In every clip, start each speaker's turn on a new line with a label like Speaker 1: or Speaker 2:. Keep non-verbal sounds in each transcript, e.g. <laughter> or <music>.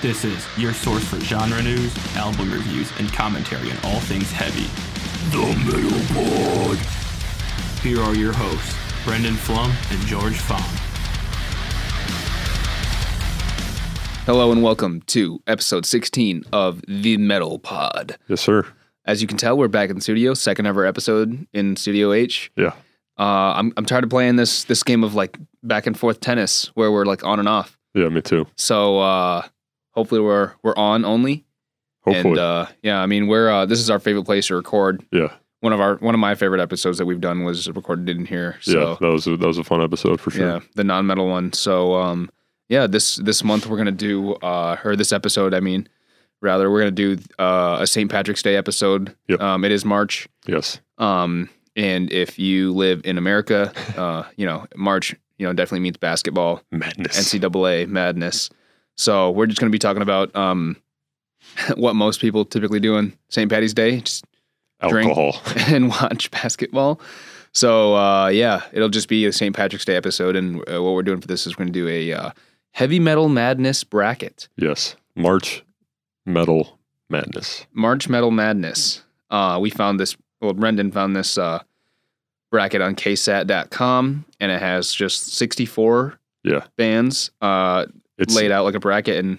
Speaker 1: This is your source for genre news, album reviews, and commentary on all things heavy. The Metal Pod. Here are your hosts, Brendan Flum and George Fong.
Speaker 2: Hello and welcome to episode 16 of The Metal Pod.
Speaker 3: Yes, sir.
Speaker 2: As you can tell, we're back in studio, second ever episode in Studio H.
Speaker 3: Yeah.
Speaker 2: Uh, I'm, I'm tired of playing this this game of like back and forth tennis where we're like on and off.
Speaker 3: Yeah, me too.
Speaker 2: So uh, hopefully we're we're on only.
Speaker 3: Hopefully.
Speaker 2: And uh, yeah, I mean we're uh, this is our favorite place to record.
Speaker 3: yeah.
Speaker 2: One of our one of my favorite episodes that we've done was recorded in here.
Speaker 3: yeah.
Speaker 2: So
Speaker 3: That was a, that was a fun episode for sure.
Speaker 2: yeah, the non metal one. So um, yeah, this this month we're gonna do uh, or this episode, I mean, rather we're gonna do uh, a St. Patrick's Day episode.
Speaker 3: Yep.
Speaker 2: Um, it is March.
Speaker 3: Yes.
Speaker 2: Um, and if you live in America, uh, you know March, you know definitely means basketball,
Speaker 3: Madness.
Speaker 2: NCAA madness. So we're just gonna be talking about um, <laughs> what most people typically do on St. Patty's Day, just drink.
Speaker 3: Alcohol.
Speaker 2: <laughs> and watch basketball. So uh, yeah, it'll just be a St. Patrick's Day episode, and uh, what we're doing for this is we're going to do a uh, heavy metal madness bracket,
Speaker 3: yes. March metal madness.
Speaker 2: March Metal Madness. Uh, we found this. Well, Brendan found this uh, bracket on ksat.com, and it has just 64
Speaker 3: Yeah.
Speaker 2: bands uh,
Speaker 3: It's
Speaker 2: laid out like a bracket, and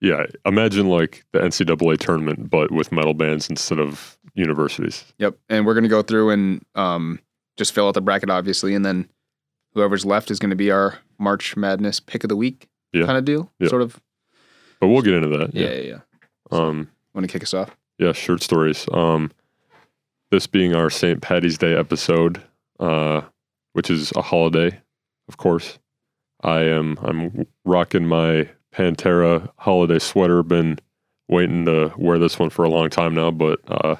Speaker 3: yeah. Imagine like the NCAA tournament, but with metal bands instead of universities.
Speaker 2: Yep. And we're going to go through and um, just fill out the bracket, obviously. And then whoever's left is going to be our March Madness pick of the week
Speaker 3: Yeah.
Speaker 2: kind of deal,
Speaker 3: Yeah.
Speaker 2: sort of.
Speaker 3: But we'll get into that.
Speaker 2: Yeah, yeah, yeah.
Speaker 3: Um.
Speaker 2: Want to kick us off?
Speaker 3: Yeah. Shirt stories. Um. This being our St. Patty's Day episode, uh, which is a holiday, of course. I am I'm rocking my Pantera holiday sweater. Been waiting to wear this one for a long time now, but uh,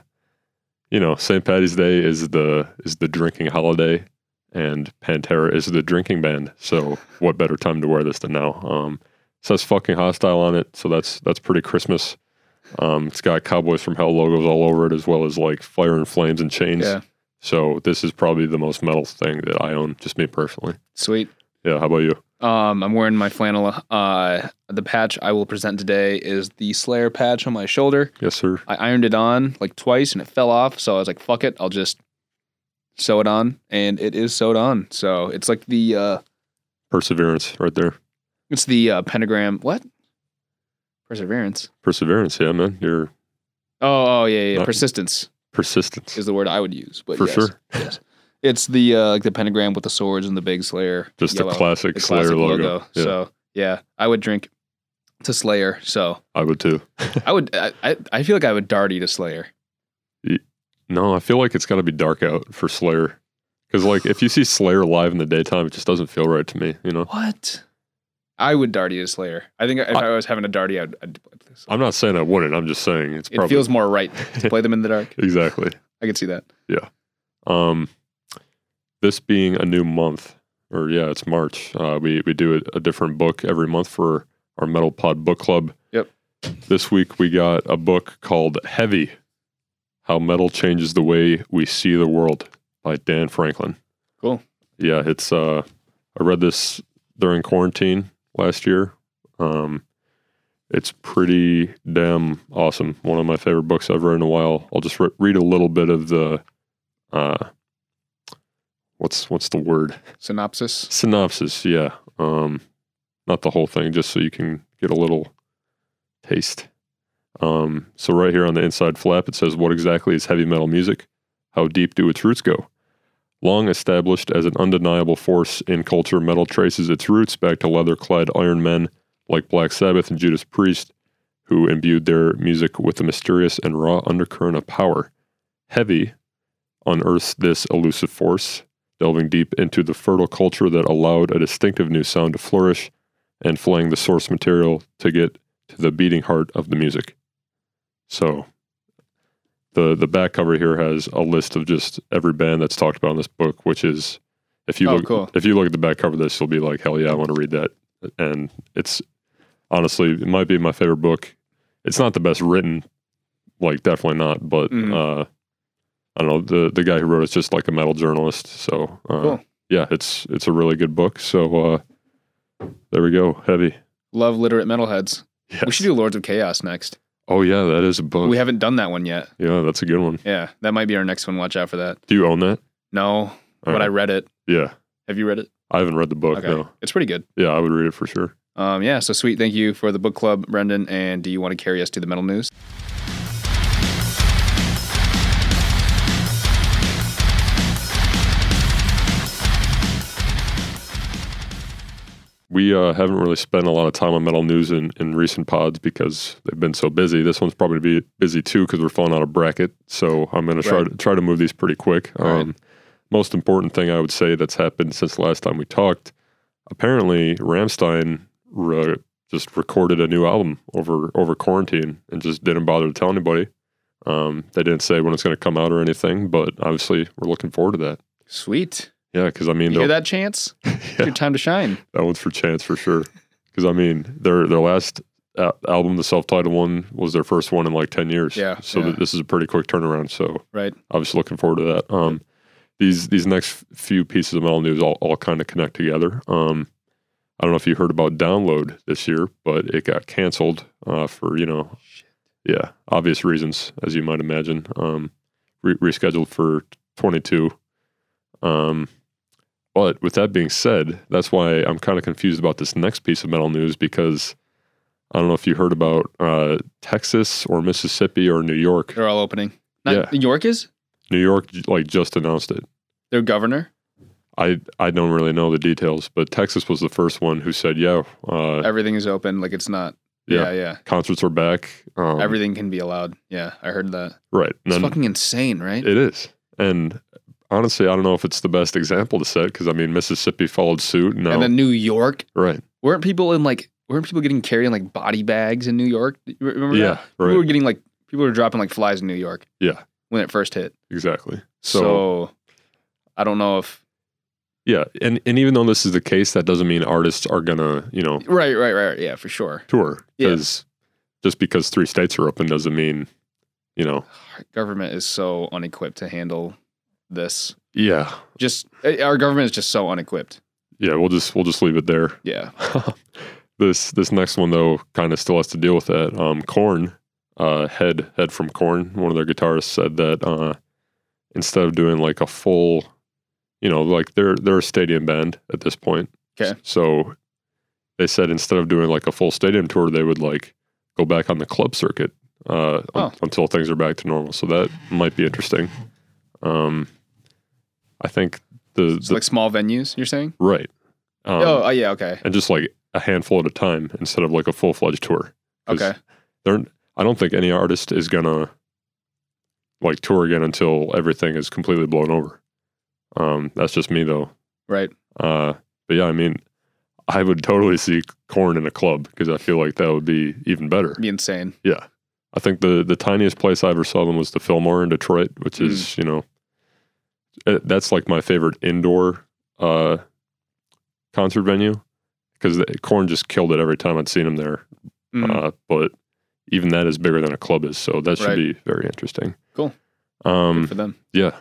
Speaker 3: you know, St. Patty's Day is the is the drinking holiday, and Pantera is the drinking band. So what better time to wear this than now? Um, it says "fucking hostile" on it, so that's that's pretty Christmas. Um, it's got Cowboys from Hell logos all over it, as well as like fire and flames and chains.
Speaker 2: Yeah.
Speaker 3: So this is probably the most metal thing that I own, just me personally.
Speaker 2: Sweet.
Speaker 3: Yeah, how about you?
Speaker 2: Um, I'm wearing my flannel. Uh, the patch I will present today is the Slayer patch on my shoulder.
Speaker 3: Yes, sir.
Speaker 2: I ironed it on like twice and it fell off. So I was like, fuck it. I'll just sew it on. And it is sewed on. So it's like the, uh,
Speaker 3: Perseverance, right there.
Speaker 2: it's the uh, pentagram. What? Perseverance.
Speaker 3: Perseverance, yeah, man. Your
Speaker 2: Oh, oh yeah, yeah.
Speaker 3: Not-
Speaker 2: Persistence
Speaker 3: persistence,
Speaker 2: is the word I would use. But
Speaker 3: for
Speaker 2: yes,
Speaker 3: sure.
Speaker 2: it's the uh, like the pentagram with the swords and the big Slayer.
Speaker 3: Just
Speaker 2: yellow-
Speaker 3: the classic Slayer logo. Yeah,
Speaker 2: So yeah, I would drink to Slayer. So
Speaker 3: I would too.
Speaker 2: I would. I, I I feel like I would darty to Slayer.
Speaker 3: No, I feel like it's got to be dark out for Slayer, because like if you see Slayer live in the daytime, it just doesn't feel right to me. You know,
Speaker 2: What? I would darty to Slayer. I think if I, was having a darty, I'd. I'd play this.
Speaker 3: I'm not saying I wouldn't. I'm just saying it's
Speaker 2: It
Speaker 3: probably
Speaker 2: feels more right
Speaker 3: <laughs>
Speaker 2: to play them in the dark.
Speaker 3: exactly.
Speaker 2: I could see that.
Speaker 3: Um, this being a new month, or yeah, it's March. Uh, we we do a, a different book every month for our Metal Pod Book Club.
Speaker 2: Yep.
Speaker 3: This week we got a book called Heavy: How Metal Changes the Way We See the World by Dan Franklin.
Speaker 2: Cool.
Speaker 3: Yeah, it's. Uh, I read this during quarantine last year. Um, it's pretty damn awesome. One of my favorite books I've read in a while. I'll just re- read a little bit of the uh what's what's the word
Speaker 2: Synopsis.
Speaker 3: synopsis yeah um not the whole thing just so you can get a little taste um so right here on the inside flap it says what exactly is heavy metal music how deep do its roots go long established as an undeniable force in culture metal traces its roots back to leather clad iron men like black sabbath and judas priest who imbued their music with a mysterious and raw undercurrent of power heavy unearths this elusive force delving deep into the fertile culture that allowed a distinctive new sound to flourish and flaying the source material to get to the beating heart of the music. So the the back cover here has a list of just every band that's talked about in this book, which is if you
Speaker 2: Oh,
Speaker 3: look
Speaker 2: cool.
Speaker 3: if you look at the back cover of this, you'll be like, Hell yeah, I want to read that. And it's honestly it might be my favorite book. It's not the best written, like definitely not, but
Speaker 2: Mhm.
Speaker 3: uh I don't know, the the guy who wrote it's just like a metal journalist. So uh,
Speaker 2: Cool.
Speaker 3: yeah, it's it's a really good book. So uh there we go. Heavy.
Speaker 2: Love literate metalheads.
Speaker 3: Yes.
Speaker 2: We should do Lords of Chaos next.
Speaker 3: Oh yeah, that is a book.
Speaker 2: We haven't done that one yet.
Speaker 3: yeah, that's a good one.
Speaker 2: Yeah, that might be our next one. Watch out for that.
Speaker 3: Do you own that?
Speaker 2: No, but I
Speaker 3: Alright.
Speaker 2: read it.
Speaker 3: yeah,
Speaker 2: Have you read it?
Speaker 3: I haven't read the book. No.
Speaker 2: it's pretty good.
Speaker 3: Yeah, I would read it for sure.
Speaker 2: Um, yeah, so sweet. Thank you for the book club, Brendan. And do you want to carry us to the metal news?
Speaker 3: We uh, haven't really spent a lot of time on metal news in, in recent pods because they've been so busy. This one's probably to be busy too because we're filling out a bracket. So I'm going to try
Speaker 2: Right.
Speaker 3: to try to move these pretty quick.
Speaker 2: Alright.
Speaker 3: Um, Most important thing I would say that's happened since the last time we talked. Apparently, Ramstein re- just recorded a new album over over quarantine and just didn't bother to tell anybody. Um, they didn't say when it's going to come out or anything, but obviously we're looking forward to that.
Speaker 2: Sweet.
Speaker 3: Yeah, because I mean,
Speaker 2: You hear
Speaker 3: they'll-
Speaker 2: that,
Speaker 3: <laughs>
Speaker 2: Chance? It's
Speaker 3: Yeah.
Speaker 2: Your time to shine.
Speaker 3: That one's for Chance for sure. Because I mean, their their last uh, album, the self titled one, was their first one in like ten years.
Speaker 2: Yeah,
Speaker 3: So
Speaker 2: yeah.
Speaker 3: th- this is a pretty quick turnaround. So
Speaker 2: Right.
Speaker 3: obviously looking forward to that. Um, these these next few pieces of metal news all, all kind of connect together. Um, I don't know if you heard about Download this year, but it got canceled uh, for you know, yeah, obvious reasons as you might imagine. Um, re- rescheduled for twenty two. Um, but with that being said, that's why I'm kind of confused about this next piece of metal news because I don't know if you heard about uh, Texas or Mississippi or New York.
Speaker 2: They're all opening. Not,
Speaker 3: Yeah.
Speaker 2: New York is
Speaker 3: New York j- like just announced it.
Speaker 2: their governor.
Speaker 3: I I don't really know the details, but Texas was the first one who said, "Yeah, uh,
Speaker 2: Everything is open. Like it's not. Yeah,
Speaker 3: Yeah.
Speaker 2: yeah.
Speaker 3: concerts are back." Um,
Speaker 2: Everything can be allowed. Yeah, I heard that.
Speaker 3: right? And
Speaker 2: It's
Speaker 3: then-
Speaker 2: fucking insane, right?
Speaker 3: it is, and honestly, I don't know if it's the best example to set because I mean Mississippi followed suit. Now,
Speaker 2: And then New York.
Speaker 3: right?
Speaker 2: Weren't people in like? Weren't people getting carried in like body bags in New York? You Remember that?
Speaker 3: Yeah,
Speaker 2: People
Speaker 3: right.
Speaker 2: were getting like people were dropping like flies in New York.
Speaker 3: Yeah.
Speaker 2: When it first hit.
Speaker 3: Exactly.
Speaker 2: So,
Speaker 3: So,
Speaker 2: I don't know if
Speaker 3: yeah, and and even though this is the case, that doesn't mean artists are gonna you know
Speaker 2: Right, right, right. Yeah, for sure.
Speaker 3: tour
Speaker 2: Yeah.
Speaker 3: because just because three states are open doesn't mean you know
Speaker 2: Our government is so unequipped to handle this.
Speaker 3: yeah
Speaker 2: Just eh, our government is just so unequipped.
Speaker 3: yeah we'll just we'll just leave it there
Speaker 2: Yeah.
Speaker 3: <laughs> this this next one though kind of still has to deal with that. Um, Corn, uh, head head from Corn, one of their guitarists said that uh, instead of doing like a full, you know, like they're they're a stadium band at this point.
Speaker 2: 'Kay.
Speaker 3: So they said instead of doing like a full stadium tour, they would like go back on the club circuit uh, un-
Speaker 2: Oh.
Speaker 3: until things are back to normal. So that might be interesting. Um, I think the,
Speaker 2: It's
Speaker 3: the
Speaker 2: like small venues, you're saying?
Speaker 3: right. Um,
Speaker 2: oh, oh, yeah, okay.
Speaker 3: and just like a handful at a time instead of like a full fledged tour. 'Cause
Speaker 2: Okay.
Speaker 3: They're, I don't think any artist is gonna like tour again until everything is completely blown over. Um, that's just me though.
Speaker 2: Right.
Speaker 3: Uh, but yeah, I mean, I would totally see Corn in a club because I feel like that would be even better.
Speaker 2: It'd be insane.
Speaker 3: Yeah, I think the the tiniest place I ever saw them was the Fillmore in Detroit, which
Speaker 2: Mm.
Speaker 3: is you know, eh, that's like my favorite indoor uh, concert venue because Corn just killed it every time I'd seen them there.
Speaker 2: Mm.
Speaker 3: Uh, but even that is bigger than a club is, so that should
Speaker 2: Right.
Speaker 3: be very interesting.
Speaker 2: Cool. Good
Speaker 3: Um,
Speaker 2: for them.
Speaker 3: yeah,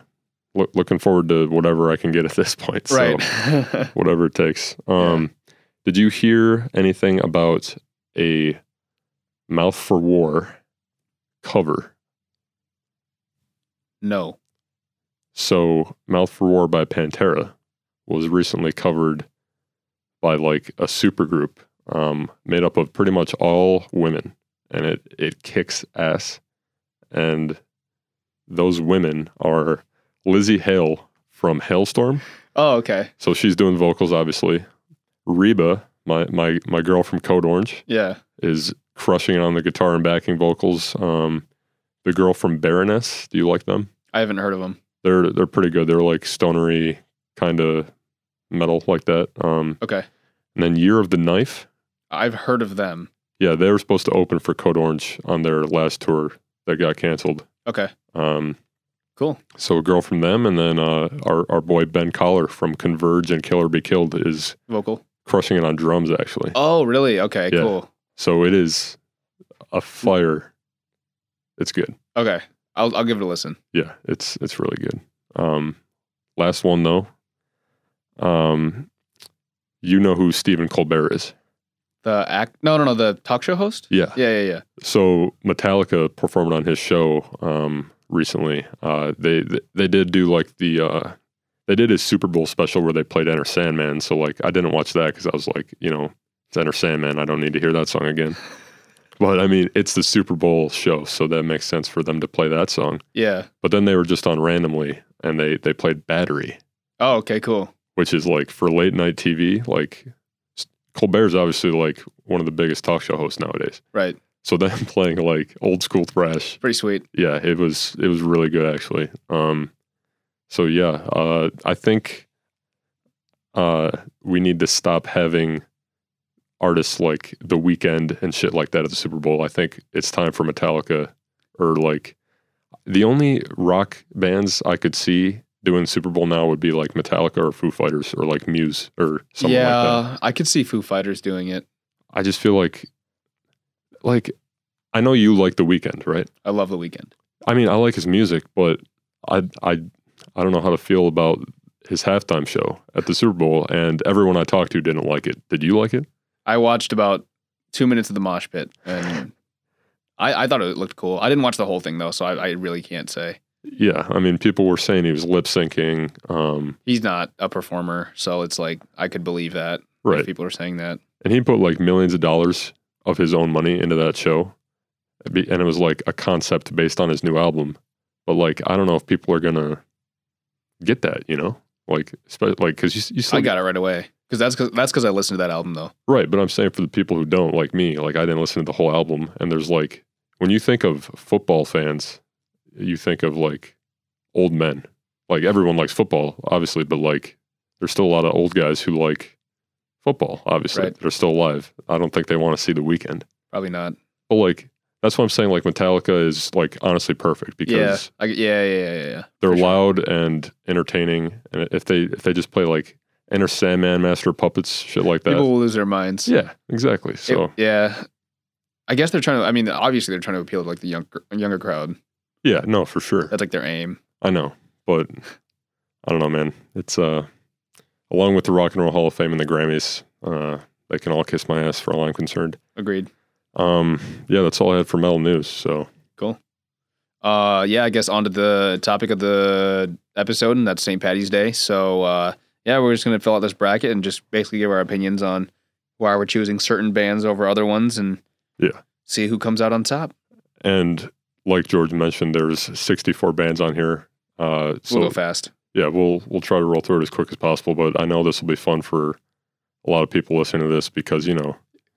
Speaker 3: Look looking forward to whatever I can get at this point. So
Speaker 2: Right. <laughs>
Speaker 3: whatever it takes. Um, Did you hear anything about a Mouth for War cover?
Speaker 2: no.
Speaker 3: So, Mouth for War by Pantera was recently covered by like a supergroup um, made up of pretty much all women, and it it kicks ass. And those women are Lizzie Hale from Hailstorm.
Speaker 2: Oh, okay.
Speaker 3: So she's doing vocals, obviously. Reba, my my my girl from Code Orange,
Speaker 2: Yeah.
Speaker 3: is crushing it on the guitar and backing vocals. Um, the girl from Baroness, do you like them?
Speaker 2: I haven't heard of them.
Speaker 3: They're they're pretty good. They're like stonery kind of metal like that. Um,
Speaker 2: Okay.
Speaker 3: and then Year of the Knife,
Speaker 2: I've heard of them.
Speaker 3: yeah, they were supposed to open for Code Orange on their last tour that got canceled.
Speaker 2: Okay.
Speaker 3: Um,
Speaker 2: Cool.
Speaker 3: so a girl from them, and then uh, our our boy Ben Collar from Converge and Kill or Be Killed is
Speaker 2: Vocal.
Speaker 3: crushing it on drums actually.
Speaker 2: Oh, really? Okay,
Speaker 3: Yeah.
Speaker 2: cool.
Speaker 3: So it is a fire. It's good.
Speaker 2: Okay. I'll, I'll give it a listen.
Speaker 3: Yeah, it's it's really good. Um, last one though. Um, you know who Stephen Colbert is?
Speaker 2: The act? No, no, no. The talk show host.
Speaker 3: Yeah.
Speaker 2: Yeah, yeah, yeah.
Speaker 3: So Metallica performed on his show um, recently. Uh, they th- they did do like the uh, they did his Super Bowl special where they played Enter Sandman. So like I didn't watch that because I was like, you know, it's Enter Sandman. I don't need to hear that song again. But I mean, it's the Super Bowl show, so that makes sense for them to play that song.
Speaker 2: Yeah.
Speaker 3: But then they were just on randomly, and they they played Battery,
Speaker 2: Oh, okay, cool.
Speaker 3: which is like for late night TV. Like Colbert's obviously like one of the biggest talk show hosts nowadays.
Speaker 2: Right.
Speaker 3: So them <laughs> playing like old school thrash,
Speaker 2: Pretty sweet.
Speaker 3: yeah, it was it was really good actually. Um, so yeah, uh, I think uh, we need to stop having artists like The Weekend and shit like that at the Super Bowl. I think it's time for Metallica or like the only rock bands I could see doing Super Bowl now would be like Metallica or Foo Fighters or like Muse or something
Speaker 2: yeah,
Speaker 3: like that.
Speaker 2: I could see Foo Fighters doing it.
Speaker 3: I just feel like like I know you like The Weekend, right?
Speaker 2: I love the weekend.
Speaker 3: I mean, I like his music, but I I I don't know how to feel about his halftime show at the Super Bowl, and everyone I talked to didn't like it. Did you like it?
Speaker 2: I watched about two minutes of the mosh pit, and I, I thought it looked cool. I didn't watch the whole thing though, so I, I really can't say.
Speaker 3: Yeah, I mean, people were saying he was lip syncing. Um,
Speaker 2: He's not a performer, so it's like I could believe that. if
Speaker 3: right,
Speaker 2: people are saying that.
Speaker 3: and he put like millions of dollars of his own money into that show, It'd be- and it was like a concept based on his new album. But like, I don't know if people are gonna get that, you know, like spe- like because you s- you still
Speaker 2: I got it right away because that's cause, that's because I listened to that album though.
Speaker 3: Right, but I'm saying for the people who don't like me, like I didn't listen to the whole album, and there's like when you think of football fans, you think of like old men. Like everyone likes football, obviously, but like there's still a lot of old guys who like football, obviously.
Speaker 2: Right.
Speaker 3: They're still alive. I don't think they want to see the weekend.
Speaker 2: Probably not.
Speaker 3: But like that's what I'm saying. Like Metallica is like honestly perfect because
Speaker 2: Yeah, I, yeah, yeah, yeah, yeah.
Speaker 3: they're
Speaker 2: for sure.
Speaker 3: loud and entertaining. And if they if they just play like Enter Sandman, Master of Puppets, shit like that.
Speaker 2: People will lose their minds.
Speaker 3: yeah, exactly.
Speaker 2: It-
Speaker 3: So
Speaker 2: yeah, I guess they're trying to. I mean, obviously they're trying to appeal to like the younger younger crowd.
Speaker 3: yeah, no, for sure.
Speaker 2: That's like their aim.
Speaker 3: I know, but I don't know, man. It's uh, along with the Rock and Roll Hall of Fame and the Grammys, uh, they can all kiss my ass for all I'm concerned.
Speaker 2: Agreed.
Speaker 3: Um, yeah, that's all I had for metal news. So
Speaker 2: Uh, yeah, I guess onto the topic of the episode, and that's St. Patty's Day. So, uh, yeah, we're just gonna fill out this bracket and just basically give our opinions on why we're choosing certain bands over other ones, and
Speaker 3: Yeah.
Speaker 2: see who comes out on top.
Speaker 3: and like George mentioned, there's 64 bands on here. Uh, so
Speaker 2: we'll go fast.
Speaker 3: yeah, we'll we'll try to roll through it as quick as possible. But I know this will be fun for a lot of people listening to this because you know,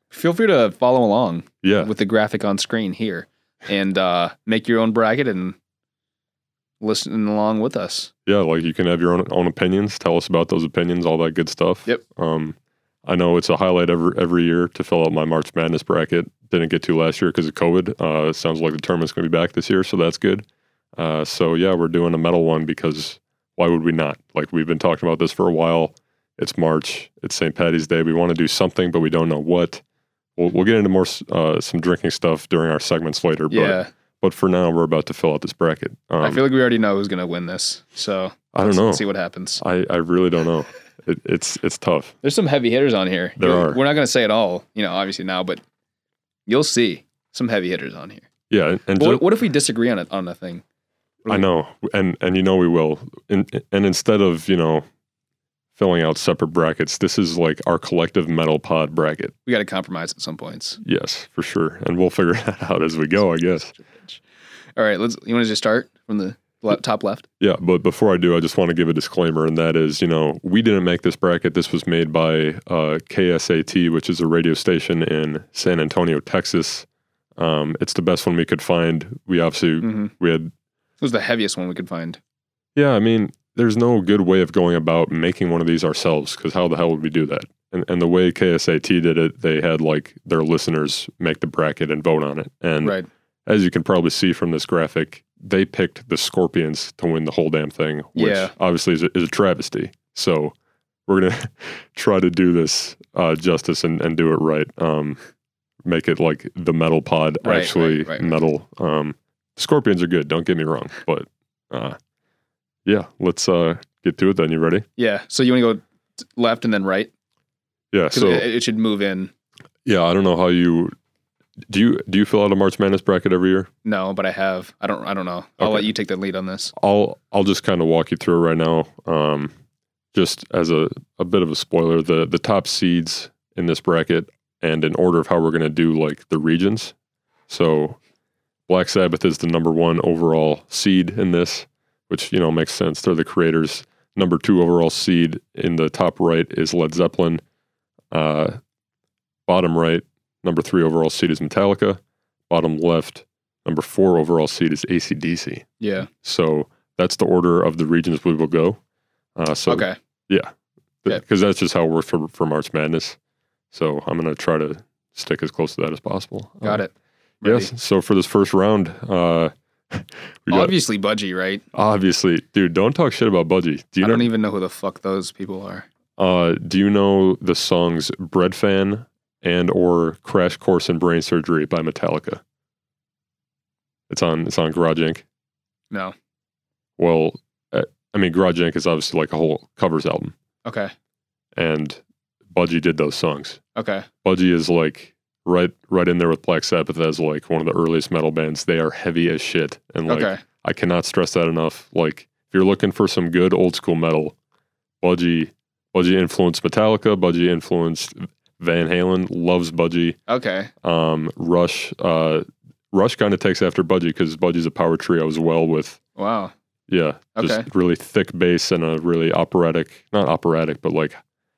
Speaker 2: Feel free to follow along.
Speaker 3: yeah,
Speaker 2: with the graphic on screen here and uh, make your own bracket and listen along with us.
Speaker 3: yeah, like you can have your own own opinions. Tell us about those opinions, all that good stuff.
Speaker 2: Yep.
Speaker 3: Um, I know it's a highlight every every year to fill out my March Madness bracket. Didn't get to last year because of COVID. Uh, it sounds like the tournament's going to be back this year, so that's good. Uh, so yeah, we're doing a metal one because why would we not? Like we've been talking about this for a while. It's March. It's St. Patty's Day. We want to do something, but we don't know what. We'll, we'll get into more s- uh, some drinking stuff during our segments later.
Speaker 2: yeah,
Speaker 3: But but for now, we're about to fill out this bracket. Um,
Speaker 2: I feel like we already know who's going to win this. So
Speaker 3: I don't
Speaker 2: let's
Speaker 3: know.
Speaker 2: see what happens.
Speaker 3: I, I really don't
Speaker 2: <laughs>
Speaker 3: know. It, it's it's tough.
Speaker 2: There's some heavy hitters on here.
Speaker 3: There
Speaker 2: You'll-
Speaker 3: are.
Speaker 2: We're not going to say it all, you know, obviously now, but you'll see some heavy hitters on here.
Speaker 3: Yeah,
Speaker 2: What,
Speaker 3: and ju-
Speaker 2: what if we disagree on it on a thing?
Speaker 3: I know, and and you know we will. And and instead of you know filling out separate brackets, this is like our collective metal pod bracket.
Speaker 2: We got to compromise at some points.
Speaker 3: Yes, for sure, and we'll figure <laughs> that out as we go, I guess.
Speaker 2: All right, let's. You want to just start from the le- top left?
Speaker 3: Yeah, but before I do, I just want to give a disclaimer, and that is, you know, we didn't make this bracket. This was made by uh, KSAT, which is a radio station in San Antonio, Texas. Um, it's the best one we could find. We obviously
Speaker 2: Mm-hmm. It
Speaker 3: we had
Speaker 2: was the heaviest one we could find.
Speaker 3: Yeah, I mean, there's no good way of going about making one of these ourselves because how the hell would we do that? And, and the way KSAT did it, they had like their listeners make the bracket and vote on it. And
Speaker 2: Right.
Speaker 3: as you can probably see from this graphic, they picked the Scorpions to win the whole damn thing, which
Speaker 2: Yeah.
Speaker 3: obviously is a, is a travesty. So we're going to <laughs> try to do this uh, justice and, and do it right. Um, make it like the metal pod,
Speaker 2: Right, right,
Speaker 3: actually
Speaker 2: right, right.
Speaker 3: metal. Um, Scorpions are good, don't get me wrong. But uh, yeah, let's uh, get to it then. You ready?
Speaker 2: Yeah. So you want to go t- left and then right?
Speaker 3: Yeah.
Speaker 2: Because
Speaker 3: So
Speaker 2: it, it should move in
Speaker 3: Yeah, I don't know how you do. You do you fill out a March Madness bracket every year?
Speaker 2: No, but I have. I don't. I don't know. I'll
Speaker 3: Okay.
Speaker 2: let you take the lead on this.
Speaker 3: I'll I'll just kind of walk you through it right now. Um, just as a, a bit of a spoiler, the the top seeds in this bracket and in order of how we're gonna do like the regions. So Black Sabbath is the number one overall seed in this, which you know makes sense. They're the creators. Number two overall seed in the top right is Led Zeppelin. Uh, bottom right, number three overall seed is Metallica. Bottom left, number four overall seed is ACDC.
Speaker 2: Yeah.
Speaker 3: So that's the order of the regions we will go. Uh, so
Speaker 2: okay.
Speaker 3: yeah,
Speaker 2: Yeah.
Speaker 3: because that's just how it works for, for March Madness. So I'm gonna try to stick as close to that as possible.
Speaker 2: Got
Speaker 3: Uh,
Speaker 2: it. Ready.
Speaker 3: Yes. So for this first round, uh, <laughs> we got
Speaker 2: Obviously, Budgie, right?
Speaker 3: obviously, dude. Don't talk shit about Budgie. Do you
Speaker 2: I
Speaker 3: know?
Speaker 2: don't e- even know who the fuck those people are.
Speaker 3: uh, do you know the songs "Bread Fan" and or "Crash Course in Brain Surgery" by Metallica? It's on. It's on Garage Inc.
Speaker 2: No.
Speaker 3: Well, uh, I mean, Garage Inc. is obviously like a whole covers album.
Speaker 2: Okay.
Speaker 3: and Budgie did those songs.
Speaker 2: Okay.
Speaker 3: Budgie is like right right in there with Black Sabbath as like one of the earliest metal bands. They are heavy as shit, and like
Speaker 2: okay.
Speaker 3: I cannot stress that enough. Like if you're looking for some good old school metal, Budgie Budgie influenced Metallica. Budgie influenced Van Halen. Loves Budgie.
Speaker 2: Okay.
Speaker 3: Um, Rush uh, Rush kind of takes after Budgie because Budgie's a power trio as well with
Speaker 2: Wow.
Speaker 3: yeah,
Speaker 2: Okay.
Speaker 3: just really thick bass and a really operatic, not operatic, but like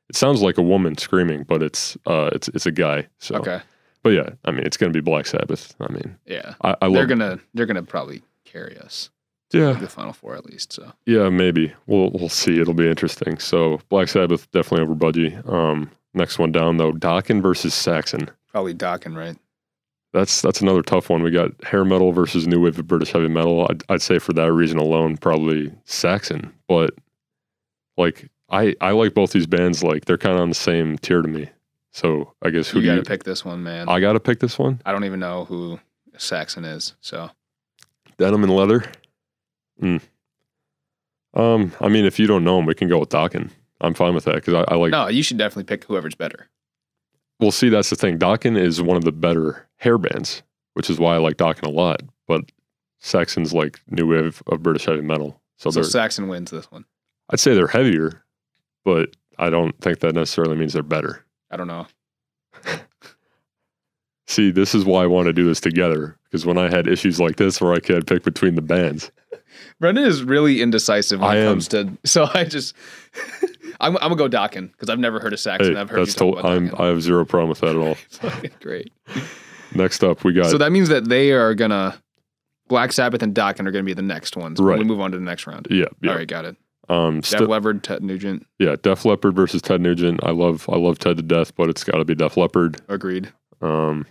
Speaker 3: it sounds like a woman screaming, but it's uh it's it's a guy. So
Speaker 2: Okay.
Speaker 3: but yeah, I mean it's gonna be Black Sabbath. I mean
Speaker 2: Yeah.
Speaker 3: I, I
Speaker 2: They're
Speaker 3: love
Speaker 2: gonna. They're gonna probably carry us to
Speaker 3: yeah
Speaker 2: the
Speaker 3: <sighs>
Speaker 2: final four at least. So.
Speaker 3: yeah maybe we'll we'll see it'll be interesting. So Black Sabbath definitely over Budgie. Um, next one down though, Dokken versus Saxon.
Speaker 2: Probably Dockin, right?
Speaker 3: That's that's another tough one. We got hair metal versus new wave of British heavy metal. I'd, I'd say for that reason alone, probably Saxon. But like I I like both these bands. Like they're kind of on the same tier to me. So I guess who
Speaker 2: you
Speaker 3: do
Speaker 2: got to
Speaker 3: you,
Speaker 2: pick this one, man. I,
Speaker 3: I gotta pick this one.
Speaker 2: don't even know who Saxon is. So.
Speaker 3: Denim and leather. Mm. Um, I mean, if you don't know them, we can go with Dokken. I'm fine with that because I, I like.
Speaker 2: No, you should definitely pick whoever's better.
Speaker 3: Well, see, that's the thing. Dokken is one of the better hair bands, which is why I like Dokken a lot. But Saxon's like new wave of British heavy metal. So,
Speaker 2: So
Speaker 3: they're.
Speaker 2: Saxon wins this one.
Speaker 3: I'd say they're heavier, but I don't think that necessarily means they're better.
Speaker 2: I don't know.
Speaker 3: See, this is why I want to do this together because when I had issues like this where I could pick between the bands,
Speaker 2: Brendan is really indecisive when
Speaker 3: I
Speaker 2: it
Speaker 3: am.
Speaker 2: comes to. <laughs> So I just, I'm, I'm gonna go Dockin because I've never heard of Saxon.
Speaker 3: hey,
Speaker 2: I've heard
Speaker 3: that's
Speaker 2: you talk
Speaker 3: to-
Speaker 2: about <laughs>
Speaker 3: I'm,
Speaker 2: Dockin.
Speaker 3: I have zero problem with that
Speaker 2: <laughs>
Speaker 3: at all.
Speaker 2: Fucking great.
Speaker 3: Next up, we got
Speaker 2: So that means that they are gonna Black Sabbath and Dockin are gonna be the next ones. when We
Speaker 3: Right.
Speaker 2: move on to the next round.
Speaker 3: yeah, yeah,
Speaker 2: All right, got it.
Speaker 3: um,
Speaker 2: Def
Speaker 3: sti-
Speaker 2: Leppard, Ted Nugent,
Speaker 3: yeah, Def Leppard versus Ted Nugent. I love I love Ted to death, but it's got to be Def Leppard.
Speaker 2: agreed.
Speaker 3: Um,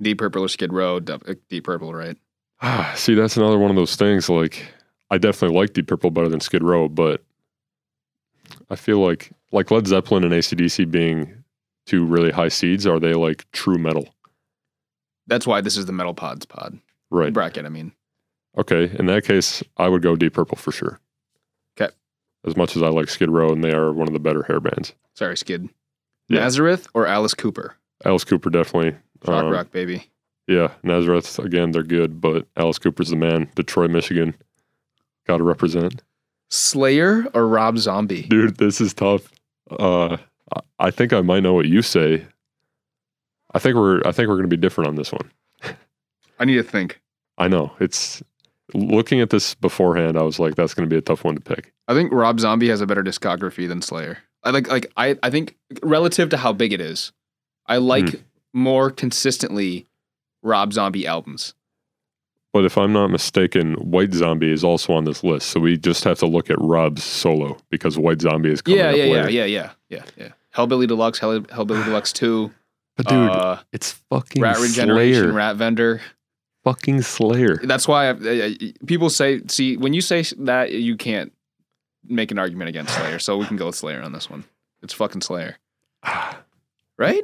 Speaker 2: Deep Purple or Skid Row, Def- uh, Deep Purple, right?
Speaker 3: Ah, <sighs> see, that's another one of those things. Like, I definitely like Deep Purple better than Skid Row, but I feel like like Led Zeppelin and ACDC being two really high seeds, are they like true metal?
Speaker 2: That's why this is the Metal Pods pod
Speaker 3: Right.
Speaker 2: bracket. I mean,
Speaker 3: Okay. In that case, I would go Deep Purple for sure.
Speaker 2: 'Kay.
Speaker 3: As much as I like Skid Row, and they are one of the better hair bands.
Speaker 2: sorry, Skid.
Speaker 3: Yeah.
Speaker 2: Nazareth or Alice Cooper,
Speaker 3: Alice Cooper definitely.
Speaker 2: Shock
Speaker 3: um,
Speaker 2: Rock baby.
Speaker 3: Yeah, Nazareth again. They're good, but Alice Cooper's the man. Detroit, Michigan. Got to represent.
Speaker 2: Slayer or Rob Zombie?
Speaker 3: dude this is tough uh I- i think i might know what you say i think we're i think we're gonna be different on this one
Speaker 2: I need to think.
Speaker 3: i know it's looking at this beforehand i was like that's gonna be a tough one to pick
Speaker 2: I think Rob Zombie has a better discography than Slayer. I like like I I think relative to how big it is, I like
Speaker 3: Hmm.
Speaker 2: more consistently Rob Zombie albums.
Speaker 3: but if i'm not mistaken white zombie is also on this list so we just have to look at rob's solo because white zombie is coming
Speaker 2: Yeah,
Speaker 3: up
Speaker 2: yeah, yeah,
Speaker 3: later
Speaker 2: yeah, yeah, yeah, yeah. Hellbilly Deluxe, Hell, Hellbilly Deluxe Two,
Speaker 3: but dude
Speaker 2: uh,
Speaker 3: it's fucking
Speaker 2: Rat Regeneration,
Speaker 3: slayer
Speaker 2: Rat Vendor.
Speaker 3: fucking <sighs> slayer
Speaker 2: That's why I, I, I- people say, see, when you say that, you can't make an argument against Slayer. So we can go with Slayer on this one. It's fucking Slayer, right?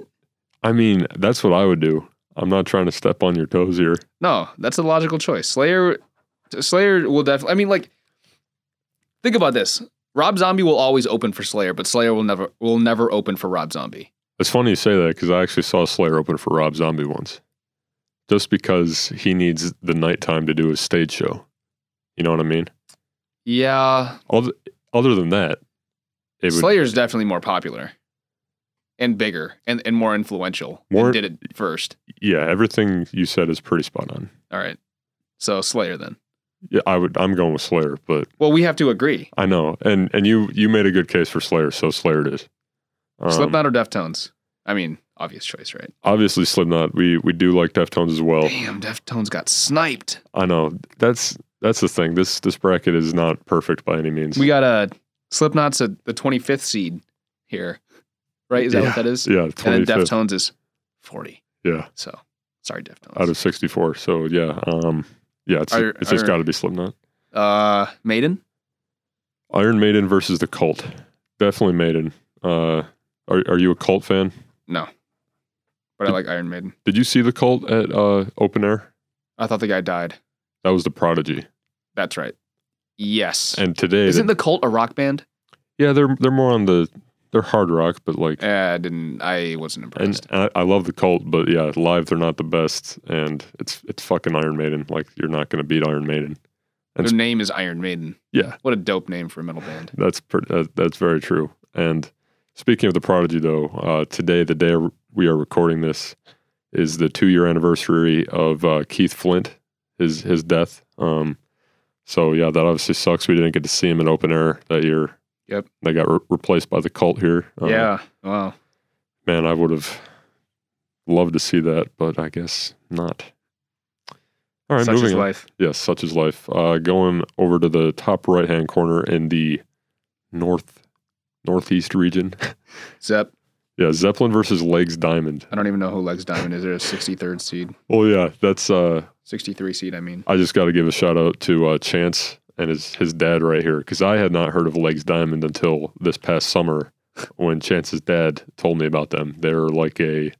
Speaker 3: i mean that's what i would do i'm not trying to step on your toes here
Speaker 2: No, that's a logical choice. Slayer, Slayer will definitely. I mean, like, think about this. Rob Zombie will always open for Slayer, but Slayer will never will never open for Rob Zombie.
Speaker 3: It's funny you say that because I actually saw Slayer open for Rob Zombie once, just because he needs the nighttime to do his stage show. You know what I mean?
Speaker 2: Yeah,
Speaker 3: Other, other than that, it would
Speaker 2: Slayer's definitely more popular and bigger and, and more influential. More
Speaker 3: More-
Speaker 2: did it first.
Speaker 3: yeah everything you said is pretty spot on.
Speaker 2: All right, so Slayer then.
Speaker 3: Yeah, I would. I'm going with Slayer, but
Speaker 2: Well, we have to agree.
Speaker 3: I know, and and you you made a good case for Slayer, so Slayer it is. Um,
Speaker 2: Slipknot or Deftones? I mean, obvious choice, right?
Speaker 3: obviously Slipknot. We we do like Deftones as well.
Speaker 2: Damn, Deftones got sniped.
Speaker 3: I know that's that's the thing. This this bracket is not perfect by any means.
Speaker 2: We got a Slipknot's a, the 25th seed here, right? Is that what that is?
Speaker 3: yeah,
Speaker 2: And then
Speaker 3: twenty fifth.
Speaker 2: Deftones is 40.
Speaker 3: Yeah,
Speaker 2: So sorry, Deftones.
Speaker 3: out of sixty four. So yeah, um, yeah, it's
Speaker 2: Are-
Speaker 3: it's just
Speaker 2: are-
Speaker 3: got to be Slipknot.
Speaker 2: uh, Maiden.
Speaker 3: Iron Maiden versus the Cult. Definitely Maiden. Uh, are are you a Cult fan?
Speaker 2: No, but I like Iron Maiden.
Speaker 3: Did you see the Cult at uh open air?
Speaker 2: I thought the guy died.
Speaker 3: That was the Prodigy.
Speaker 2: That's right. Yes.
Speaker 3: And today,
Speaker 2: Isn't the Cult a rock band?
Speaker 3: yeah, they're they're more on the they're hard rock, but like
Speaker 2: Eh, I didn't. I wasn't
Speaker 3: And
Speaker 2: impressed.
Speaker 3: I, I love the cult, but yeah, live they're not the best, and it's it's fucking Iron Maiden. Like you're not gonna beat Iron Maiden. and-
Speaker 2: Their name is Iron Maiden.
Speaker 3: Yeah,
Speaker 2: What a dope name for a metal band.
Speaker 3: that's pretty, that, that's very true. And speaking of the Prodigy, though, uh, today the day we are recording this is the two year anniversary of uh, Keith Flint, his his death. Um, so yeah, that obviously sucks. We didn't get to see him in open air that year.
Speaker 2: Yep.
Speaker 3: they got re- replaced by the cult here. Uh,
Speaker 2: yeah. Wow.
Speaker 3: man, I would have loved to see that, but I guess not. All right,
Speaker 2: Such
Speaker 3: moving
Speaker 2: is
Speaker 3: on.
Speaker 2: life.
Speaker 3: Yes, such is life. Uh, going over to the top right hand corner in the north northeast region.
Speaker 2: Zep.
Speaker 3: yeah, Zeppelin versus Legs Diamond.
Speaker 2: I don't even know who Legs Diamond is. They're a 63rd seed.
Speaker 3: Oh yeah, that's uh
Speaker 2: 63 seed, I mean.
Speaker 3: I just got to give a shout out to uh, Chance and his his dad right here because I had not heard of Legs Diamond until this past summer when Chance's dad told me about them. They were like a,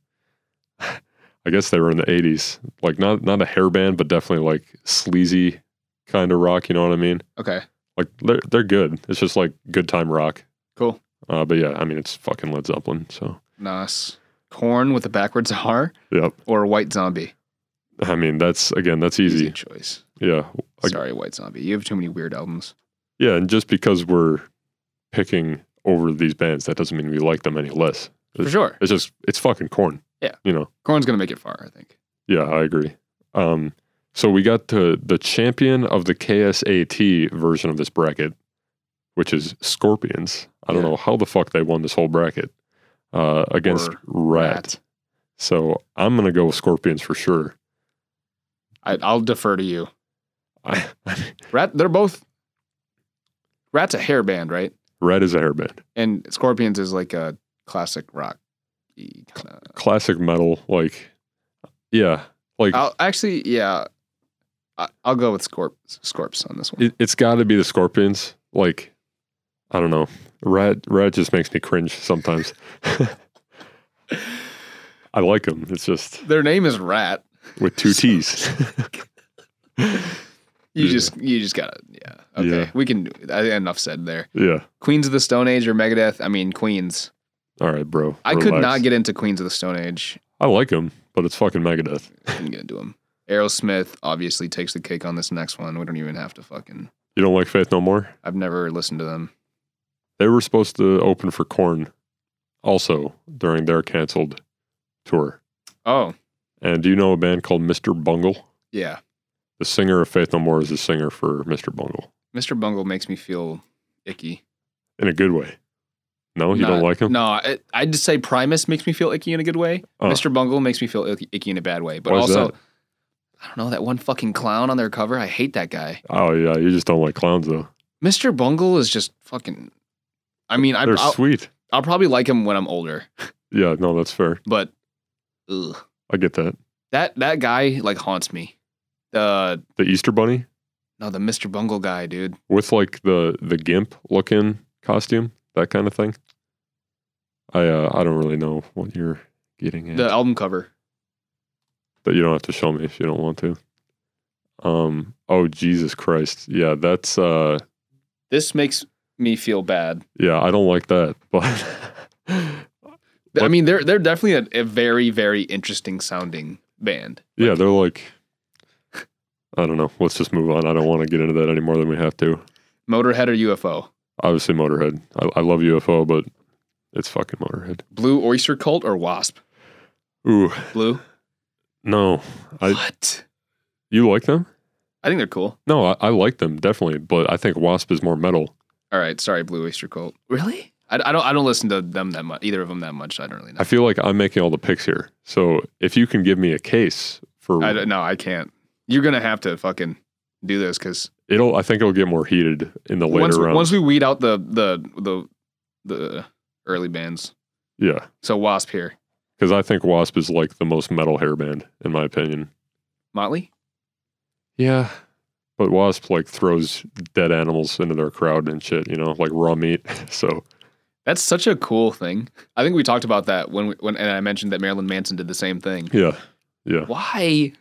Speaker 3: I guess they were in the '80s, like not not a hair band, but definitely like sleazy kind of rock. You know what I mean?
Speaker 2: Okay.
Speaker 3: Like they're they're good. It's just like good time rock.
Speaker 2: Cool.
Speaker 3: Uh, but yeah, I mean it's fucking Led Zeppelin. So
Speaker 2: Nice. Corn with a backwards <laughs> R
Speaker 3: yep.
Speaker 2: or White Zombie?
Speaker 3: I mean that's again that's easy.
Speaker 2: choice.
Speaker 3: Yeah, Like-
Speaker 2: Sorry, White Zombie. You have too many weird albums.
Speaker 3: Yeah, and just because we're picking over these bands, that doesn't mean we like them any less.
Speaker 2: For sure.
Speaker 3: It's just it's fucking corn.
Speaker 2: Yeah.
Speaker 3: You know.
Speaker 2: Corn's going to make it far, I think.
Speaker 3: Yeah, I agree. Um so we got to the champion of the KSAT version of this bracket, which is Scorpions. I don't
Speaker 2: Yeah.
Speaker 3: know how the fuck they won this whole bracket. Uh against
Speaker 2: Or
Speaker 3: Rat. So I'm gonna go with Scorpions for sure.
Speaker 2: Rat. I, I'll defer to you.
Speaker 3: I,
Speaker 2: Rat, they're both. Rat's a hair band, right?
Speaker 3: Rat is a hair band.
Speaker 2: And Scorpions is like a classic rock kind of.
Speaker 3: Classic metal, like yeah. Like
Speaker 2: I'll actually, yeah. I, I'll go with Scorp, Scorps on this one.
Speaker 3: it, it's got to be the scorpions like i don't know rat rat just makes me cringe sometimes <laughs> i like them it's just
Speaker 2: Their name is Rat.
Speaker 3: with two t's <laughs>
Speaker 2: You
Speaker 3: Yeah.
Speaker 2: just you just gotta yeah. Okay.
Speaker 3: Yeah.
Speaker 2: We can I- enough said there.
Speaker 3: yeah
Speaker 2: Queens of the Stone Age or Megadeth. I mean Queens.
Speaker 3: all right bro
Speaker 2: I could
Speaker 3: relax.
Speaker 2: not get into Queens of the Stone Age.
Speaker 3: i like them but it's fucking megadeth
Speaker 2: Couldn't get into them. Aerosmith obviously takes the cake on this next one. We don't even have to fucking
Speaker 3: you don't like faith no more
Speaker 2: I've never listened to them.
Speaker 3: they were supposed to open for corn also during their canceled tour
Speaker 2: Oh,
Speaker 3: and do you know a band called mr bungle
Speaker 2: yeah.
Speaker 3: the singer of faith no more is the singer for mr bungle
Speaker 2: Mr. Bungle makes me feel icky.
Speaker 3: in a good way no you don't
Speaker 2: Not-
Speaker 3: like him
Speaker 2: No, I, I'd just say Primus makes me feel icky in a good way.
Speaker 3: Oh.
Speaker 2: Mr. Bungle makes me feel icky, icky in a bad way. But
Speaker 3: Why's
Speaker 2: also,
Speaker 3: that?
Speaker 2: I don't know that one fucking clown on their cover. I hate that guy.
Speaker 3: oh yeah you just don't like clowns though
Speaker 2: Mr. Bungle is just fucking. I mean, I,
Speaker 3: They're
Speaker 2: I'll,
Speaker 3: sweet.
Speaker 2: I'll probably like him when I'm older,
Speaker 3: Yeah, no, that's fair.
Speaker 2: but ugh.
Speaker 3: I get that.
Speaker 2: that that guy like haunts me. The
Speaker 3: The Easter Bunny
Speaker 2: no, the Mr. Bungle guy, dude.
Speaker 3: with like the the gimp looking costume, that kind of thing. I uh, I don't really know what you're getting at,
Speaker 2: The uh, album cover.
Speaker 3: but you don't have to show me if you don't want to. Um. Oh Jesus Christ. Yeah, that's uh.
Speaker 2: This makes me feel bad.
Speaker 3: Yeah, I don't like that, <laughs> but
Speaker 2: I
Speaker 3: What-
Speaker 2: mean, they're they're definitely a, a very very interesting sounding band.
Speaker 3: yeah, they're like, I don't know. Let's just move on. I don't want to get into that any more than we have to.
Speaker 2: Motorhead or UFO,
Speaker 3: Obviously, Motorhead. I, I love UFO, but it's fucking Motorhead.
Speaker 2: Blue Oyster Cult or Wasp?
Speaker 3: Ooh,
Speaker 2: Blue.
Speaker 3: no. I
Speaker 2: what?
Speaker 3: you like them?
Speaker 2: I think they're cool.
Speaker 3: No, I, I like them definitely, but I think Wasp is more metal.
Speaker 2: All right, sorry, Blue Oyster Cult. Really? I, I don't I don't listen to them that much, either of them that much. I don't really know.
Speaker 3: I feel like I'm making all the picks here. So if you can give me a case for
Speaker 2: I don't, no, I can't. You're gonna have to fucking do this because
Speaker 3: it'll, I think it'll get more heated in the later
Speaker 2: once,
Speaker 3: rounds.
Speaker 2: once we weed out the the the the early bands,
Speaker 3: yeah,
Speaker 2: so Wasp here,
Speaker 3: because I think Wasp is like the most metal hair band in my opinion.
Speaker 2: Motley.
Speaker 3: Yeah, but Wasp like throws dead animals into their crowd and shit. You know, like raw meat. <laughs> So
Speaker 2: That's such a cool thing. I think we talked about that when we, when and I mentioned that Marilyn Manson did the same thing.
Speaker 3: yeah, yeah.
Speaker 2: Why?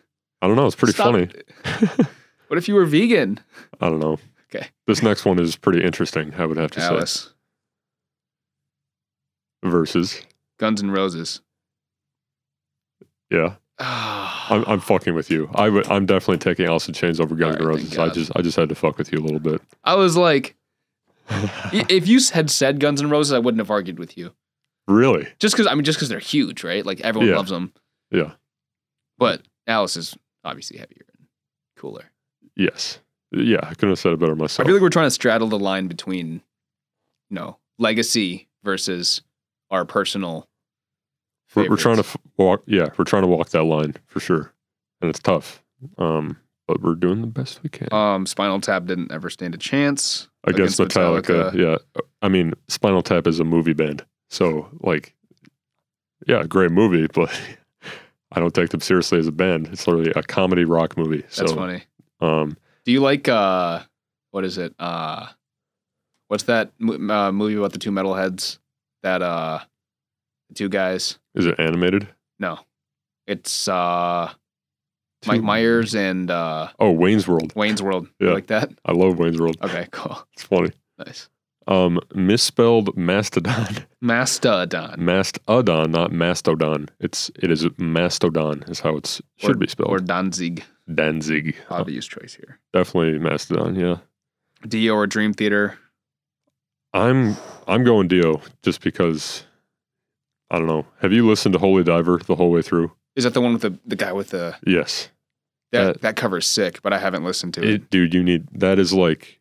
Speaker 3: I don't know. It's pretty
Speaker 2: Stop-
Speaker 3: funny.
Speaker 2: <laughs> What if you were vegan,
Speaker 3: I don't know.
Speaker 2: Okay.
Speaker 3: This next one is pretty interesting. I would have to say.
Speaker 2: Alice?
Speaker 3: Versus.
Speaker 2: Guns and Roses. <sighs>
Speaker 3: Yeah. I'm,
Speaker 2: I'm,
Speaker 3: I'm fucking with you. I would. I'm definitely taking Alice in Chains over Guns
Speaker 2: All
Speaker 3: N'
Speaker 2: right,
Speaker 3: Roses.
Speaker 2: thank
Speaker 3: I
Speaker 2: God.
Speaker 3: just I just had to fuck with you a
Speaker 2: <laughs>
Speaker 3: little bit. <laughs>
Speaker 2: I was like, i- if you had said Guns and Roses, I wouldn't have argued with you.
Speaker 3: really?
Speaker 2: Just because I mean, just because they're huge, right? Like everyone
Speaker 3: Yeah.
Speaker 2: loves them.
Speaker 3: Yeah.
Speaker 2: But Alice is obviously heavier and cooler.
Speaker 3: Yes. Yeah. I couldn't have said it better
Speaker 2: I
Speaker 3: myself.
Speaker 2: feel like we're trying to straddle the line between, you know, legacy versus our personal.
Speaker 3: we're, we're trying to
Speaker 2: favorites.
Speaker 3: f- walk. Yeah, we're trying to walk that line for sure, and it's tough. Um, but we're doing the best we can
Speaker 2: Um, Spinal Tap didn't ever stand a chance
Speaker 3: against, Metallica.
Speaker 2: Metallica.
Speaker 3: Yeah. I mean, Spinal Tap is a movie band, so like, yeah, great movie, <laughs> but. I don't take them seriously as a band. It's literally a comedy rock movie. So,
Speaker 2: That's funny.
Speaker 3: um,
Speaker 2: Do you like uh, what is it? Uh, what's that mo- uh, movie about the two metalheads? That uh, the two guys.
Speaker 3: is it animated?
Speaker 2: No, it's uh, Mike
Speaker 3: Two-
Speaker 2: Myers and uh,
Speaker 3: Oh, Wayne's World.
Speaker 2: Wayne's World.
Speaker 3: Yeah.
Speaker 2: You like that?
Speaker 3: I love Wayne's World.
Speaker 2: Okay, cool, <laughs>
Speaker 3: It's funny.
Speaker 2: nice.
Speaker 3: Um,
Speaker 2: <laughs>
Speaker 3: misspelled mastodon,
Speaker 2: Mastodon
Speaker 3: mastodon, not mastodon. It's it is mastodon is how it's should be spelled.
Speaker 2: or Danzig.
Speaker 3: Danzig, Uh,
Speaker 2: Obvious choice here.
Speaker 3: definitely mastodon. Yeah,
Speaker 2: Dio or Dream Theater.
Speaker 3: I'm I'm going Dio just because I don't know. Have you listened to Holy Diver the whole way through?
Speaker 2: Is that the one with the the guy with the
Speaker 3: Yes,
Speaker 2: that
Speaker 3: Uh,
Speaker 2: that cover's sick? But I haven't listened to it.
Speaker 3: It- dude. You need that is like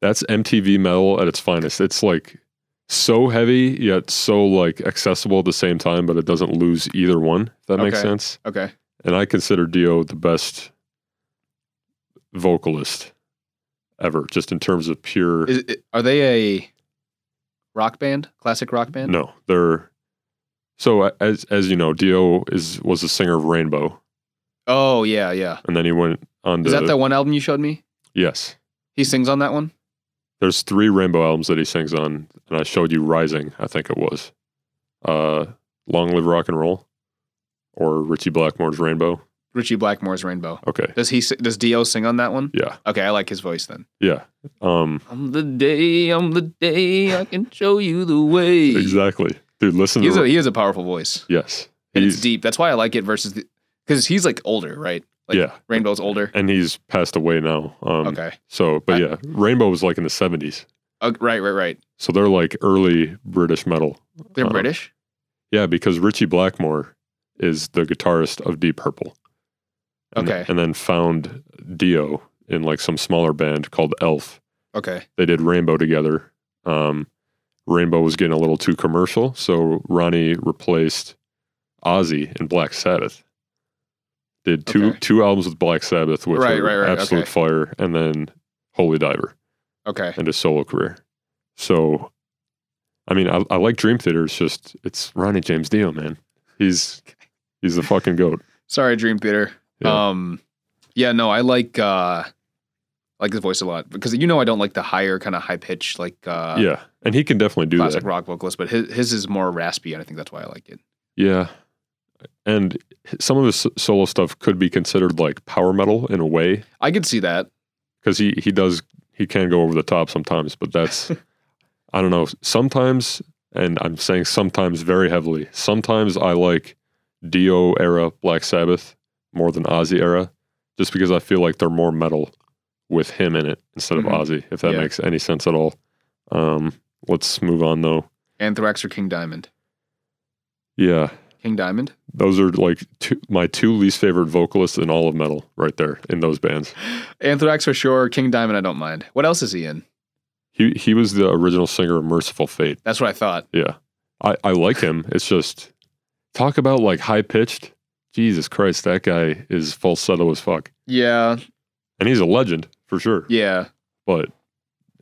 Speaker 3: that's MTV metal at its finest. It's like so heavy yet so like accessible at the same time, but it doesn't lose either one. If that makes
Speaker 2: Okay.
Speaker 3: sense.
Speaker 2: Okay,
Speaker 3: and I consider Dio the best vocalist ever, just in terms of pure.
Speaker 2: is, it- are they a rock band? Classic rock band?
Speaker 3: no, they're so as as you know, Dio is was a singer of Rainbow,
Speaker 2: Oh yeah, yeah.
Speaker 3: and then he went on to
Speaker 2: Is that the one album you showed me?
Speaker 3: yes.
Speaker 2: He sings on that one.
Speaker 3: There's three Rainbow albums that he sings on, and I showed you Rising, I think it was, uh, Long Live Rock and Roll, or Richie Blackmore's Rainbow.
Speaker 2: Richie Blackmore's Rainbow.
Speaker 3: Okay,
Speaker 2: Does he? si- Does Dio sing on that one?
Speaker 3: yeah,
Speaker 2: Okay, I like his voice then.
Speaker 3: yeah, um,
Speaker 2: On the day, on the day, I can show you the way.
Speaker 3: exactly, dude. Listen
Speaker 2: He's
Speaker 3: to
Speaker 2: a, he has a powerful voice.
Speaker 3: yes,
Speaker 2: And it's
Speaker 3: He's-
Speaker 2: deep. That's why I like it versus because he's like older, right? Like
Speaker 3: yeah.
Speaker 2: Rainbow's older.
Speaker 3: and he's passed away now. Um,
Speaker 2: okay.
Speaker 3: So, but
Speaker 2: I-
Speaker 3: yeah, Rainbow was like in the seventies,
Speaker 2: Uh, right, right, right.
Speaker 3: so they're like early British metal.
Speaker 2: They're
Speaker 3: Uh,
Speaker 2: British.
Speaker 3: Yeah, because Richie Blackmore is the guitarist of Deep Purple. And,
Speaker 2: Okay.
Speaker 3: and then found Dio in like some smaller band called Elf.
Speaker 2: Okay.
Speaker 3: They did Rainbow together. Um, Rainbow was getting a little too commercial, so Ronnie replaced Ozzy in Black Sabbath. Did two
Speaker 2: Okay.
Speaker 3: two albums with Black Sabbath, which
Speaker 2: Right,
Speaker 3: were
Speaker 2: right, right,
Speaker 3: absolute
Speaker 2: okay.
Speaker 3: fire, and then Holy Diver.
Speaker 2: Okay.
Speaker 3: and a solo career. So, I mean, I, I like Dream Theater. It's just it's Ronnie James Dio, man. He's he's
Speaker 2: <laughs>
Speaker 3: the fucking goat.
Speaker 2: Sorry, Dream Theater.
Speaker 3: Yeah.
Speaker 2: Um, yeah, no, I like uh, I like his voice a lot because you know I don't like the higher kind of high pitched like uh,
Speaker 3: yeah, and he can definitely do
Speaker 2: classic
Speaker 3: that.
Speaker 2: rock vocalist, but his his is more raspy, and I think that's why I like it.
Speaker 3: Yeah, and some of his s- solo stuff could be considered like power metal in a way
Speaker 2: I could see that.
Speaker 3: because he he does he can go over the top sometimes, but that's I don't know. Sometimes and I'm saying sometimes very heavily. Sometimes I like Dio era Black Sabbath more than Ozzy era, just because I feel like they're more metal with him in it instead
Speaker 2: Mhm.
Speaker 3: of Ozzy, if that
Speaker 2: Yeah.
Speaker 3: makes any sense at all. Um, let's move on though.
Speaker 2: Anthrax or King Diamond?
Speaker 3: Yeah,
Speaker 2: King Diamond.
Speaker 3: those are like two, my two least favorite vocalists in all of metal, right there in those bands.
Speaker 2: Anthrax for sure. King Diamond, I don't mind. What else is he in?
Speaker 3: He he was the original singer of Merciful Fate.
Speaker 2: That's what I thought.
Speaker 3: Yeah. I, I like him. It's just talk about like high pitched. Jesus Christ, that guy is falsetto as fuck.
Speaker 2: Yeah,
Speaker 3: And he's a legend for sure.
Speaker 2: yeah.
Speaker 3: But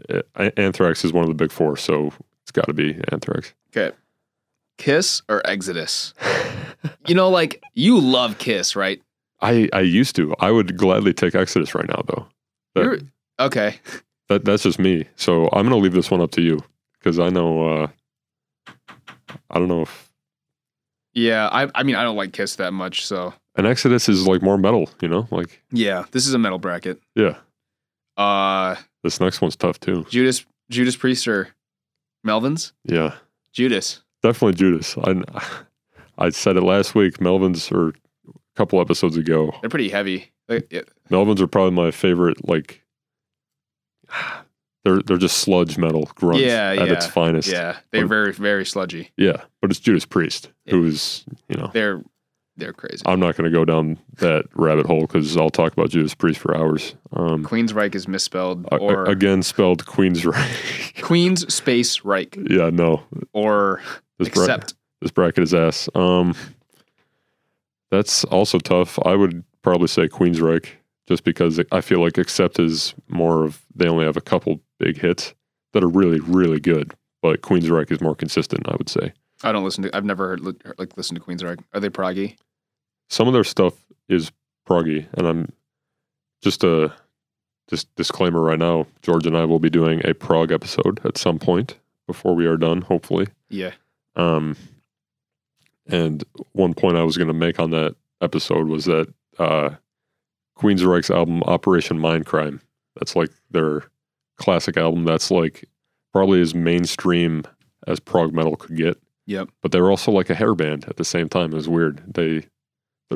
Speaker 3: uh, A- Anthrax is one of the big four, so it's got to be Anthrax.
Speaker 2: Kiss or Exodus? you know, like you love Kiss, right?
Speaker 3: I, I used to. I would gladly take Exodus right now, though. That-
Speaker 2: You're- okay.
Speaker 3: That that's just me. So I'm gonna leave this one up to you because I know. uh I don't know if
Speaker 2: Yeah, I, I mean, I don't like Kiss that much, so
Speaker 3: an Exodus is like more metal. You know, like
Speaker 2: yeah, this is a metal bracket.
Speaker 3: yeah,
Speaker 2: Uh,
Speaker 3: this next one's tough too.
Speaker 2: Judas, Judas Priest or Melvins?
Speaker 3: Yeah.
Speaker 2: Judas.
Speaker 3: Definitely Judas. I I said it last week. Melvins or a couple episodes ago.
Speaker 2: They're pretty heavy. They- yeah,
Speaker 3: Melvins are probably my favorite. Like <sighs> they're they're just sludge metal grunge
Speaker 2: Yeah,
Speaker 3: at
Speaker 2: yeah,
Speaker 3: its finest.
Speaker 2: yeah, they're very, very sludgy.
Speaker 3: Yeah, But it's Judas Priest
Speaker 2: Yeah.
Speaker 3: who's you know
Speaker 2: They're, they're crazy.
Speaker 3: I'm not going to go down that rabbit hole because I'll talk about Judas Priest for hours. Um,
Speaker 2: Queensryche is misspelled,
Speaker 3: a- a-
Speaker 2: or
Speaker 3: again spelled Queens right.
Speaker 2: Queens Space Reich,
Speaker 3: <laughs> yeah, no.
Speaker 2: or
Speaker 3: This bra-
Speaker 2: except
Speaker 3: this bracket is ass. Um, that's also tough. I would probably say Queensryche just because I feel like Accept is more of they only have a couple big hits that are really really good, but Queensryche is more consistent. I would say
Speaker 2: I don't listen to. I've never heard li- like listened to Queensryche. Are they proggy?
Speaker 3: some of their stuff is proggy, and I'm just a just disclaimer right now. George and I will be doing a prog episode at some point before we are done, hopefully.
Speaker 2: Yeah.
Speaker 3: Um, and one point I was going to make on that episode was that uh, Queensryche's album Operation Mindcrime. That's like their classic album. That's like probably as mainstream as prog metal could get.
Speaker 2: Yep.
Speaker 3: But they were also like a hair band at the same time. It was weird. They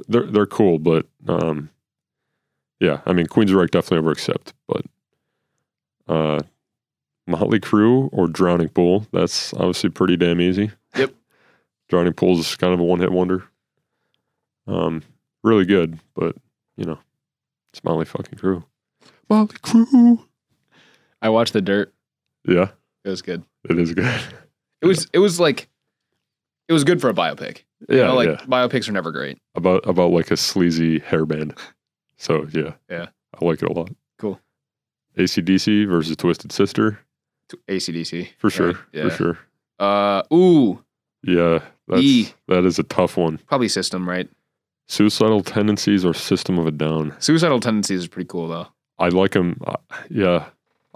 Speaker 3: they're they're cool, but um, yeah. I mean, Queensryche definitely over accept, but uh, Motley Crue or Drowning Pool. That's obviously pretty damn easy.
Speaker 2: Yep.
Speaker 3: Drowning Pool is kind of a one hit wonder. Um, really good, but you know, it's Motley fucking Crue. Motley Crue.
Speaker 2: I watched The Dirt.
Speaker 3: Yeah,
Speaker 2: It was good.
Speaker 3: it is
Speaker 2: <laughs>
Speaker 3: good.
Speaker 2: It was. It was like. It was good for a biopic.
Speaker 3: yeah,
Speaker 2: You know, like
Speaker 3: yeah.
Speaker 2: biopics are never great.
Speaker 3: About about like a sleazy hairband. So yeah,
Speaker 2: Yeah.
Speaker 3: I like it a lot.
Speaker 2: Cool.
Speaker 3: ACDC versus Twisted Sister
Speaker 2: To ACDC
Speaker 3: for
Speaker 2: right?
Speaker 3: sure.
Speaker 2: Yeah.
Speaker 3: For sure.
Speaker 2: Uh. Ooh.
Speaker 3: Yeah, that's
Speaker 2: E.
Speaker 3: that is a tough one.
Speaker 2: Probably System. Right.
Speaker 3: Suicidal tendencies or System of a Down.
Speaker 2: Suicidal Tendencies is pretty cool though.
Speaker 3: I like him. I, yeah.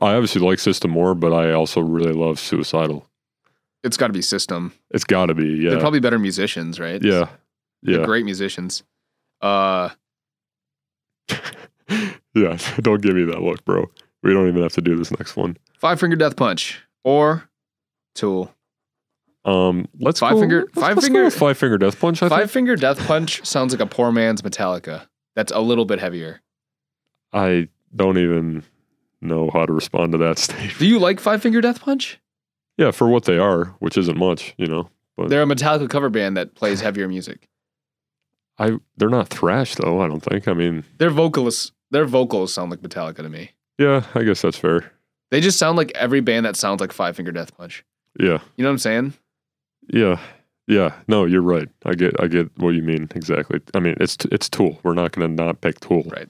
Speaker 3: I obviously like System more, but I also really love Suicidal.
Speaker 2: It's got to be System.
Speaker 3: It's got to be. Yeah.
Speaker 2: They're probably better musicians, right?
Speaker 3: yeah.
Speaker 2: They're
Speaker 3: Yeah.
Speaker 2: great musicians. Uh.
Speaker 3: yeah. <laughs> Don't give me that look, bro. We don't even have to do this next one.
Speaker 2: Five Finger Death Punch or Tool.
Speaker 3: Um, let's
Speaker 2: Five
Speaker 3: go-
Speaker 2: finger-
Speaker 3: let's-
Speaker 2: five
Speaker 3: let's go
Speaker 2: finger-
Speaker 3: with five finger death punch. I think.
Speaker 2: Five Finger Death Punch sounds like a poor man's Metallica. That's a little bit heavier.
Speaker 3: I don't even know how to respond to that <laughs> statement.
Speaker 2: Do you like Five Finger Death Punch?
Speaker 3: Yeah, for what they are, which isn't much, you know.
Speaker 2: They're a Metallica cover band that plays heavier music.
Speaker 3: I they're not thrash though. I don't think. I mean,
Speaker 2: Their vocalists, their vocals sound like Metallica to me.
Speaker 3: yeah, I guess that's fair.
Speaker 2: They just sound like every band that sounds like Five Finger Death Punch.
Speaker 3: Yeah.
Speaker 2: You know what I'm saying?
Speaker 3: Yeah, yeah. No, you're right. I get, I get what you mean exactly. I mean, it's it's Tool. We're not going to not pick Tool,
Speaker 2: Right.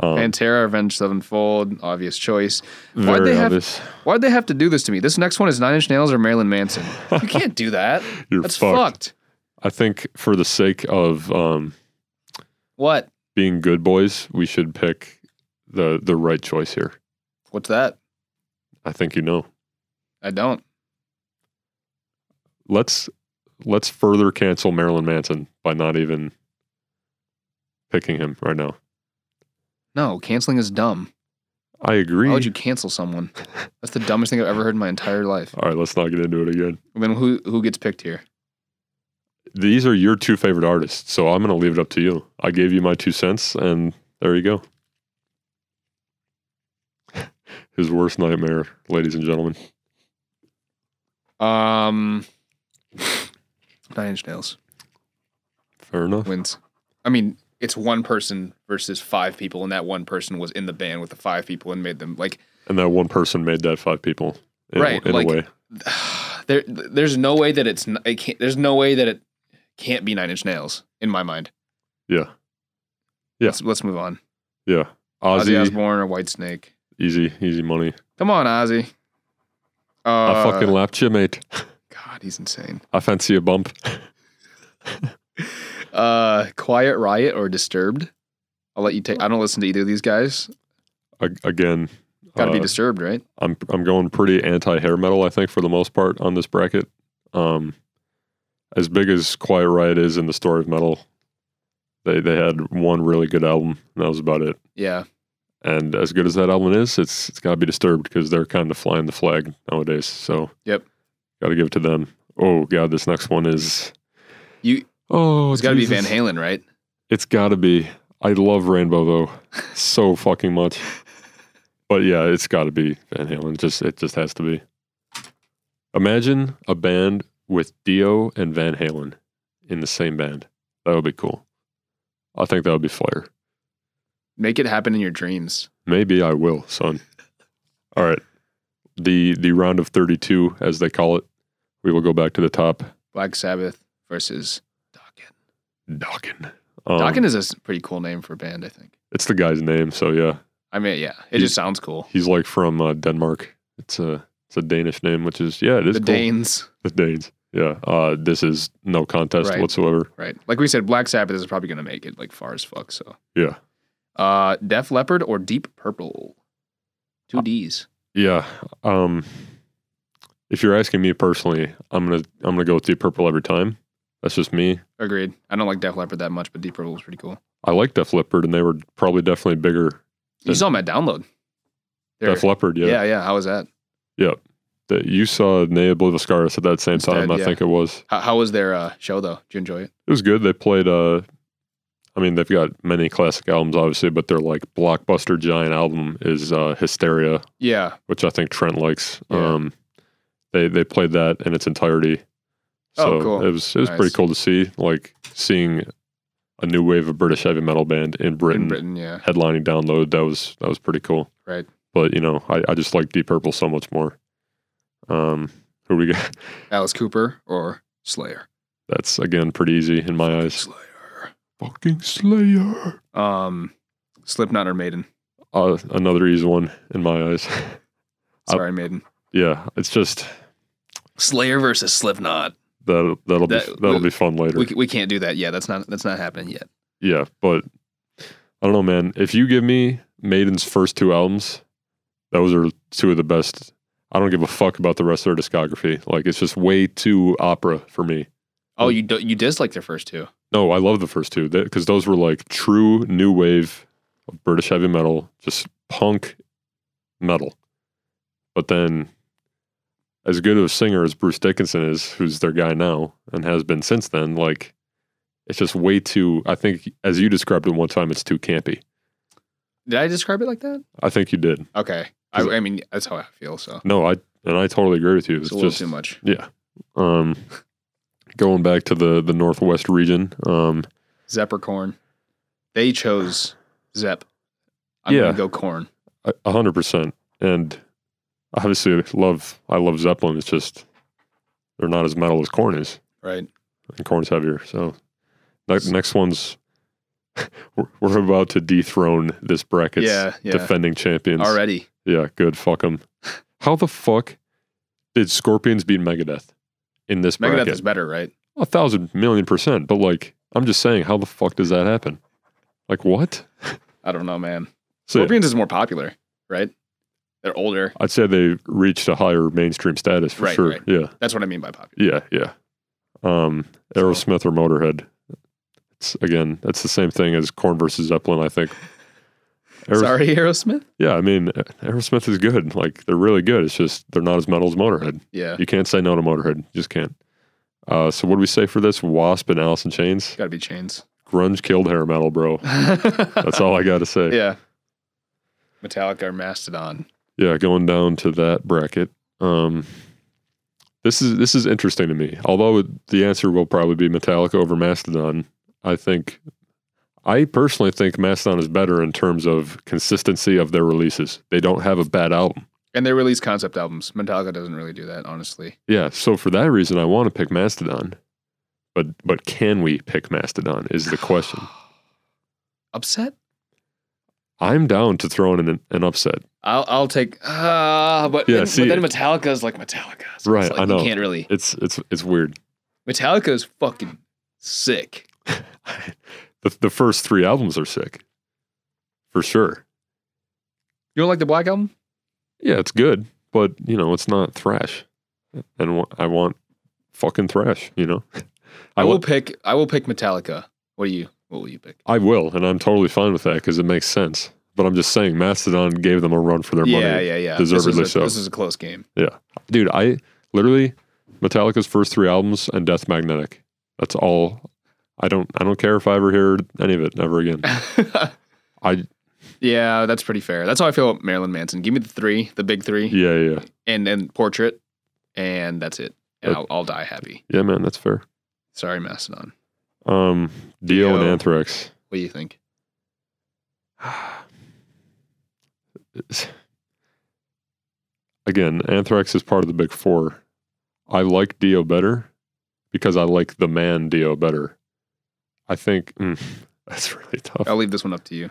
Speaker 3: Um,
Speaker 2: Pantera, Avenged Sevenfold, obvious choice. why'd
Speaker 3: very
Speaker 2: they have-
Speaker 3: obvious.
Speaker 2: Why'd they have to do this to me? This next one is Nine Inch Nails or Marilyn Manson. You can't do that.
Speaker 3: <laughs> You're
Speaker 2: That's
Speaker 3: fucked.
Speaker 2: fucked.
Speaker 3: I think for the sake of um,
Speaker 2: What?
Speaker 3: being good boys, we should pick the the right choice here.
Speaker 2: What's that?
Speaker 3: I think you know.
Speaker 2: I don't.
Speaker 3: Let's let's further cancel Marilyn Manson by not even picking him right now.
Speaker 2: No, canceling is dumb.
Speaker 3: I agree.
Speaker 2: Why would you cancel
Speaker 3: <laughs>
Speaker 2: someone? That's the dumbest thing I've ever heard in my entire life.
Speaker 3: All right, let's not get into it again.
Speaker 2: I mean, who who gets picked here?
Speaker 3: These are your two favorite artists, so I'm going to leave it up to you. I gave you my two cents, and there you go. <laughs> His worst nightmare, ladies and gentlemen.
Speaker 2: Um, <laughs> Nine Inch Nails
Speaker 3: Fair enough.
Speaker 2: wins. I mean, it's one person versus five people, and that one person was in the band with the five people and made them like <sighs>
Speaker 3: And that one person made that five people. In, a-
Speaker 2: Right,
Speaker 3: in
Speaker 2: like-
Speaker 3: a way.
Speaker 2: there. There's no way that it's n- it can't, there's no way that it can't be Nine Inch Nails in my mind.
Speaker 3: Yeah. Yeah.
Speaker 2: Let's, let's move on.
Speaker 3: Yeah.
Speaker 2: Ozzy
Speaker 3: Ozzy,
Speaker 2: Osbourne or White Snake.
Speaker 3: easy, easy money.
Speaker 2: Come on, Ozzy. Uh,
Speaker 3: I fucking lapped you, mate.
Speaker 2: God, he's insane.
Speaker 3: I fancy a bump.
Speaker 2: Uh, Quiet Riot or Disturbed? I'll let you take. I don't listen to either of these guys.
Speaker 3: A- again,
Speaker 2: Got to be
Speaker 3: uh,
Speaker 2: Disturbed, right?
Speaker 3: I'm I'm going pretty anti hair metal, I think, for the most part on this bracket. Um, as big as Quiet Riot is in the story of metal, they they had one really good album, and that was about it.
Speaker 2: Yeah.
Speaker 3: And as good as that album is, it's it's got to be disturbed because they're kind of flying the flag nowadays. So
Speaker 2: Yep.
Speaker 3: got to give it to them. Oh god, this next one is
Speaker 2: You.
Speaker 3: oh
Speaker 2: It's got to be
Speaker 3: Jesus.
Speaker 2: Van Halen, right?
Speaker 3: It's got to be. I love Rainbow though, so fucking much. But yeah, it's got to be Van Halen. Just it just has to be. Imagine a band with Dio and Van Halen in the same band. That would be cool. I think that would be fire.
Speaker 2: Make it happen in your dreams.
Speaker 3: Maybe I will, son. All right. The the round of 32 as they call it. We will go back to the top.
Speaker 2: Black Sabbath versus Dokken.
Speaker 3: Dokken.
Speaker 2: Dokken
Speaker 3: Um,
Speaker 2: is a s- pretty cool name for a band, I think.
Speaker 3: it's the guy's name, so yeah.
Speaker 2: I mean, yeah, it
Speaker 3: He's-
Speaker 2: just sounds cool.
Speaker 3: He's like from uh, Denmark. It's a it's a Danish name, which is yeah, it is
Speaker 2: The
Speaker 3: cool.
Speaker 2: Danes,
Speaker 3: The Danes. Yeah. Uh, this is no contest
Speaker 2: Right.
Speaker 3: whatsoever.
Speaker 2: right? Like we said, Black Sabbath is probably gonna make it like far as fuck. So,
Speaker 3: Yeah.
Speaker 2: uh, Def Leppard or Deep Purple, two
Speaker 3: Uh.
Speaker 2: D's.
Speaker 3: Yeah. Um, if you're asking me personally, I'm gonna I'm gonna go with Deep Purple every time. That's just me.
Speaker 2: Agreed. I don't like Def Leppard that much, but Deep Purple was pretty cool.
Speaker 3: I like Def Leppard, and they were probably definitely bigger.
Speaker 2: You
Speaker 3: Then-
Speaker 2: saw my download. They're-
Speaker 3: Def Leppard, yeah.
Speaker 2: yeah, yeah. How was that?
Speaker 3: That you saw Nea Blivascaris at that same
Speaker 2: It's
Speaker 3: time.
Speaker 2: dead,
Speaker 3: I
Speaker 2: yeah.
Speaker 3: think it was.
Speaker 2: How, how was their uh, show though? Did you enjoy it?
Speaker 3: It was good. They played. Uh, I mean, they've got many classic albums, obviously, but their like blockbuster giant album is uh, Hysteria,
Speaker 2: Yeah,
Speaker 3: which I think Trent likes.
Speaker 2: Yeah.
Speaker 3: Um, they they played that in its entirety. So
Speaker 2: Oh, cool.
Speaker 3: it was it was
Speaker 2: Nice.
Speaker 3: pretty cool to see, like seeing a new wave of British heavy metal band in Britain,
Speaker 2: in Britain. Yeah,
Speaker 3: headlining download. That was that was pretty cool.
Speaker 2: Right.
Speaker 3: But you know, I, I just like Deep Purple so much more. Um, who we got? <laughs>
Speaker 2: Alice Cooper or Slayer.
Speaker 3: That's again pretty easy in my eyes.
Speaker 2: Slayer.
Speaker 3: Fucking Slayer.
Speaker 2: Um, Slipknot or Maiden.
Speaker 3: Uh, another easy one in my eyes. <laughs> I-
Speaker 2: Sorry, Maiden.
Speaker 3: yeah, it's just
Speaker 2: Slayer versus Slipknot.
Speaker 3: that that'll be
Speaker 2: That-
Speaker 3: that'll
Speaker 2: we-
Speaker 3: be fun later.
Speaker 2: We, c- we can't do that. Yeah, that's not that's not happening yet.
Speaker 3: Yeah, but I don't know, man. If you give me Maiden's first two albums, those are two of the best. I don't give a fuck about the rest of their discography. Like it's just way too opera for me.
Speaker 2: Oh, you do, you dislike their first two.
Speaker 3: No, I love the first two because those were like true new wave of British heavy metal, just punk metal. But then, as good of a singer as Bruce Dickinson is, who's their guy now and has been since then, like it's just way too. I think, as you described it one time, it's too campy.
Speaker 2: Did I describe it like that?
Speaker 3: I think you did.
Speaker 2: Okay. I, I mean, that's how I feel. So
Speaker 3: No, I and I totally agree with you. It's,
Speaker 2: it's a little
Speaker 3: just
Speaker 2: too much.
Speaker 3: yeah. Um, going back to the the northwest region. Um,
Speaker 2: Zepp or Corn. They chose Zepp. I'm
Speaker 3: Yeah.
Speaker 2: gonna go Corn.
Speaker 3: a a hundred percent. And obviously, I love I love Zeppelin. It's just they're not as metal as Corn is,
Speaker 2: Right.
Speaker 3: and Corn's heavier. So next next one's <laughs> we're, we're about to dethrone this bracket's
Speaker 2: yeah. Yeah.
Speaker 3: defending champions.
Speaker 2: Already.
Speaker 3: Yeah, good. Fuck them. How the fuck did Scorpions beat Megadeth in this
Speaker 2: Megadeth
Speaker 3: bracket?
Speaker 2: is better, right?
Speaker 3: A thousand million percent. But like, I'm just saying, how the fuck does that happen? Like, what?
Speaker 2: I don't know, man.
Speaker 3: So yeah,
Speaker 2: Scorpions is more popular, right? They're older.
Speaker 3: I'd say they reached a higher mainstream status for
Speaker 2: Right,
Speaker 3: sure.
Speaker 2: right.
Speaker 3: Yeah,
Speaker 2: That's what I mean by popular.
Speaker 3: yeah, yeah. Um,
Speaker 2: So-
Speaker 3: Aerosmith or Motorhead. It's again, that's the same thing as Corn versus Zeppelin. I think Aeros-
Speaker 2: Sorry, Aerosmith.
Speaker 3: Yeah, I mean, Aerosmith is good. Like they're really good. It's just they're not as metal as Motorhead.
Speaker 2: Yeah,
Speaker 3: You can't say no to Motorhead. You just can't. Uh, so what do we say for this? Wasp and Alice in Chains.
Speaker 2: gotta be chains.
Speaker 3: Grunge killed hair metal, bro. That's all I got to
Speaker 2: <laughs>
Speaker 3: say.
Speaker 2: Yeah. Metallica or Mastodon.
Speaker 3: Yeah, going down to that bracket. Um, this is this is interesting to me. Although it- the answer will probably be Metallica over Mastodon, I think I personally think Mastodon is better in terms of consistency of their releases. They don't have a bad album.
Speaker 2: And they release concept albums. Metallica doesn't really do that, honestly.
Speaker 3: Yeah, so for that reason, I want to pick Mastodon. But but can we pick Mastodon is the question.
Speaker 2: Upset?
Speaker 3: I'm down to throw in an, an upset.
Speaker 2: I'll I'll take. Uh, but,
Speaker 3: Yeah,
Speaker 2: then,
Speaker 3: see-
Speaker 2: but then Metallica is like Metallica. So it's
Speaker 3: Right,
Speaker 2: like
Speaker 3: I know.
Speaker 2: You can't really.
Speaker 3: It's it's it's weird. <laughs>
Speaker 2: Metallica is fucking sick.
Speaker 3: the the first three albums are sick, for sure.
Speaker 2: You don't like the Black album?
Speaker 3: Yeah, it's good, but you know, it's not thrash, and wa- I want fucking thrash. You know,
Speaker 2: I
Speaker 3: I
Speaker 2: will
Speaker 3: will-
Speaker 2: pick. I will pick Metallica. What do you? What will you pick?
Speaker 3: I will, and I'm totally fine with that because it makes sense. But I'm just saying, Mastodon gave them a run for their
Speaker 2: Yeah,
Speaker 3: money,
Speaker 2: yeah, yeah. this
Speaker 3: deservedly
Speaker 2: is a,
Speaker 3: so.
Speaker 2: This is a close game. <laughs>
Speaker 3: dude. I literally Metallica's first three albums and Death Magnetic. That's all. I don't. I don't care if I ever hear any of it
Speaker 2: <laughs>
Speaker 3: ever again. I
Speaker 2: yeah, that's pretty fair. That's how I feel about Marilyn Manson. Give me the three, the big three,
Speaker 3: yeah yeah
Speaker 2: and and Portrait, and that's it. And
Speaker 3: Uh,
Speaker 2: I'll, I'll die happy.
Speaker 3: yeah man. That's fair.
Speaker 2: Sorry, Mastodon.
Speaker 3: Um, Dio, and
Speaker 2: Dio.
Speaker 3: Anthrax.
Speaker 2: What do you think?
Speaker 3: <laughs> Again, Anthrax is part of the big four. I like Dio better because I like the man Dio better. I think <laughs> mm, that's really tough.
Speaker 2: I'll leave this one up to you.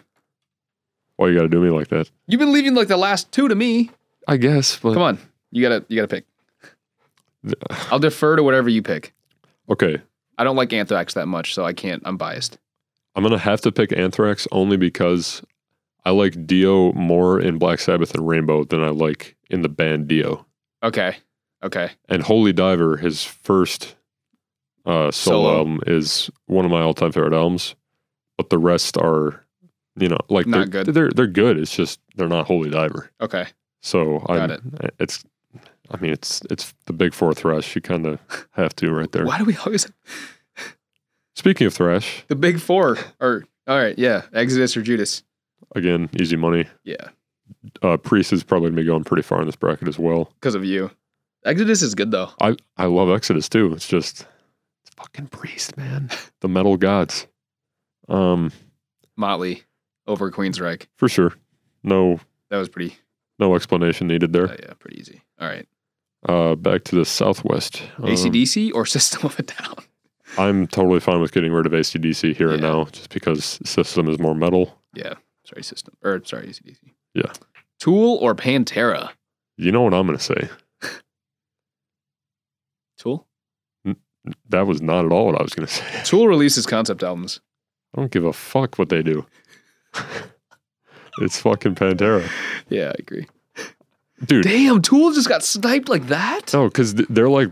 Speaker 3: Why you got to do me like that?
Speaker 2: You've been leaving like the last two to me.
Speaker 3: I guess, but
Speaker 2: Come on, you gotta you gotta
Speaker 3: <laughs>
Speaker 2: pick. I'll defer to whatever you pick.
Speaker 3: okay.
Speaker 2: I don't like Anthrax that much, so I can't. I'm biased.
Speaker 3: I'm gonna have to pick Anthrax only because I like Dio more in Black Sabbath and Rainbow than I like in the band Dio.
Speaker 2: Okay, okay.
Speaker 3: And Holy Diver, his first uh, solo,
Speaker 2: Solo.
Speaker 3: album, is one of my all-time favorite albums. But the rest are, you know, like
Speaker 2: Not
Speaker 3: they're,
Speaker 2: good.
Speaker 3: They're they're good. It's just they're not Holy Diver.
Speaker 2: Okay.
Speaker 3: So I
Speaker 2: Got it.
Speaker 3: It's, I mean, it's it's the big four thrash. You kind of have to right there.
Speaker 2: Why do we always
Speaker 3: Speaking of thrash,
Speaker 2: the big four? Or all right, yeah, Exodus or Judas.
Speaker 3: again, easy money.
Speaker 2: Yeah,
Speaker 3: Uh, Priest is probably gonna be going pretty far in this bracket as well.
Speaker 2: because of you. Exodus is good though.
Speaker 3: I I love Exodus too. It's just it's fucking Priest,
Speaker 2: <laughs>
Speaker 3: man. The metal gods. Um,
Speaker 2: Motley over Queensryche.
Speaker 3: for sure. No
Speaker 2: That was pretty.
Speaker 3: No explanation needed
Speaker 2: Uh,
Speaker 3: there.
Speaker 2: yeah, pretty easy. All right,
Speaker 3: Uh, back to the Southwest. Um,
Speaker 2: ACDC or <laughs> System of a Down.
Speaker 3: I'm totally fine with getting rid of ACDC here and
Speaker 2: Yeah.
Speaker 3: now just because System is more metal.
Speaker 2: Sorry, System. Or sorry, ACDC.
Speaker 3: Yeah.
Speaker 2: Tool or Pantera.
Speaker 3: You know what I'm going to say?
Speaker 2: Tool.
Speaker 3: That was not at all what I was going to <laughs> say.
Speaker 2: Tool releases concept albums.
Speaker 3: I don't give a fuck what they do. <laughs> it's fucking Pantera.
Speaker 2: Yeah, I agree.
Speaker 3: Dude,
Speaker 2: Damn, Tool just got sniped like that.
Speaker 3: no, because they're like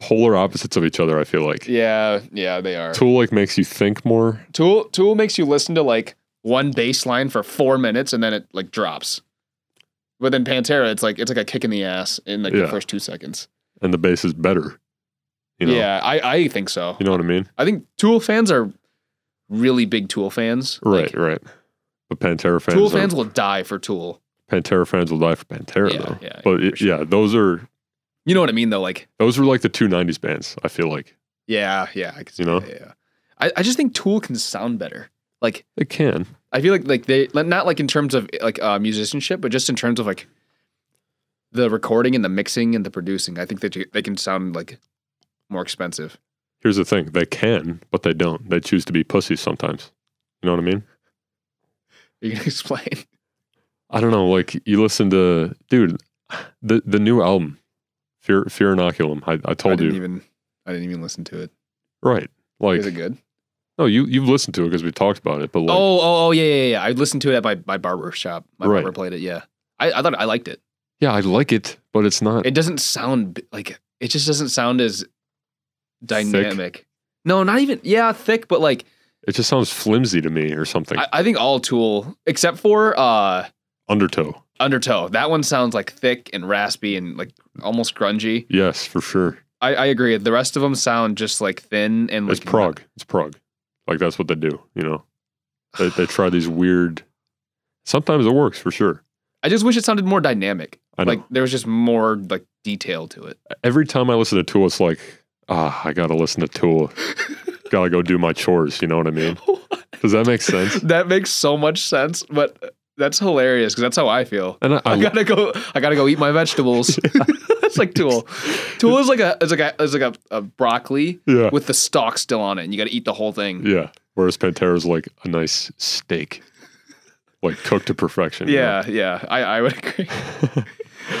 Speaker 3: polar opposites of each other, I feel like.
Speaker 2: Yeah, yeah, they are.
Speaker 3: Tool like makes you think more.
Speaker 2: Tool Tool makes you listen to like one bass line for four minutes and then it like drops. But then Pantera, it's like it's like a kick in the ass in like the
Speaker 3: Yeah.
Speaker 2: first two seconds.
Speaker 3: and the bass is better. You know?
Speaker 2: Yeah, I, I think so.
Speaker 3: You know what I mean?
Speaker 2: I think Tool fans are really big Tool fans.
Speaker 3: Right,
Speaker 2: Like,
Speaker 3: right. But Pantera fans,
Speaker 2: Tool
Speaker 3: don't-
Speaker 2: fans will die for Tool.
Speaker 3: Pantera fans will die for Pantera
Speaker 2: Yeah,
Speaker 3: though.
Speaker 2: yeah, yeah, for
Speaker 3: but it,
Speaker 2: sure.
Speaker 3: yeah, those are
Speaker 2: You know what I mean though? Like,
Speaker 3: those were like the two '90s bands. I feel like
Speaker 2: yeah, yeah, I can see
Speaker 3: You know?
Speaker 2: that, yeah. I, I just think Tool can sound better. Like
Speaker 3: they can.
Speaker 2: I feel like like they like, not like in terms of like uh, musicianship, but just in terms of like the recording and the mixing and the producing. I think that you- they can sound like more expensive. <laughs>
Speaker 3: Here's the thing: they can, but they don't. They choose to be pussies sometimes. You know what I mean?
Speaker 2: You can explain.
Speaker 3: I don't know. Like you listen to dude, the the new album, Fear Fear Inoculum. I, I
Speaker 2: I
Speaker 3: told
Speaker 2: didn't
Speaker 3: you
Speaker 2: even I didn't even listen to it.
Speaker 3: right. Like
Speaker 2: Is it good?
Speaker 3: no, you you've listened to it because we talked about it. But like,
Speaker 2: oh oh oh yeah yeah yeah. I listened to it at my my barber shop. My
Speaker 3: Right.
Speaker 2: barber played it. Yeah, I, I thought I liked it.
Speaker 3: yeah, I like it, but it's not.
Speaker 2: It doesn't sound b- like it just doesn't sound as dynamic. No, not even yeah thick, but like
Speaker 3: It just sounds flimsy to me or something.
Speaker 2: I, I think all Tool, except for uh,
Speaker 3: Undertow.
Speaker 2: Undertow, that one sounds like thick and raspy and like almost grungy.
Speaker 3: Yes, for sure.
Speaker 2: I, I agree. The rest of them sound just like thin and like
Speaker 3: It's Prague. It's Prague. Like that's what they do, you know. They they try
Speaker 2: <sighs>
Speaker 3: these weird sometimes it works for sure.
Speaker 2: I just wish it sounded more dynamic.
Speaker 3: I know.
Speaker 2: Like there was just more like detail to it.
Speaker 3: Every time I listen to Tool, it's like, ah, I gotta listen to Tool. gotta go do my chores, you know what I mean? Does that make sense?
Speaker 2: that makes so much sense, but that's hilarious because that's how I feel.
Speaker 3: And I,
Speaker 2: I
Speaker 3: I,
Speaker 2: gotta go. I gotta go eat my
Speaker 3: <laughs>
Speaker 2: vegetables. <laughs> it's like Tool. Tool is like a is like a is like a, a broccoli
Speaker 3: yeah.
Speaker 2: with the stalk still on it, and you gotta eat the whole thing.
Speaker 3: Yeah. Whereas Pantera's like a nice steak. Like cooked to perfection. you know?
Speaker 2: Yeah, yeah, I, I would <laughs>
Speaker 3: <laughs>
Speaker 2: agree.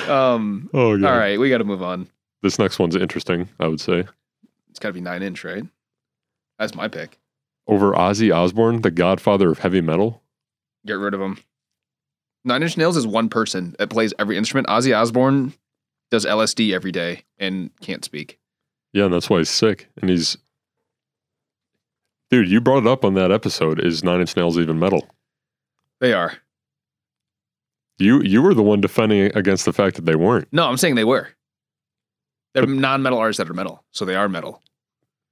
Speaker 2: um,
Speaker 3: Oh yeah.
Speaker 2: all right, we gotta move on.
Speaker 3: This next one's interesting, I would say.
Speaker 2: It's gotta be nine inch, right? That's my pick.
Speaker 3: Over Ozzy Osbourne, the godfather of heavy metal.
Speaker 2: Get rid of him. Nine Inch Nails is one person that plays every instrument. Ozzy Osbourne does LSD every day and can't speak.
Speaker 3: Yeah, and that's why he's sick. And he's Dude, you brought it up on that episode. Is Nine Inch Nails even metal?
Speaker 2: They are.
Speaker 3: You you were the one defending against the fact that they weren't.
Speaker 2: No, I'm saying they were. They're non-metal artists that are metal, so they are metal.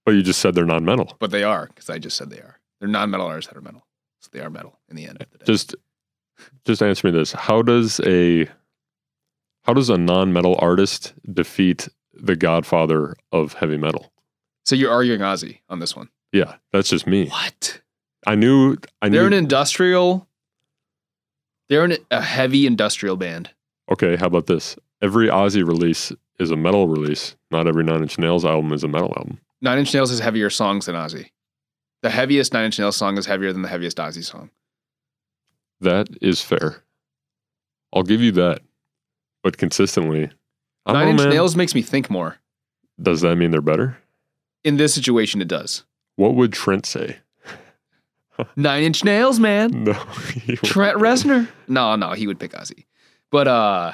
Speaker 3: But you just said they're non metal.
Speaker 2: But they are because I just said they are. They're non-metal artists that are metal, so they are metal in the end of the day.
Speaker 3: Just just answer me this. How does a how does a non metal artist defeat the godfather of heavy metal?
Speaker 2: so you're arguing Ozzy on this one.
Speaker 3: Yeah, that's just me.
Speaker 2: What?
Speaker 3: I knew I knew
Speaker 2: They're an industrial. They're an, a heavy industrial band.
Speaker 3: Okay, how about this? Every Ozzy release is a metal release. Not every Nine Inch Nails album is a metal album.
Speaker 2: Nine Inch Nails has heavier songs than Ozzy. The heaviest Nine Inch Nails song is heavier than the heaviest Ozzy song.
Speaker 3: That is fair. I'll give you that. But consistently, I don't
Speaker 2: Nine
Speaker 3: know,
Speaker 2: Inch
Speaker 3: man.
Speaker 2: Nails makes me think more.
Speaker 3: Does that mean they're better?
Speaker 2: In this situation, it does.
Speaker 3: What would Trent say? <laughs>
Speaker 2: Nine Inch Nails, man.
Speaker 3: No, he would-
Speaker 2: Trent Reznor. No, no, he would pick Ozzy. But uh,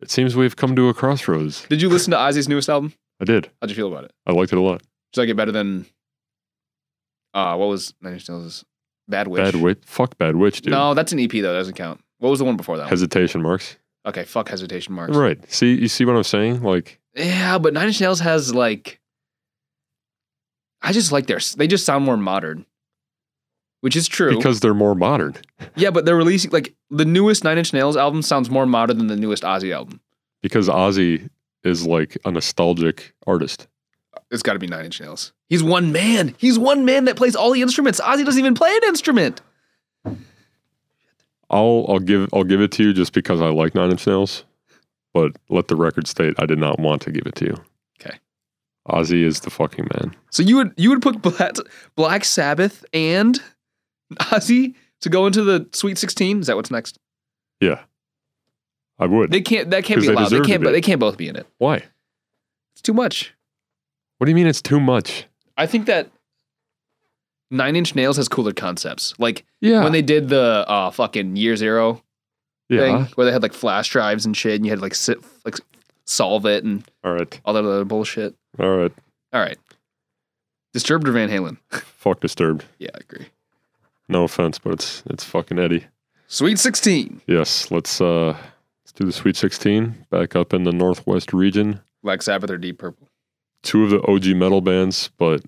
Speaker 3: It seems we've come to a crossroads.
Speaker 2: did you listen to Ozzy's newest album?
Speaker 3: I did.
Speaker 2: How'd you feel about it?
Speaker 3: I liked it a lot.
Speaker 2: Does that get better than uh what was Nine Inch Nails? Bad Witch.
Speaker 3: Bad witch. Fuck bad witch, dude.
Speaker 2: No, that's an EP though. That doesn't count. What was the one before that? one?
Speaker 3: Hesitation marks.
Speaker 2: okay, fuck hesitation marks.
Speaker 3: Right. See, you see what I'm saying? Like,
Speaker 2: Yeah, but Nine Inch Nails has like, I just like their. They just sound more modern, which is true.
Speaker 3: because they're more modern.
Speaker 2: yeah, but they're releasing like the newest Nine Inch Nails album sounds more modern than the newest Ozzy album.
Speaker 3: Because Ozzy is like a nostalgic artist.
Speaker 2: It's got to be Nine Inch Nails. He's one man. He's one man that plays all the instruments. Ozzy doesn't even play an instrument.
Speaker 3: I'll I'll give I'll give it to you just because I like Nine Inch Nails, but let the record state I did not want to give it to you.
Speaker 2: Okay.
Speaker 3: Ozzy is the fucking man.
Speaker 2: So you would you would put Black, Black Sabbath and Ozzy to go into the Sweet Sixteen? Is that what's next?
Speaker 3: Yeah. I would.
Speaker 2: They can't. That can't be
Speaker 3: 'Cause they
Speaker 2: allowed. They
Speaker 3: deserve to
Speaker 2: can't.
Speaker 3: be.
Speaker 2: They can't both be in it.
Speaker 3: Why?
Speaker 2: It's too much.
Speaker 3: What do you mean it's too much?
Speaker 2: I think that Nine Inch Nails has cooler concepts. Like
Speaker 3: Yeah.
Speaker 2: when they did the uh, fucking Year Zero
Speaker 3: yeah.
Speaker 2: thing, where they had like flash drives and shit, and you had like sit, like solve it and
Speaker 3: All right.
Speaker 2: all that other bullshit.
Speaker 3: All right.
Speaker 2: All right. Disturbed or Van Halen?
Speaker 3: Fuck disturbed.
Speaker 2: Yeah, I agree.
Speaker 3: No offense, but it's it's fucking Eddie.
Speaker 2: Sweet Sixteen.
Speaker 3: Yes, let's uh let's do the Sweet 16 back up in the Northwest region.
Speaker 2: Black Sabbath or Deep Purple?
Speaker 3: Two of the OG metal bands, but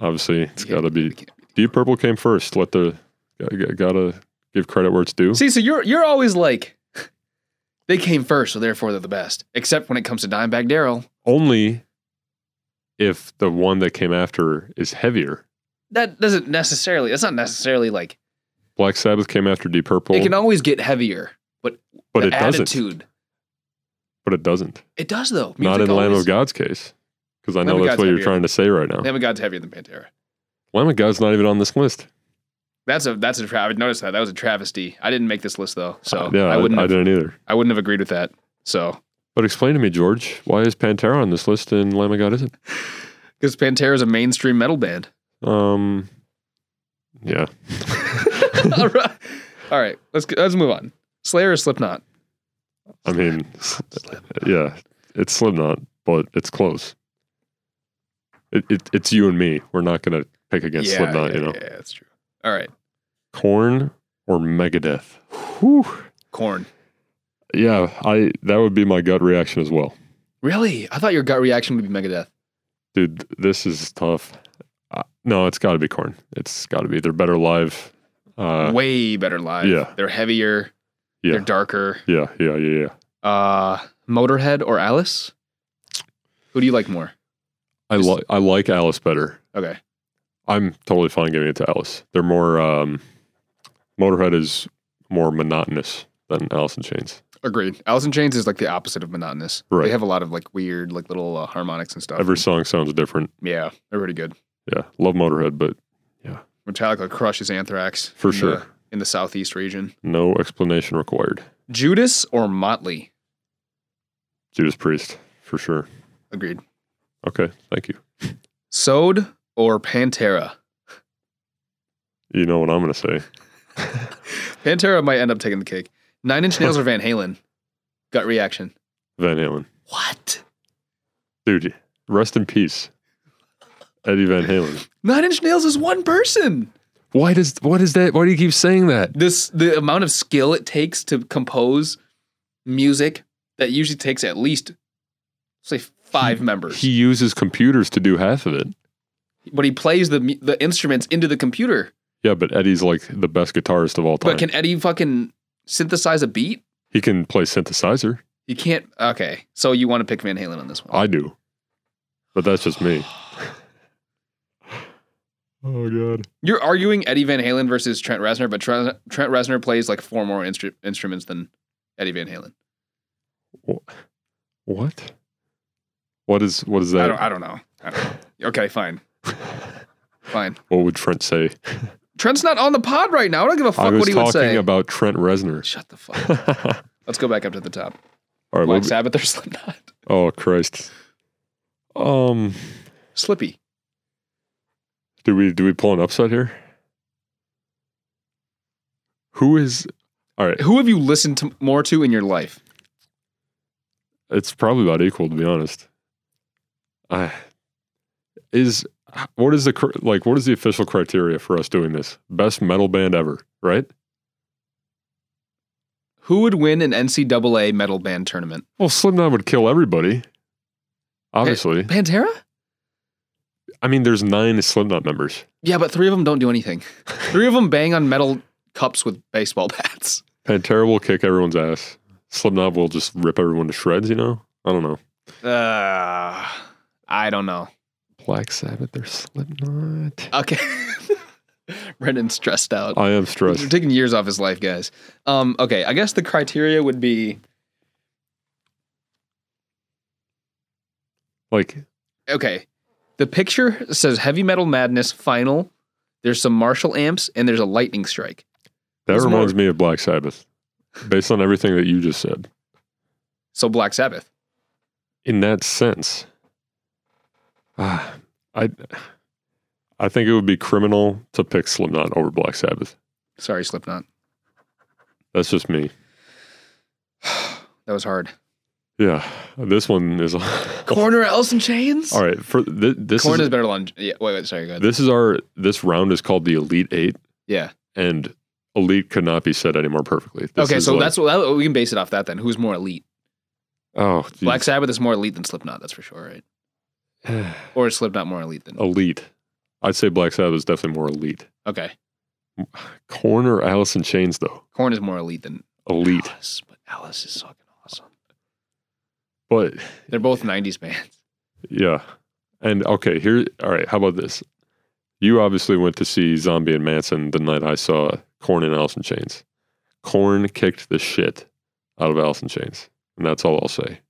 Speaker 3: obviously it's
Speaker 2: Yeah.
Speaker 3: got to be
Speaker 2: They can't be.
Speaker 3: Deep Purple came first. Let the got to give credit where it's due.
Speaker 2: See, so you're you're always like, <laughs> they came first, so therefore they're the best. Except when it comes to Dimebag Daryl,
Speaker 3: only if the one that came after is heavier.
Speaker 2: that doesn't necessarily. That's not necessarily like
Speaker 3: Black Sabbath came after Deep Purple,
Speaker 2: it can always get heavier, but
Speaker 3: but
Speaker 2: the
Speaker 3: it doesn't.
Speaker 2: attitude.
Speaker 3: But it doesn't.
Speaker 2: It does though.
Speaker 3: Not in Lamb of God's case, because I
Speaker 2: Lamb
Speaker 3: know
Speaker 2: of
Speaker 3: that's
Speaker 2: God's
Speaker 3: what you're
Speaker 2: heavier.
Speaker 3: trying to say right now.
Speaker 2: Lamb of God's heavier than Pantera.
Speaker 3: Lamb of God's not even on this list.
Speaker 2: That's a that's a tra- I noticed that that was a travesty. I didn't make this list though, so
Speaker 3: Uh, yeah,
Speaker 2: I wouldn't
Speaker 3: I,
Speaker 2: have,
Speaker 3: didn't either.
Speaker 2: I wouldn't have agreed with that. So
Speaker 3: But explain to me, George, why is Pantera on this list and Lamb of God isn't?
Speaker 2: because Pantera is a mainstream metal band. <laughs>
Speaker 3: Um, yeah,
Speaker 2: All right, all right, let's get- let's move on. Slayer or Slipknot?
Speaker 3: I mean, yeah, it's Slipknot, but it's close. It, it, it's you and me. We're not gonna pick against
Speaker 2: yeah,
Speaker 3: Slipknot,
Speaker 2: yeah,
Speaker 3: you know.
Speaker 2: yeah, that's true. All right,
Speaker 3: Corn or Megadeth? Whew.
Speaker 2: corn.
Speaker 3: Yeah, I that would be my gut reaction as well.
Speaker 2: Really? I thought your gut reaction would be Megadeth.
Speaker 3: Dude, this is tough. Uh, no, it's got to be corn. It's got to be. They're better live. Uh,
Speaker 2: Way better live.
Speaker 3: yeah.
Speaker 2: They're heavier.
Speaker 3: Yeah.
Speaker 2: They're darker.
Speaker 3: yeah, yeah, yeah, yeah.
Speaker 2: Uh, Motorhead or Alice? Who do you like more?
Speaker 3: I
Speaker 2: Just-
Speaker 3: like I like Alice better.
Speaker 2: Okay.
Speaker 3: I'm totally fine giving it to Alice. They're more um, Motorhead is more monotonous than Alice in Chains.
Speaker 2: Agreed. Alice in Chains is like the opposite of monotonous.
Speaker 3: Right.
Speaker 2: They have a lot of like weird, like little uh, harmonics and stuff.
Speaker 3: Every song sounds different.
Speaker 2: yeah, they're really good.
Speaker 3: Yeah, love Motorhead, but
Speaker 2: Metallica crushes Anthrax
Speaker 3: for
Speaker 2: in the-
Speaker 3: sure,
Speaker 2: in the southeast region.
Speaker 3: no explanation required.
Speaker 2: Judas or Motley?
Speaker 3: Judas Priest for sure.
Speaker 2: Agreed.
Speaker 3: Okay, thank you.
Speaker 2: Sode or Pantera?
Speaker 3: You know what I'm gonna say.
Speaker 2: Pantera might end up taking the cake. Nine Inch
Speaker 3: <laughs>
Speaker 2: Nails or Van Halen? Gut reaction.
Speaker 3: Van Halen,
Speaker 2: What?
Speaker 3: dude, rest in peace, Eddie Van Halen.
Speaker 2: Nine Inch Nails is one person.
Speaker 3: Why does what is that? Why do you keep saying that?
Speaker 2: This the amount of skill it takes to compose music that usually takes at least say five members.
Speaker 3: He uses computers to do half of it.
Speaker 2: but he plays the mu- the instruments into the computer.
Speaker 3: Yeah, but Eddie's like the best guitarist of all time.
Speaker 2: But can Eddie fucking synthesize a beat?
Speaker 3: he can play synthesizer.
Speaker 2: You can't. Okay, so you want to pick Van Halen on this one?
Speaker 3: I do. But that's just me. <sighs> oh god.
Speaker 2: You're arguing Eddie Van Halen versus Trent Reznor, but Trent, Trent Reznor plays like four more instru- instruments than Eddie Van Halen.
Speaker 3: What? What is what is that?
Speaker 2: I don't. I don't know. I don't know. Okay, fine, fine.
Speaker 3: what would Trent say?
Speaker 2: Trent's not on the pod right now. I don't give a
Speaker 3: I
Speaker 2: fuck
Speaker 3: was
Speaker 2: what he would
Speaker 3: talking
Speaker 2: say.
Speaker 3: about Trent Reznor.
Speaker 2: Shut the fuck. up.
Speaker 3: <laughs> all right,
Speaker 2: Let's go back up to the top.
Speaker 3: what
Speaker 2: Black
Speaker 3: would-
Speaker 2: Sabbath or <laughs> Slipknot?
Speaker 3: oh Christ. Um
Speaker 2: Slippy.
Speaker 3: do we do we pull an upset here? Who is all right,
Speaker 2: Who have you listened to more to in your life?
Speaker 3: it's probably about equal to be honest. I is what is the cr- like what is the official criteria for us doing this? Best metal band ever, right?
Speaker 2: Who would win an NCAA metal band tournament?
Speaker 3: Well, Slipknot would kill everybody. Obviously,
Speaker 2: Pantera?
Speaker 3: I mean, there's nine Slipknot members.
Speaker 2: Yeah, but three of them don't do anything. <laughs> Three of them bang on metal cups with baseball bats.
Speaker 3: Pantera will kick everyone's ass. Slipknot will just rip everyone to shreds. You know, I don't know.
Speaker 2: Uh, I don't know.
Speaker 3: Black Sabbath or Slipknot?
Speaker 2: Okay. <laughs> Brennan's stressed out.
Speaker 3: I am
Speaker 2: We're
Speaker 3: stressed.
Speaker 2: taking years off his life, guys. Um, okay, I guess the criteria would be
Speaker 3: Like,
Speaker 2: okay. The picture says heavy metal madness final. There's some Marshall amps and there's a lightning strike.
Speaker 3: that
Speaker 2: There's
Speaker 3: reminds me of Black Sabbath, based on everything that you just said.
Speaker 2: So Black Sabbath.
Speaker 3: in that sense, ah, I I think it would be criminal to pick Slipknot over Black Sabbath.
Speaker 2: Sorry, Slipknot.
Speaker 3: That's just me.
Speaker 2: That was hard.
Speaker 3: Yeah, this one <laughs> is all
Speaker 2: Corner Alice in Chains.
Speaker 3: right. For th- this
Speaker 2: Corn
Speaker 3: is,
Speaker 2: is better than yeah. Wait, wait. Sorry, go ahead.
Speaker 3: this is our this round is called the Elite Eight,
Speaker 2: yeah.
Speaker 3: and Elite could not be said any more perfectly. This
Speaker 2: okay,
Speaker 3: is
Speaker 2: so
Speaker 3: like-
Speaker 2: that's what that- we can base it off that then. Who's more elite?
Speaker 3: oh geez.
Speaker 2: Black Sabbath is more elite than Slipknot, that's for sure, right? Or is Slipknot more elite than?
Speaker 3: <sighs> elite. I'd say Black Sabbath is definitely more elite.
Speaker 2: Okay,
Speaker 3: Corn or Alice in Chains though
Speaker 2: Corn is more elite than
Speaker 3: elite,
Speaker 2: Alice, but Alice is fucking awesome.
Speaker 3: but
Speaker 2: They're both '90s bands.
Speaker 3: Yeah. And okay, here all right, how about this? You obviously went to see Zombie and Manson the night I saw Corn and Alice in Chains. Corn kicked the shit out of Alice in Chains. And that's all I'll say.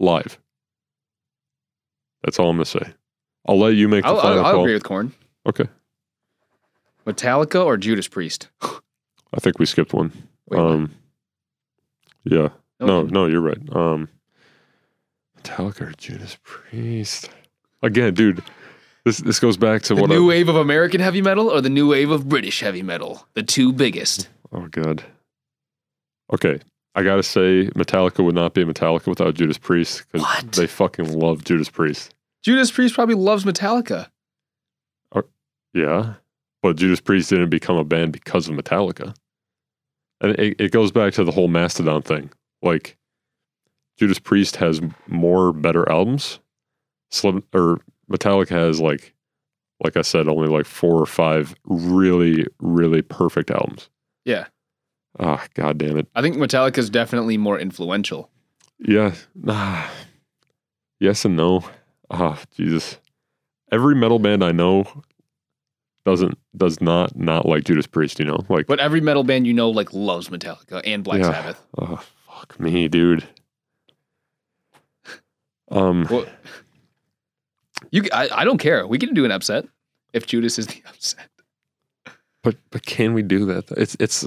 Speaker 3: Live. That's all I'm gonna say. I'll let you make the
Speaker 2: I'll, I'll-
Speaker 3: final
Speaker 2: I'll
Speaker 3: call.
Speaker 2: agree with Corn.
Speaker 3: Okay. Uh,
Speaker 2: Metallica or Judas Priest?
Speaker 3: I think we skipped one.
Speaker 2: Wait,
Speaker 3: um Yeah.
Speaker 2: what?
Speaker 3: No, no, you're right. Um Metallica or Judas Priest. Again, dude, this this goes back to
Speaker 2: The
Speaker 3: what I-
Speaker 2: new wave of American heavy metal or the new wave of British heavy metal? The two biggest.
Speaker 3: Oh god. Okay, I gotta say, Metallica would not be Metallica without Judas Priest because
Speaker 2: What?
Speaker 3: they fucking love Judas Priest.
Speaker 2: Judas Priest probably loves Metallica.
Speaker 3: Yeah. But Judas Priest didn't become a band because of Metallica. And it, it goes back to the whole Mastodon thing. Like, Judas Priest has more better albums. Slim, or Metallica has, like, like I said, only like four or five really, really perfect albums.
Speaker 2: Yeah.
Speaker 3: Ah, god damn it.
Speaker 2: I think Metallica's definitely more influential.
Speaker 3: Yeah. Ah. yes and no. Ah, Jesus. Every metal band I know doesn't does not not like Judas Priest. You know, like
Speaker 2: But every metal band you know like loves Metallica and Black
Speaker 3: Yeah.
Speaker 2: Sabbath.
Speaker 3: oh fuck me, dude. Um,
Speaker 2: Well, you, I, I don't care. We can do an upset if Judas is the <laughs> upset.
Speaker 3: but but can we do that? It's it's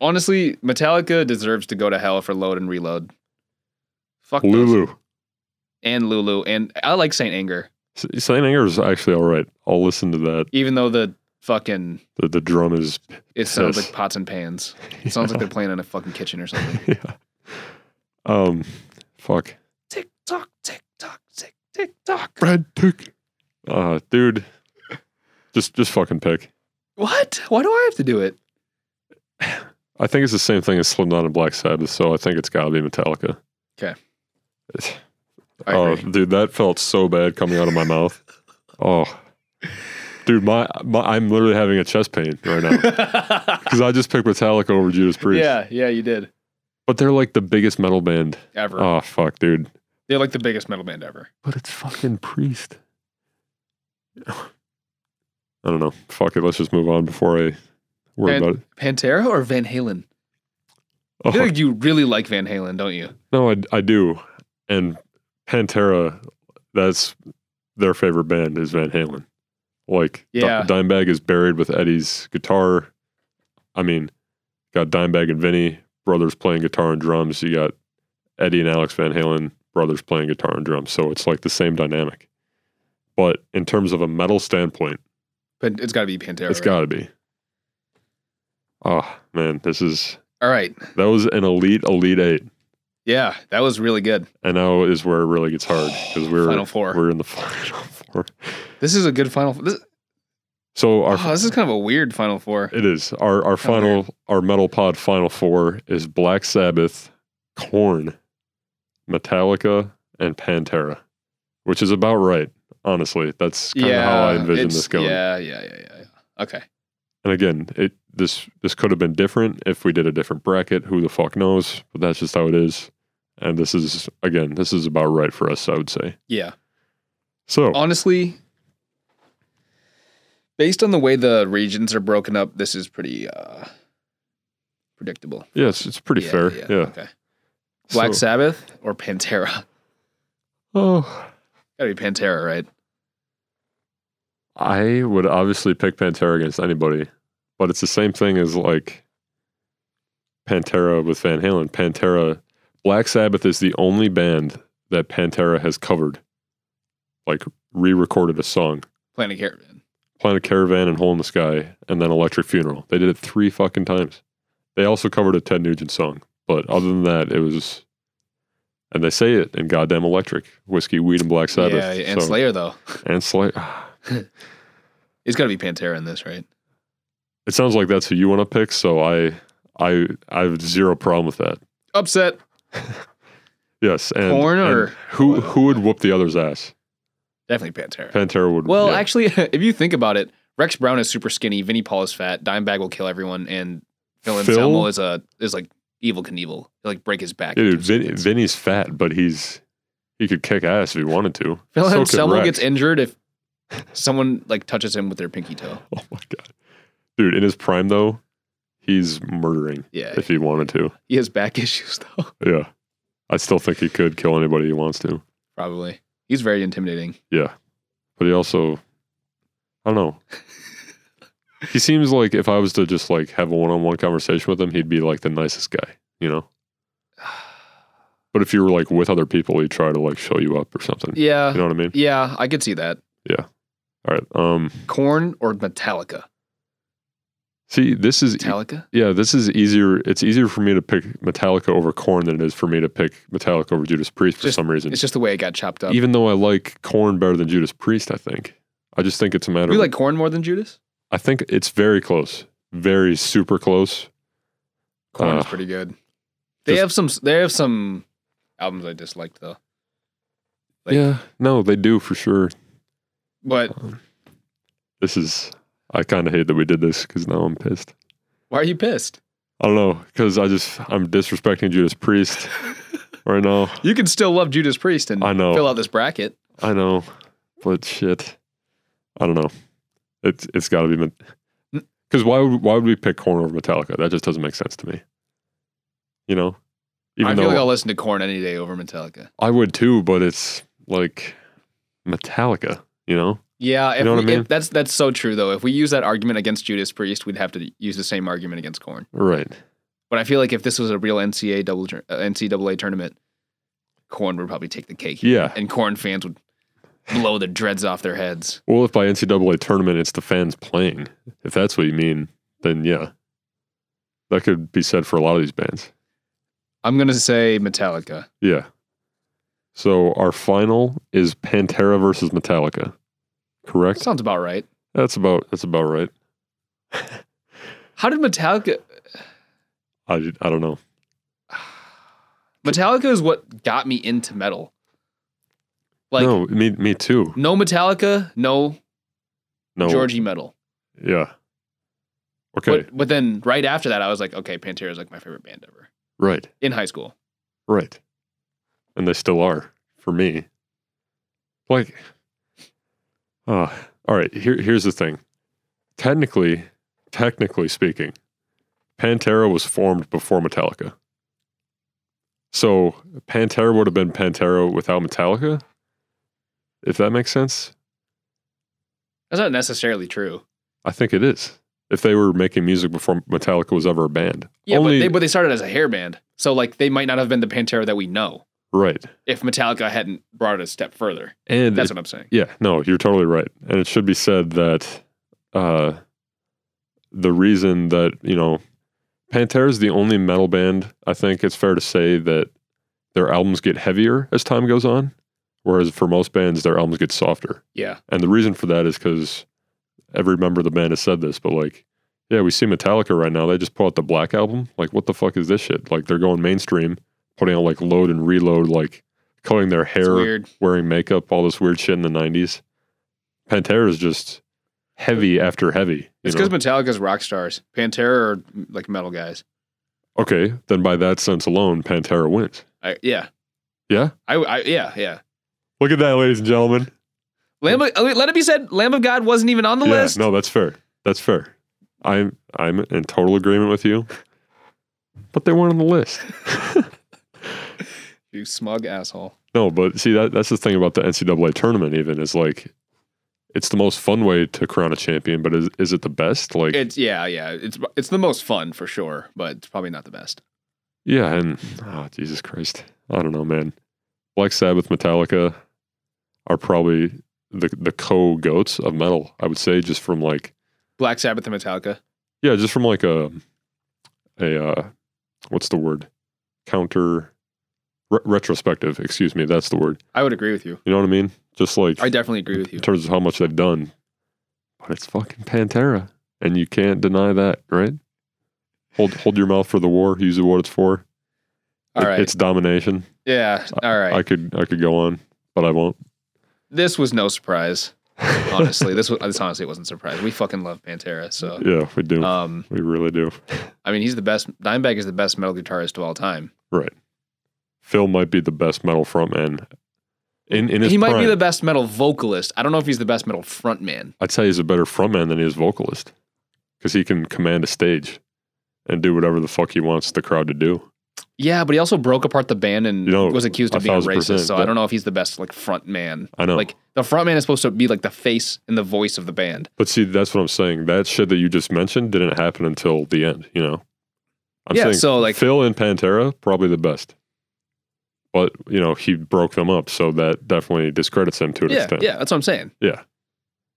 Speaker 2: Honestly, Metallica deserves to go to hell for load and reload. Fuck those.
Speaker 3: Lulu.
Speaker 2: and Lulu and I like Saint Anger,
Speaker 3: S- Saint Anger is actually all right. I'll listen to that.
Speaker 2: even though the fucking
Speaker 3: The, the drum is <laughs>
Speaker 2: it sounds
Speaker 3: Yes.
Speaker 2: like pots and <laughs> pans. It sounds like they're playing in a fucking kitchen or something.
Speaker 3: yeah. Um, fuck.
Speaker 2: <laughs> tick tock, tick tock, tick tick tock.
Speaker 3: Brad Pick. Uh, dude, just just fucking pick.
Speaker 2: What? Why do I have to do it?
Speaker 3: I think it's the same thing as Slipknot and Black Sabbath, so I think it's gotta be Metallica.
Speaker 2: 'Kay.
Speaker 3: <sighs>
Speaker 2: I
Speaker 3: Oh,
Speaker 2: agree.
Speaker 3: dude, that felt so bad coming out of my
Speaker 2: <laughs>
Speaker 3: mouth. Oh, dude, my, my I'm literally having a chest pain
Speaker 2: <laughs>
Speaker 3: right now because I just picked Metallica over Judas Priest.
Speaker 2: yeah, yeah, you did.
Speaker 3: but they're like the biggest metal band.
Speaker 2: Ever.
Speaker 3: Oh fuck, dude.
Speaker 2: They're like the biggest metal band ever.
Speaker 3: But it's fucking Priest. <sighs> I don't know. Fuck it. Let's just move on before I worry
Speaker 2: And-
Speaker 3: about it.
Speaker 2: Pantera or Van Halen? I feel
Speaker 3: Oh,
Speaker 2: like you really like Van Halen, don't you?
Speaker 3: no, I, I do. And Pantera, that's their favorite band is Van Halen. Like, Di-
Speaker 2: Yeah.
Speaker 3: Dimebag is buried with Eddie's guitar. I mean, got Dimebag and Vinny, brothers playing guitar and drums. You got Eddie and Alex Van Halen, brothers playing guitar and drums. So it's like the same dynamic. But in terms of a metal standpoint,
Speaker 2: But it's got to be Pantera.
Speaker 3: It's
Speaker 2: right?
Speaker 3: got to be. Oh man, this is
Speaker 2: All right.
Speaker 3: that was an elite elite eight,
Speaker 2: Yeah, that was really good.
Speaker 3: and now is where it really gets hard because we're
Speaker 2: Final 4
Speaker 3: we're in the final four.
Speaker 2: this is a good final. This,
Speaker 3: So our
Speaker 2: oh, this is kind of a weird final four.
Speaker 3: it is our our final our metal pod final four is Black Sabbath, Corn, Metallica, and Pantera, which is about right. Honestly, that's kind of how I envision
Speaker 2: it's-
Speaker 3: this going.
Speaker 2: Yeah, yeah, yeah, yeah. yeah. Okay.
Speaker 3: And again, it this this could have been different if we did a different bracket. Who the fuck knows? But that's just how it is. And this is again, this is about right for us, I would say.
Speaker 2: Yeah.
Speaker 3: So
Speaker 2: Honestly, based on the way the regions are broken up, this is pretty uh predictable.
Speaker 3: yes, it's pretty
Speaker 2: Yeah,
Speaker 3: fair. Yeah.
Speaker 2: Yeah. Okay. Black
Speaker 3: So-
Speaker 2: Sabbath or Pantera? <laughs>
Speaker 3: Oh,
Speaker 2: Gotta be Pantera, right?
Speaker 3: I would obviously pick Pantera against anybody, but it's the same thing as like Pantera with Van Halen. Pantera, Black Sabbath is the only band that Pantera has covered, like re-recorded a song.
Speaker 2: Planet Caravan.
Speaker 3: Planet Caravan and Hole in the Sky, and then Electric Funeral. They did it three fucking times. They also covered a Ted Nugent song, but other than that, it was. And they say it in goddamn Electric, whiskey, weed, and Black Sabbath.
Speaker 2: Yeah, and
Speaker 3: So-
Speaker 2: Slayer though.
Speaker 3: and Slayer.
Speaker 2: It's gotta be Pantera in this, right?
Speaker 3: It sounds like that's who you want to pick, so I, I, I have zero problem with that.
Speaker 2: Upset.
Speaker 3: Yes, and,
Speaker 2: Corn
Speaker 3: and
Speaker 2: or-
Speaker 3: who who would whoop the other's ass?
Speaker 2: Definitely Pantera.
Speaker 3: <laughs> Pantera would.
Speaker 2: Well,
Speaker 3: yeah.
Speaker 2: actually, <laughs> if you think about it, Rex Brown is super skinny. Vinnie Paul is fat. Dimebag will kill everyone, and Phil
Speaker 3: Phil?
Speaker 2: Anselmo is a is like evil Knievel. He'll like break his back.
Speaker 3: Yeah, dude, Vin, Vinny's fat, but he's he could kick ass if he wanted to.
Speaker 2: Phil
Speaker 3: So could
Speaker 2: Anselmo
Speaker 3: Rex.
Speaker 2: gets injured if someone like touches him with their pinky toe.
Speaker 3: <laughs> Oh my god, dude! In his prime, though, he's murdering
Speaker 2: Yeah,
Speaker 3: if he wanted to.
Speaker 2: he has back <laughs> issues though.
Speaker 3: Yeah, I still think he could kill anybody he wants to.
Speaker 2: Probably. He's very intimidating.
Speaker 3: Yeah, but he also, I
Speaker 2: <laughs>
Speaker 3: don't know. he seems like if I was to just like have a one-on-one conversation with him, he'd be like the nicest guy,
Speaker 2: <sighs>
Speaker 3: you know. But if you were like with other people, he'd try to like show you up or something.
Speaker 2: Yeah,
Speaker 3: You know what I mean?
Speaker 2: yeah, I could see that.
Speaker 3: All right. Um.
Speaker 2: Corn or Metallica?
Speaker 3: E See, this is e
Speaker 2: Metallica.
Speaker 3: Yeah, this is easier. It's easier for me to pick Metallica over Corn than it is for me to pick Metallica over Judas Priest for
Speaker 2: Just-
Speaker 3: some reason.
Speaker 2: It's just the way it got chopped up.
Speaker 3: Even though I like Corn better than Judas Priest, I think I just think it's a matter
Speaker 2: You
Speaker 3: of
Speaker 2: like corn more than Judas?
Speaker 3: I think it's very close. Very super close.
Speaker 2: Corn's
Speaker 3: Uh,
Speaker 2: pretty good. They
Speaker 3: just-
Speaker 2: have some. They have some albums I disliked though. Like-
Speaker 3: yeah. No, they do for sure.
Speaker 2: But
Speaker 3: This is I kind of hate that we did this cuz now I'm pissed.
Speaker 2: why are you pissed?
Speaker 3: I don't know cuz I just I'm disrespecting
Speaker 2: <laughs>
Speaker 3: Judas Priest right now.
Speaker 2: You can still love Judas Priest and
Speaker 3: I know.
Speaker 2: fill out this bracket.
Speaker 3: I know, but shit, I don't know. It's it's got to be because why would why would we pick Corn over Metallica? That just doesn't make sense to me. You know, even
Speaker 2: I
Speaker 3: though
Speaker 2: feel like I'll listen to Corn any day over Metallica.
Speaker 3: I would too, but it's like Metallica. You know,
Speaker 2: Yeah, if
Speaker 3: know what
Speaker 2: we,
Speaker 3: I mean?
Speaker 2: if that's that's so true though. If we use that argument against Judas Priest, we'd have to use the same argument against Corn.
Speaker 3: right?
Speaker 2: But I feel like if this was a real NCAA double tour- uh, NCAA tournament, Corn would probably take the cake.
Speaker 3: Yeah.
Speaker 2: and Corn fans would blow the dreads off their heads.
Speaker 3: Well, if by NCAA tournament it's the fans playing, if that's what you mean, then yeah, that could be said for a lot of these bands.
Speaker 2: I'm gonna say Metallica.
Speaker 3: Yeah. So our final is Pantera versus Metallica, correct?
Speaker 2: Sounds about right.
Speaker 3: That's about that's about right.
Speaker 2: How did Metallica?
Speaker 3: I, I don't know.
Speaker 2: Metallica is what got me into metal. Like no,
Speaker 3: no, me me too.
Speaker 2: Metallica, no,
Speaker 3: No,
Speaker 2: Georgie metal.
Speaker 3: Yeah. Okay.
Speaker 2: But but then right after that, I was like, okay, Pantera is like my favorite band ever
Speaker 3: right.
Speaker 2: in high school.
Speaker 3: Right. And they still are for me. Like, uh, all right. Here here's the thing. Technically, technically speaking, Pantera was formed before Metallica. So Pantera would have been Pantera without Metallica, if that makes sense.
Speaker 2: That's not necessarily true.
Speaker 3: I think it is. If they were making music before Metallica was ever a band,
Speaker 2: Yeah,
Speaker 3: Only-
Speaker 2: but they but they started as a hair band, so like they might not have been the Pantera that we know
Speaker 3: right?
Speaker 2: if Metallica hadn't brought it a step further.
Speaker 3: And
Speaker 2: That's
Speaker 3: it-
Speaker 2: what I'm saying.
Speaker 3: yeah, no, you're totally right. And it should be said that uh, the reason that you know Pantera is the only metal band I think it's fair to say that their albums get heavier as time goes on, whereas for most bands their albums get softer.
Speaker 2: Yeah,
Speaker 3: And the reason for that is because every member of the band has said this, but like, yeah, we see Metallica right now. They just put out the Black album. Like, what the fuck is this shit? Like, they're going mainstream, putting out like Load and Reload, like cutting their
Speaker 2: it's
Speaker 3: hair,
Speaker 2: weird.
Speaker 3: wearing makeup, all this weird shit in the '90s. Pantera is just heavy after heavy. You
Speaker 2: It's because
Speaker 3: know?
Speaker 2: Metallica's rock stars. Pantera are like metal guys.
Speaker 3: okay, then by that sense alone, Pantera wins.
Speaker 2: I, yeah,
Speaker 3: Yeah,
Speaker 2: I, I yeah yeah.
Speaker 3: look at that, ladies and gentlemen.
Speaker 2: Lamb of, let it be said, Lamb of God wasn't even on the
Speaker 3: yeah,
Speaker 2: list.
Speaker 3: no, that's fair. That's fair. I'm I'm in total agreement with you. But they weren't on the <laughs> list.
Speaker 2: You smug asshole.
Speaker 3: No, but see that that's the thing about the NCAA tournament. Even is like, it's the most fun way to crown a champion, but is is it the best? Like,
Speaker 2: It's yeah, yeah. It's it's the most fun for sure, but it's probably not the best.
Speaker 3: yeah, and oh, Jesus Christ, I don't know, man. Black Sabbath, Metallica are probably the the co goats of metal. I would say just from like
Speaker 2: Black Sabbath and Metallica.
Speaker 3: yeah, just from like a a uh, what's the word counter re- retrospective. Excuse me, that's the word.
Speaker 2: I would agree with you.
Speaker 3: You know what I mean? Just like
Speaker 2: I definitely agree with you.
Speaker 3: in terms of how much they've done. But it's fucking Pantera, and you can't deny that, right? Hold hold your mouth for the war. Use it what it's for.
Speaker 2: All
Speaker 3: It-
Speaker 2: right.
Speaker 3: it's domination.
Speaker 2: yeah. All right.
Speaker 3: I could I could go on, but I won't.
Speaker 2: this was no surprise.
Speaker 3: <laughs>
Speaker 2: Honestly, this was this honestly wasn't a surprise. We fucking love Pantera. So,
Speaker 3: Yeah, we do.
Speaker 2: um,
Speaker 3: we really do.
Speaker 2: I mean, he's the best. Dimebag is the best metal guitarist of all time.
Speaker 3: Right. Phil might be the best metal frontman. In in his
Speaker 2: He might be
Speaker 3: prime.
Speaker 2: the best metal vocalist. I don't know if he's the best metal frontman.
Speaker 3: I'd say he's a better frontman than he is vocalist because he can command a stage and do whatever the fuck he wants the crowd to do.
Speaker 2: Yeah, but he also broke apart the band and
Speaker 3: You know,
Speaker 2: was accused
Speaker 3: a
Speaker 2: of being a
Speaker 3: thousand percent,
Speaker 2: racist. So I
Speaker 3: that-
Speaker 2: don't know if he's the best like front man.
Speaker 3: I know.
Speaker 2: Like the front man is supposed to be like the face and the voice of the band.
Speaker 3: But see, that's what I'm saying. That shit that you just mentioned didn't happen until the end, you know? I'm
Speaker 2: Yeah,
Speaker 3: saying
Speaker 2: so, like-
Speaker 3: Phil and Pantera, probably the best. But, you know, he broke them up, so that definitely discredits him to an
Speaker 2: yeah,
Speaker 3: extent.
Speaker 2: yeah, that's what I'm saying.
Speaker 3: Yeah.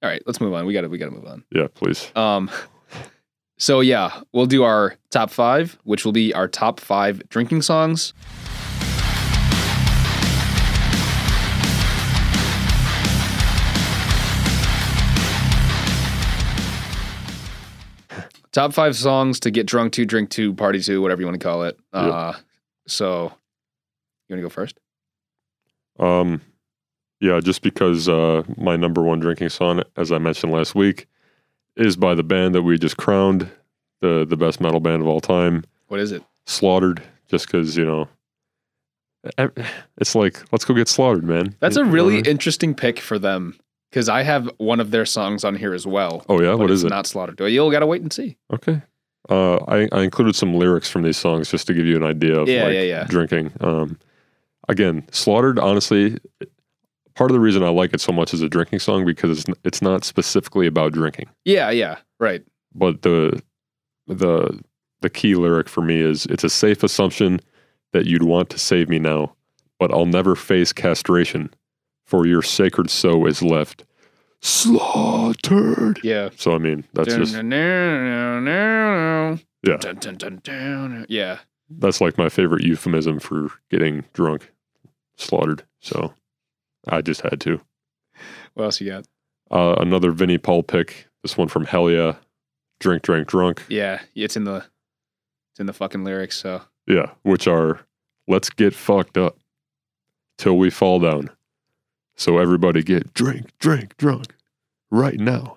Speaker 2: All right, let's move on. We got to we got to move on.
Speaker 3: Yeah, please.
Speaker 2: Um <laughs> so yeah, we'll do our top 5, which will be our top 5 drinking songs. <laughs> Top five songs to get drunk to, drink to, party to, whatever you want to call it. Uh, so, you want to go first?
Speaker 3: Um, yeah, just because uh, my number one drinking song, as I mentioned last week, is by the band that we just crowned the the best metal band of all time,
Speaker 2: What is it?
Speaker 3: Slaughtered. Just because you know, e- it's like let's go get slaughtered, man.
Speaker 2: That's
Speaker 3: You
Speaker 2: a
Speaker 3: know
Speaker 2: really
Speaker 3: what I mean?
Speaker 2: interesting pick for them because I have one of their songs on here as well.
Speaker 3: oh yeah,
Speaker 2: but
Speaker 3: what
Speaker 2: it's
Speaker 3: is it?
Speaker 2: Not slaughtered. You'll gotta wait and see.
Speaker 3: okay. Uh, I, I included some lyrics from these songs just to give you an idea of
Speaker 2: Yeah,
Speaker 3: like,
Speaker 2: yeah, yeah.
Speaker 3: drinking. Um, again, slaughtered. Honestly, part of the reason I like it so much as a drinking song because it's, n- it's not specifically about drinking.
Speaker 2: Yeah, yeah, right.
Speaker 3: but the the the key lyric for me is it's a safe assumption that you'd want to save me now, but I'll never face castration, for your sacred sow is left slaughtered.
Speaker 2: Yeah.
Speaker 3: So I mean, that's just Yeah.
Speaker 2: Yeah. Yeah.
Speaker 3: that's like my favorite euphemism for getting drunk, slaughtered. So I just had to.
Speaker 2: What else you got?
Speaker 3: Uh, another Vinnie Paul pick. This one from Hell Yeah, drink, drink, drunk.
Speaker 2: Yeah, it's in the it's in the fucking lyrics. So <laughs>
Speaker 3: Yeah, which are let's get fucked up till we fall down. So everybody get drink, drink, drunk right now.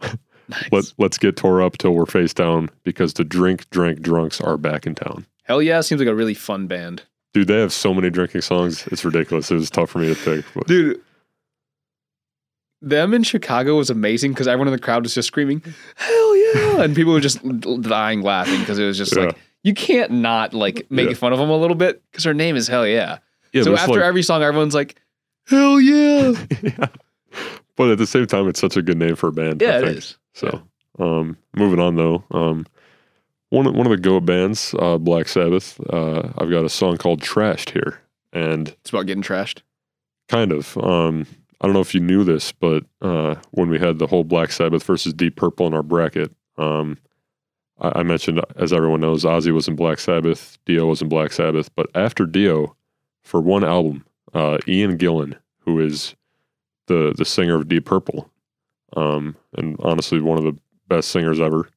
Speaker 2: nice.
Speaker 3: Let let's get tore up till we're face down because the drink, drink, drunks are back in town.
Speaker 2: Hell yeah, seems like a really fun band,
Speaker 3: Dude, they have so many drinking songs. It's ridiculous. It was tough for me to pick. But
Speaker 2: dude. Them in Chicago was amazing because everyone in the crowd was just screaming, "Hell yeah!" and people were just l- dying laughing because it was just like
Speaker 3: Yeah.
Speaker 2: you can't not like make
Speaker 3: Yeah.
Speaker 2: fun of them a little bit because her name is Hell yeah.
Speaker 3: yeah,
Speaker 2: so
Speaker 3: but it's
Speaker 2: after
Speaker 3: like-
Speaker 2: every song, everyone's like, "Hell
Speaker 3: <laughs>
Speaker 2: yeah!"
Speaker 3: yeah. But at the same time, it's such a good name for a band. I
Speaker 2: yeah, it
Speaker 3: think.
Speaker 2: is.
Speaker 3: So, um, moving on though, um, one of- one of the go bands, uh, Black Sabbath. Uh, I've got a song called "Trashed" here, and
Speaker 2: It's about getting trashed.
Speaker 3: kind of. Um, I don't know if you knew this, but uh, when we had the whole Black Sabbath versus Deep Purple in our bracket, um, I, I mentioned, as everyone knows, Ozzy was in Black Sabbath, Dio was in Black Sabbath, but after Dio, for one album, uh, Ian Gillan, who is the the singer of Deep Purple, um, and honestly one of the best singers ever,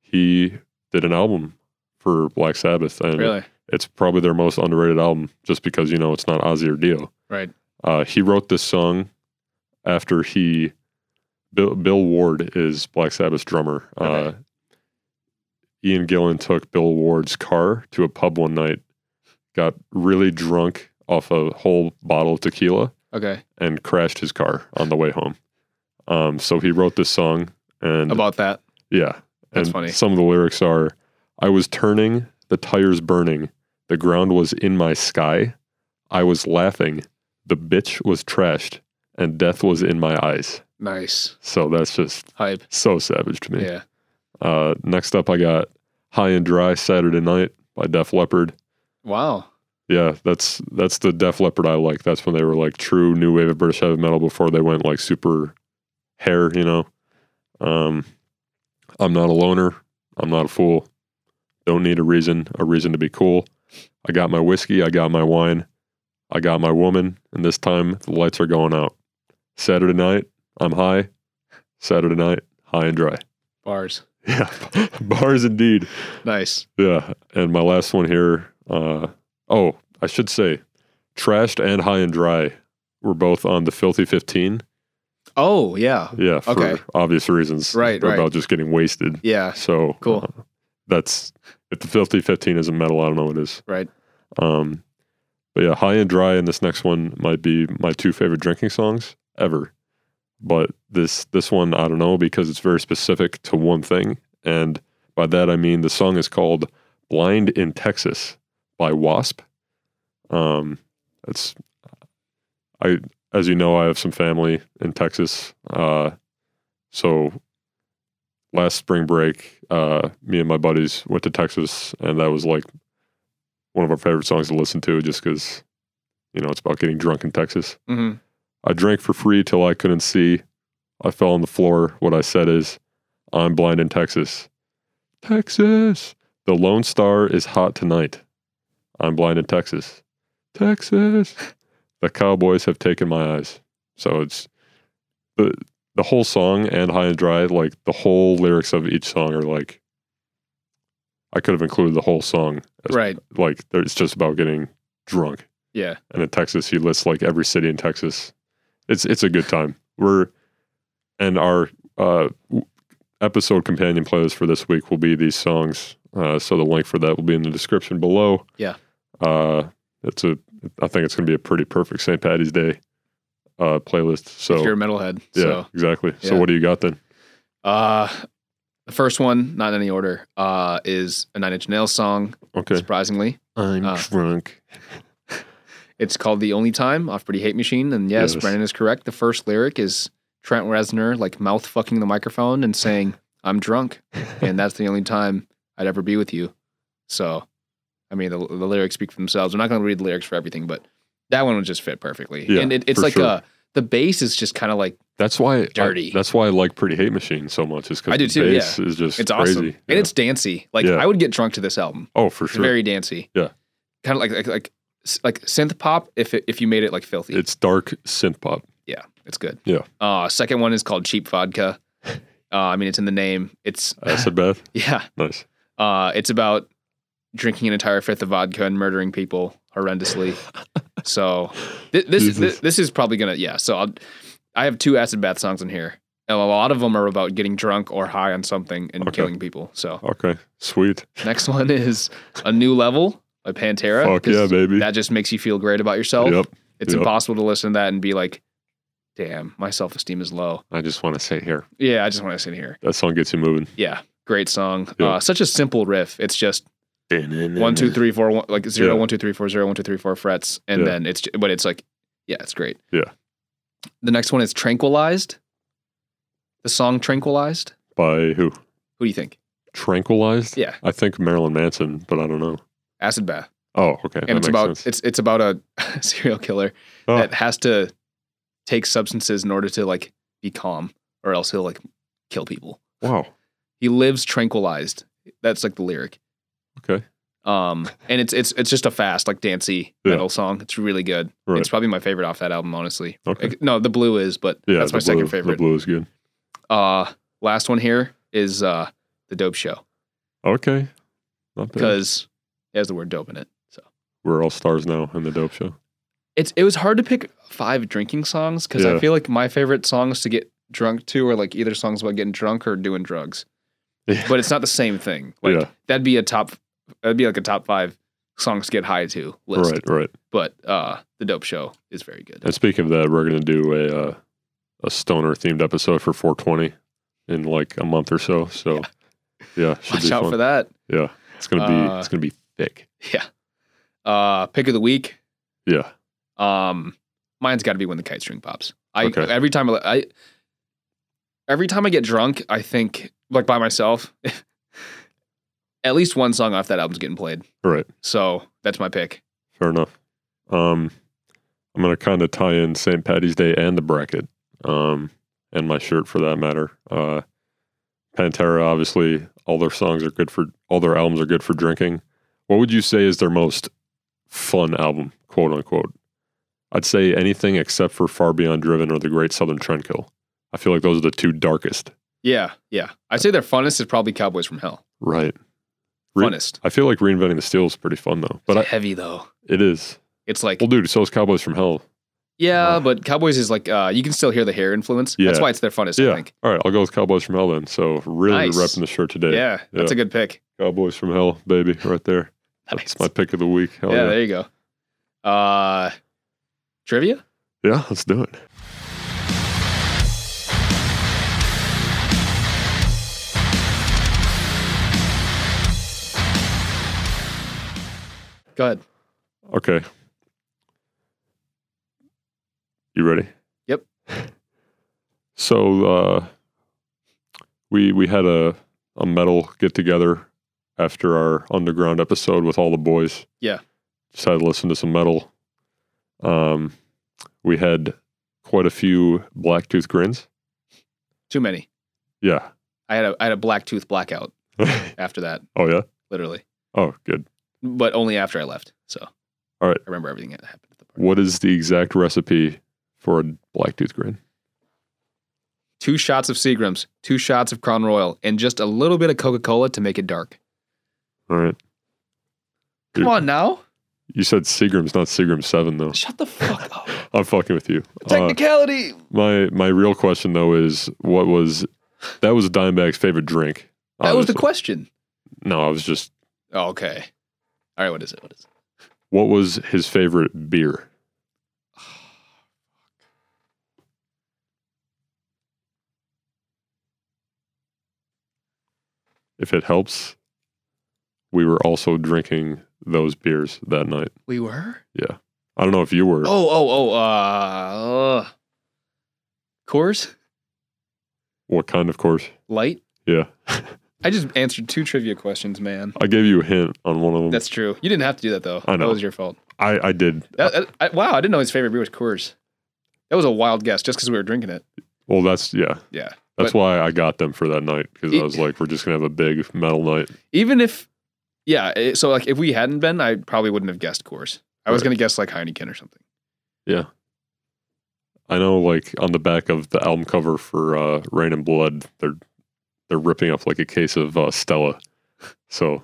Speaker 3: he did an album for Black Sabbath, and
Speaker 2: Really?
Speaker 3: it's probably their most underrated album, just because you know it's not Ozzy or Dio.
Speaker 2: Right.
Speaker 3: Uh, he wrote this song after he Bill, Bill Ward is Black Sabbath's drummer. Uh,
Speaker 2: Okay.
Speaker 3: Ian Gillan took Bill Ward's car to a pub one night, got really drunk off a whole bottle of tequila,
Speaker 2: Okay.
Speaker 3: and crashed his car on the way home. Um, so he wrote this song and
Speaker 2: About that.
Speaker 3: yeah.
Speaker 2: That's
Speaker 3: and
Speaker 2: funny.
Speaker 3: Some of the lyrics are I was turning, the tires burning, the ground was in my sky, I was laughing, the bitch was trashed, and death was in my eyes.
Speaker 2: Nice
Speaker 3: So that's just
Speaker 2: hype.
Speaker 3: so savage to me.
Speaker 2: Yeah.
Speaker 3: Uh, next up, I got High and Dry Saturday Night by Def Leppard.
Speaker 2: Wow.
Speaker 3: Yeah, that's that's the Def Leppard I like. That's when they were like true new wave of British heavy metal before they went like super hair, you know. Um I'm not a loner. I'm not a fool. Don't need a reason, a reason to be cool. I got my whiskey, I got my wine, I got my woman, and this time the lights are going out. Saturday night, I'm high. Saturday night, high and dry. <laughs>
Speaker 2: Bars.
Speaker 3: Yeah. <laughs> Bars indeed.
Speaker 2: Nice.
Speaker 3: Yeah, and my last one here. Uh, oh, I should say, trashed and high and dry were both on the filthy fifteen.
Speaker 2: Oh yeah.
Speaker 3: Yeah, for
Speaker 2: Okay.
Speaker 3: obvious reasons.
Speaker 2: Right,
Speaker 3: They're
Speaker 2: right.
Speaker 3: about just getting wasted.
Speaker 2: Yeah.
Speaker 3: So
Speaker 2: Cool.
Speaker 3: uh, that's if the filthy fifteen isn't metal, I don't know what is.
Speaker 2: Right.
Speaker 3: Um, but yeah, high and dry, and this next one might be my two favorite drinking songs ever. But this this one I don't know because it's very specific to one thing, and by that I mean the song is called "Blind in Texas" by Wasp. Um, it's I as you know I have some family in Texas, uh, so last spring break, uh, me and my buddies went to Texas, and that was like one of our favorite songs to listen to just because, you know, it's about getting drunk in Texas.
Speaker 2: Mm-hmm.
Speaker 3: I drank for free till I couldn't see. I fell on the floor. What I said is, I'm blind in Texas. Texas. The Lone Star is hot tonight. I'm blind in Texas. Texas. The Cowboys have taken my eyes. So it's the the whole song and High and Dry, like the whole lyrics of each song are like I could have included the whole song. as-
Speaker 2: Right.
Speaker 3: Like, there- it's just about getting drunk.
Speaker 2: Yeah.
Speaker 3: And in Texas, he lists like every city in Texas. It's it's a good time. We're and our uh, w- episode companion playlist for this week will be these songs. Uh, so the link for that will be in the description below.
Speaker 2: Yeah.
Speaker 3: Uh, it's a. I think it's going to be a pretty perfect St. Patty's Day uh, playlist. So
Speaker 2: if you're a metalhead.
Speaker 3: yeah,
Speaker 2: So
Speaker 3: exactly. So
Speaker 2: yeah.
Speaker 3: what do you got then?
Speaker 2: uh the first one, not in any order, uh, is a Nine Inch Nails song,
Speaker 3: Okay.
Speaker 2: surprisingly.
Speaker 3: I'm
Speaker 2: Uh,
Speaker 3: drunk.
Speaker 2: It's called The Only Time off Pretty Hate Machine. And yes,
Speaker 3: Yes.
Speaker 2: Brandon is correct. The first lyric is Trent Reznor, like mouth fucking the microphone and
Speaker 3: <laughs>
Speaker 2: saying, I'm drunk. And that's the only time I'd ever be with you. So, I mean, the, the lyrics speak for themselves. I'm not going to read the lyrics for everything, but that one would just fit perfectly.
Speaker 3: Yeah,
Speaker 2: and it, it's
Speaker 3: for
Speaker 2: like
Speaker 3: sure.
Speaker 2: a, the bass is just kind of like,
Speaker 3: That's why I-
Speaker 2: Dirty.
Speaker 3: that's why I like Pretty Hate Machine so much. Is because
Speaker 2: I do too,
Speaker 3: Bass is just
Speaker 2: it's
Speaker 3: crazy.
Speaker 2: awesome.
Speaker 3: Yeah.
Speaker 2: And it's dancey. Like,
Speaker 3: Yeah.
Speaker 2: I would get drunk to this album.
Speaker 3: oh for
Speaker 2: It's
Speaker 3: sure.
Speaker 2: very dancey.
Speaker 3: Yeah.
Speaker 2: Kind of like, like, like, s- like synth pop if, it, if you made it like filthy.
Speaker 3: it's dark synth pop.
Speaker 2: Yeah, it's good.
Speaker 3: Yeah.
Speaker 2: Uh, second one is called Cheap
Speaker 3: <laughs>
Speaker 2: Vodka. Uh, I mean, it's in the name. It's
Speaker 3: Acid bath.
Speaker 2: <laughs> yeah.
Speaker 3: Nice.
Speaker 2: Uh, it's about drinking an entire fifth of vodka and murdering people horrendously. so th- this
Speaker 3: Jesus.
Speaker 2: th- this is probably gonna yeah. So I'll, I have two acid bath songs in here. And a lot of them are about getting drunk or high on something and
Speaker 3: Okay.
Speaker 2: killing people. So
Speaker 3: Okay. Sweet.
Speaker 2: next <laughs> one is a new level by Pantera.
Speaker 3: Fuck
Speaker 2: 'cause
Speaker 3: yeah, baby.
Speaker 2: That just makes you feel great about yourself.
Speaker 3: Yep.
Speaker 2: It's
Speaker 3: yep.
Speaker 2: impossible to listen to that and be like, "Damn, my self esteem is low."
Speaker 3: I just want to say here.
Speaker 2: Yeah, I just want to sit here.
Speaker 3: That song gets you moving.
Speaker 2: Yeah, great song.
Speaker 3: Yeah.
Speaker 2: Uh, such a simple riff. It's just one, two, three, four, one, like zero,
Speaker 3: Yeah.
Speaker 2: one, two, three, four, zero, one, two, three, four frets, and
Speaker 3: Yeah.
Speaker 2: then it's j- but it's like, yeah, it's great.
Speaker 3: Yeah.
Speaker 2: The next one is tranquilized. The song tranquilized.
Speaker 3: By who?
Speaker 2: Who do you think?
Speaker 3: Tranquilized?
Speaker 2: Yeah,
Speaker 3: I think Marilyn Manson, but I don't know.
Speaker 2: acid bath,
Speaker 3: Oh, okay. that
Speaker 2: and it's
Speaker 3: makes
Speaker 2: about
Speaker 3: sense.
Speaker 2: it's it's about a <laughs> serial killer
Speaker 3: Oh.
Speaker 2: that has to take substances in order to like be calm, or else he'll like kill people.
Speaker 3: wow.
Speaker 2: He lives tranquilized. That's like the lyric.
Speaker 3: Okay. <laughs>
Speaker 2: Um, and it's it's it's just a fast, like dancey
Speaker 3: Yeah.
Speaker 2: metal song. It's really good.
Speaker 3: Right.
Speaker 2: It's probably my favorite off that album, honestly.
Speaker 3: Okay.
Speaker 2: Like, no, the blue is, but
Speaker 3: yeah.
Speaker 2: that's my
Speaker 3: the
Speaker 2: second
Speaker 3: blue- The
Speaker 2: favorite.
Speaker 3: blue is good.
Speaker 2: Uh, last one here is uh the Dope Show
Speaker 3: Okay. Not bad.
Speaker 2: because it has the word dope in it. So
Speaker 3: We're all stars now in the dope show.
Speaker 2: it's it was hard to pick five drinking songs because
Speaker 3: Yeah.
Speaker 2: I feel like my favorite songs to get drunk to are like either songs about getting drunk or doing drugs,
Speaker 3: <laughs> Yeah.
Speaker 2: but it's not the same thing. Like
Speaker 3: yeah.
Speaker 2: that'd be a top, that'd be like a top five songs to get high to list.
Speaker 3: Right. Right.
Speaker 2: but uh the dope show is very good
Speaker 3: And speaking of that, we're gonna do a uh, a stoner themed episode for 420 in like a month or so. So yeah, should
Speaker 2: watch out
Speaker 3: fun.
Speaker 2: for that <laughs>
Speaker 3: Yeah, it's gonna be
Speaker 2: Uh,
Speaker 3: it's gonna be thick.
Speaker 2: yeah uh pick of the week
Speaker 3: Yeah,
Speaker 2: um mine's got to be when the kite string pops i
Speaker 3: Okay.
Speaker 2: every time I, I every time i get drunk i think like by myself <laughs> at least one song off that album's getting played
Speaker 3: all right,
Speaker 2: so that's my pick
Speaker 3: fair enough. Um, I'm gonna kind of tie in St. Patty's Day and the bracket, um, and my shirt for that matter. Uh, Pantera, obviously, all their songs are good for all their albums are good for drinking. What would you say is their most fun album, quote unquote? I'd say anything except for Far Beyond Driven or The Great Southern Trendkill. I feel like those are the two darkest.
Speaker 2: yeah yeah i'd say their funnest is probably cowboys from hell
Speaker 3: Right. Re-
Speaker 2: funnest
Speaker 3: I feel like reinventing the steel is pretty fun though, but
Speaker 2: but
Speaker 3: I,
Speaker 2: heavy though
Speaker 3: it is.
Speaker 2: it's like
Speaker 3: Well, dude, so is Cowboys from Hell.
Speaker 2: yeah
Speaker 3: uh,
Speaker 2: but cowboys is like uh you can still hear the hair influence that's
Speaker 3: Yeah.
Speaker 2: why it's their funnest i
Speaker 3: yeah.
Speaker 2: think
Speaker 3: All right, I'll go with Cowboys from Hell then. So really
Speaker 2: Nice.
Speaker 3: repping the shirt today.
Speaker 2: Yeah, that's
Speaker 3: Yeah.
Speaker 2: a good pick.
Speaker 3: Cowboys from Hell, baby, right there. That's
Speaker 2: <laughs>
Speaker 3: my
Speaker 2: Nice.
Speaker 3: pick of the week. Hell
Speaker 2: yeah, eh?
Speaker 3: yeah.
Speaker 2: there you go. Uh, trivia?
Speaker 3: Yeah, let's do it.
Speaker 2: Go ahead.
Speaker 3: Okay. You ready?
Speaker 2: Yep.
Speaker 3: <laughs> So uh we we had a a metal get together after our underground episode with all the boys.
Speaker 2: Yeah.
Speaker 3: Decided to listen to some metal. Um we had quite a few blacktooth grins.
Speaker 2: Too many.
Speaker 3: Yeah. <laughs>
Speaker 2: I had a I had a black tooth blackout
Speaker 3: oh
Speaker 2: after that,
Speaker 3: yeah.
Speaker 2: literally,
Speaker 3: Oh good.
Speaker 2: but only after I left. So,
Speaker 3: All right.
Speaker 2: I remember everything that happened at the party.
Speaker 3: What is the exact recipe for a blacktooth grin?
Speaker 2: Two shots of Seagrams, two shots of Crown Royal, and just a little bit of Coca Cola to make it dark.
Speaker 3: All right.
Speaker 2: Come on now.
Speaker 3: <laughs> You said Seagram's not Seagram 7, though.
Speaker 2: Shut the fuck up.
Speaker 3: I'm fucking with you. Uh,
Speaker 2: Technicality.
Speaker 3: my my real question, though, is what was that was Dimebag's favorite drink?
Speaker 2: that was the
Speaker 3: obviously.
Speaker 2: question.
Speaker 3: No, I was just,
Speaker 2: Oh, okay. All right. What is it? What is it?
Speaker 3: what was his favorite beer? <sighs> If it helps, we were also drinking those beers that night.
Speaker 2: We were.
Speaker 3: I don't know if you were.
Speaker 2: Oh, oh, oh. Uh, uh, Coors
Speaker 3: What kind, of course?
Speaker 2: Light.
Speaker 3: Yeah.
Speaker 2: I just answered two trivia questions, man.
Speaker 3: I gave you a hint on one of them.
Speaker 2: That's true. You didn't have to do that though.
Speaker 3: I know.
Speaker 2: That was your fault.
Speaker 3: I, I did.
Speaker 2: That- that- I- wow, I didn't know his favorite beer was Coors. That was a wild guess, just because we were drinking it.
Speaker 3: Well, that's, yeah.
Speaker 2: Yeah.
Speaker 3: That's
Speaker 2: But-
Speaker 3: why I got them for that night because
Speaker 2: It-
Speaker 3: I was like, we're just going to have a big metal night.
Speaker 2: Even if, yeah. it- so like, if we hadn't been, I probably wouldn't have guessed Coors. I was
Speaker 3: Right.
Speaker 2: gonna guess like Heineken or something.
Speaker 3: I know, like on the back of the album cover for uh, Rain and Blood, they're they're ripping up like a case of uh, Stella. So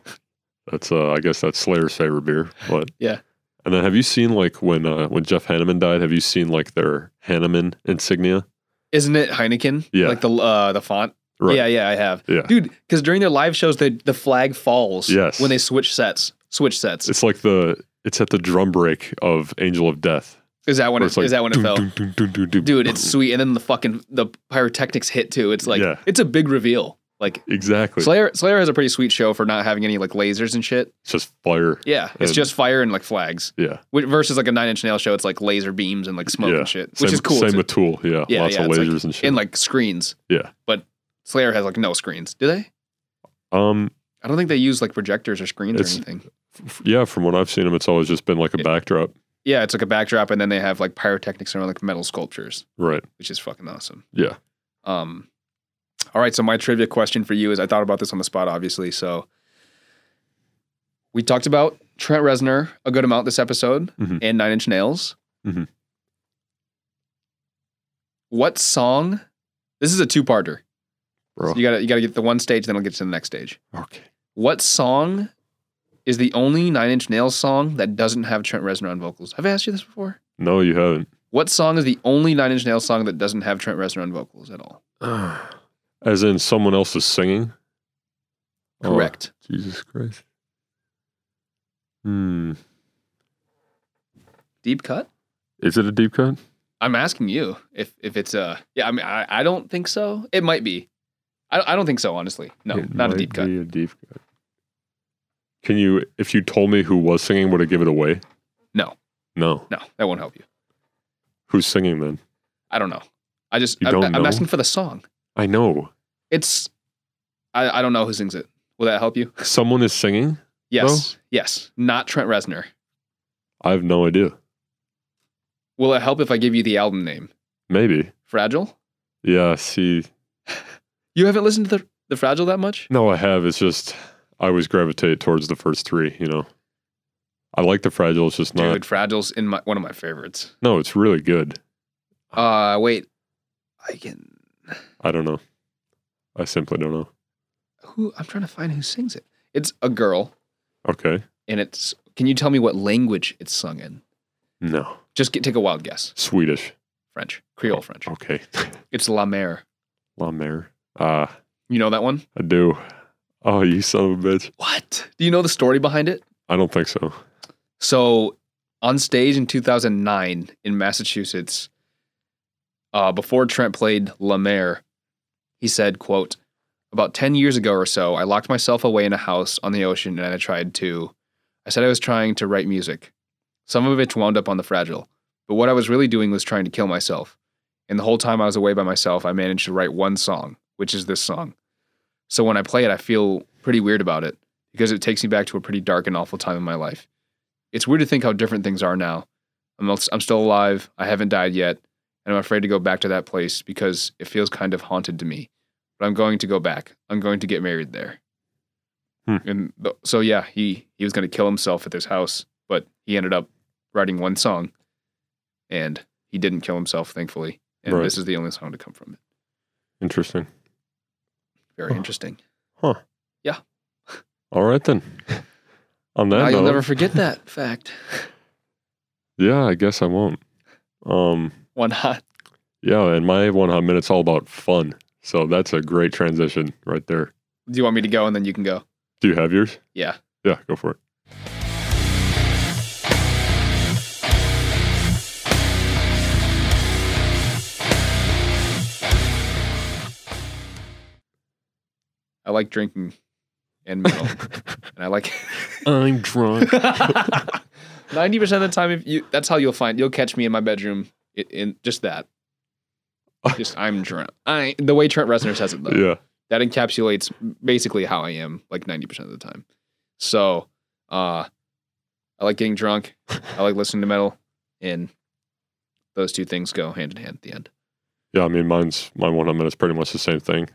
Speaker 3: that's uh, I guess that's Slayer's favorite beer. But
Speaker 2: Yeah.
Speaker 3: And then have you seen like when uh, when Jeff Hanneman died? Have you seen like their Hanneman insignia?
Speaker 2: Isn't it Heineken?
Speaker 3: Yeah.
Speaker 2: Like the uh, the font.
Speaker 3: Right.
Speaker 2: Yeah, yeah, I have.
Speaker 3: Yeah.
Speaker 2: Dude, because during their live shows, they, the flag falls.
Speaker 3: Yes.
Speaker 2: When they switch sets, switch sets.
Speaker 3: It's like the it's at the drum break of Angel of Death.
Speaker 2: is that when
Speaker 3: where
Speaker 2: it,
Speaker 3: it's like,
Speaker 2: is that when it
Speaker 3: "Dun,
Speaker 2: fell?
Speaker 3: dun, dun, dun, dun, dun,
Speaker 2: Dude, it's
Speaker 3: dun."
Speaker 2: sweet. And then the fucking the pyrotechnics hit too. It's like
Speaker 3: Yeah.
Speaker 2: it's a big reveal. Like
Speaker 3: exactly.
Speaker 2: Slayer Slayer has a pretty sweet show for not having any like lasers and shit.
Speaker 3: it's just fire.
Speaker 2: Yeah, it's
Speaker 3: And-
Speaker 2: just fire and like flags.
Speaker 3: Yeah.
Speaker 2: Wh- Versus like a Nine Inch Nail show, it's like laser beams and like smoke
Speaker 3: Yeah.
Speaker 2: and shit,
Speaker 3: Same,
Speaker 2: which is cool.
Speaker 3: Same
Speaker 2: It's
Speaker 3: with Tool. Yeah.
Speaker 2: Yeah,
Speaker 3: Lots
Speaker 2: yeah,
Speaker 3: of
Speaker 2: it's like
Speaker 3: lasers and shit.
Speaker 2: in like screens.
Speaker 3: Yeah.
Speaker 2: But Slayer has like no screens. Do they?
Speaker 3: um,
Speaker 2: I don't think they use like projectors or screens or
Speaker 3: It's-
Speaker 2: anything.
Speaker 3: f- yeah, from what I've seen them, it's always just been like a
Speaker 2: Yeah.
Speaker 3: backdrop.
Speaker 2: Yeah, it's like a backdrop, and then they have like pyrotechnics and like metal sculptures,
Speaker 3: Right.
Speaker 2: which is fucking awesome.
Speaker 3: Yeah.
Speaker 2: Um, all right. So my trivia question for you is: I thought about this on the spot, obviously. So we talked about Trent Reznor a good amount this episode,
Speaker 3: Mhm.
Speaker 2: and Nine Inch Nails.
Speaker 3: Mhm.
Speaker 2: What song? This is a two-parter.
Speaker 3: Bro.
Speaker 2: So you gotta you gotta get the one stage, then we'll get to the next stage.
Speaker 3: okay.
Speaker 2: What song is the only Nine Inch Nails song that doesn't have Trent Reznor on vocals? Have I asked you this before?
Speaker 3: No, you haven't.
Speaker 2: What song is the only Nine Inch Nails song that doesn't have Trent Reznor on vocals at all? <sighs>
Speaker 3: As in someone else is singing? Oh,
Speaker 2: Correct.
Speaker 3: Jesus Christ. Hmm.
Speaker 2: Deep cut?
Speaker 3: Is it a deep cut?
Speaker 2: I'm asking you if if it's uh yeah. I mean, I, I don't think so. It might be. I, I don't think so. Honestly, no,
Speaker 3: It
Speaker 2: not a
Speaker 3: might
Speaker 2: deep cut.
Speaker 3: be a deep cut. Can you, if you told me who was singing, would I give it away?
Speaker 2: No.
Speaker 3: No.
Speaker 2: No, that won't help you.
Speaker 3: Who's singing then?
Speaker 2: I don't know. I just
Speaker 3: You
Speaker 2: I'm,
Speaker 3: don't
Speaker 2: I'm
Speaker 3: know?
Speaker 2: asking for the song.
Speaker 3: I know.
Speaker 2: It's I I don't know who sings it. Will that help you?
Speaker 3: Someone is singing?
Speaker 2: Yes, yes. Not Trent Reznor.
Speaker 3: I have no idea.
Speaker 2: Will it help if I give you the album name?
Speaker 3: Maybe.
Speaker 2: Fragile?
Speaker 3: Yeah, see.
Speaker 2: You haven't listened to the, the Fragile that much?
Speaker 3: No, I have. It's just I always gravitate towards the first three. You know, I like the fragile. It's just not.
Speaker 2: Dude, Fragile's in my one of my favorites.
Speaker 3: No, it's really good. Oh.
Speaker 2: Uh wait. I can
Speaker 3: I don't know. I simply don't know.
Speaker 2: who I'm trying to find who sings it. It's a girl
Speaker 3: Okay.
Speaker 2: and it's can you tell me what language it's sung in?
Speaker 3: No.
Speaker 2: Just get, take a wild guess.
Speaker 3: Swedish.
Speaker 2: French. Creole French.
Speaker 3: Okay.
Speaker 2: It's La Mer.
Speaker 3: La Mer. Ah,
Speaker 2: You know that one?
Speaker 3: I do. Oh, you son of a bitch.
Speaker 2: What? Do you know the story behind it?
Speaker 3: I don't think so.
Speaker 2: So, on stage in 2009 in Massachusetts, uh, before Trent played La Mer, he said, "quote About 10 years ago or so, I locked myself away in a house on the ocean, and I tried to. I said I was trying to write music, some of which wound up on the fragile. But what I was really doing was trying to kill myself. And the whole time I was away by myself, I managed to write one song, which is this song. So when I play it, I feel pretty weird about it because it takes me back to a pretty dark and awful time in my life." it's weird to think how different things are now. I'm, al- I'm still alive. I haven't died yet. And I'm afraid to go back to that place because it feels kind of haunted to me. But I'm going to go back. I'm going to get married there.
Speaker 3: Hmm.
Speaker 2: And th- so, yeah, he, he was going to kill himself at this house, but he ended up writing one song and he didn't kill himself, thankfully. And
Speaker 3: Right.
Speaker 2: this is the only song to come from it.
Speaker 3: Interesting.
Speaker 2: Very
Speaker 3: Huh.
Speaker 2: interesting.
Speaker 3: Huh.
Speaker 2: Yeah.
Speaker 3: <laughs> All right then. On that
Speaker 2: Now
Speaker 3: note,
Speaker 2: Ah, you'll never forget that <laughs> fact.
Speaker 3: yeah, I guess I won't. Um,
Speaker 2: Why not?
Speaker 3: yeah, and my one hot minute's all about fun, so that's a great transition right there.
Speaker 2: Do you want me to go and then you can go?
Speaker 3: Do you have yours?
Speaker 2: Yeah.
Speaker 3: Yeah, go for it.
Speaker 2: I like drinking and metal, and I like <laughs>
Speaker 3: I'm drunk.
Speaker 2: ninety percent of the time. If you, that's how you'll find you'll catch me in my bedroom in, in just that. Just I'm drunk. I the way Trent Reznor says it though.
Speaker 3: <laughs> yeah.
Speaker 2: that encapsulates basically how I am like 90% of the time. So, uh, I like getting drunk. I like listening to metal and those two things go hand in hand at the end.
Speaker 3: Yeah, I mean, mine's my one minute is pretty much the same thing.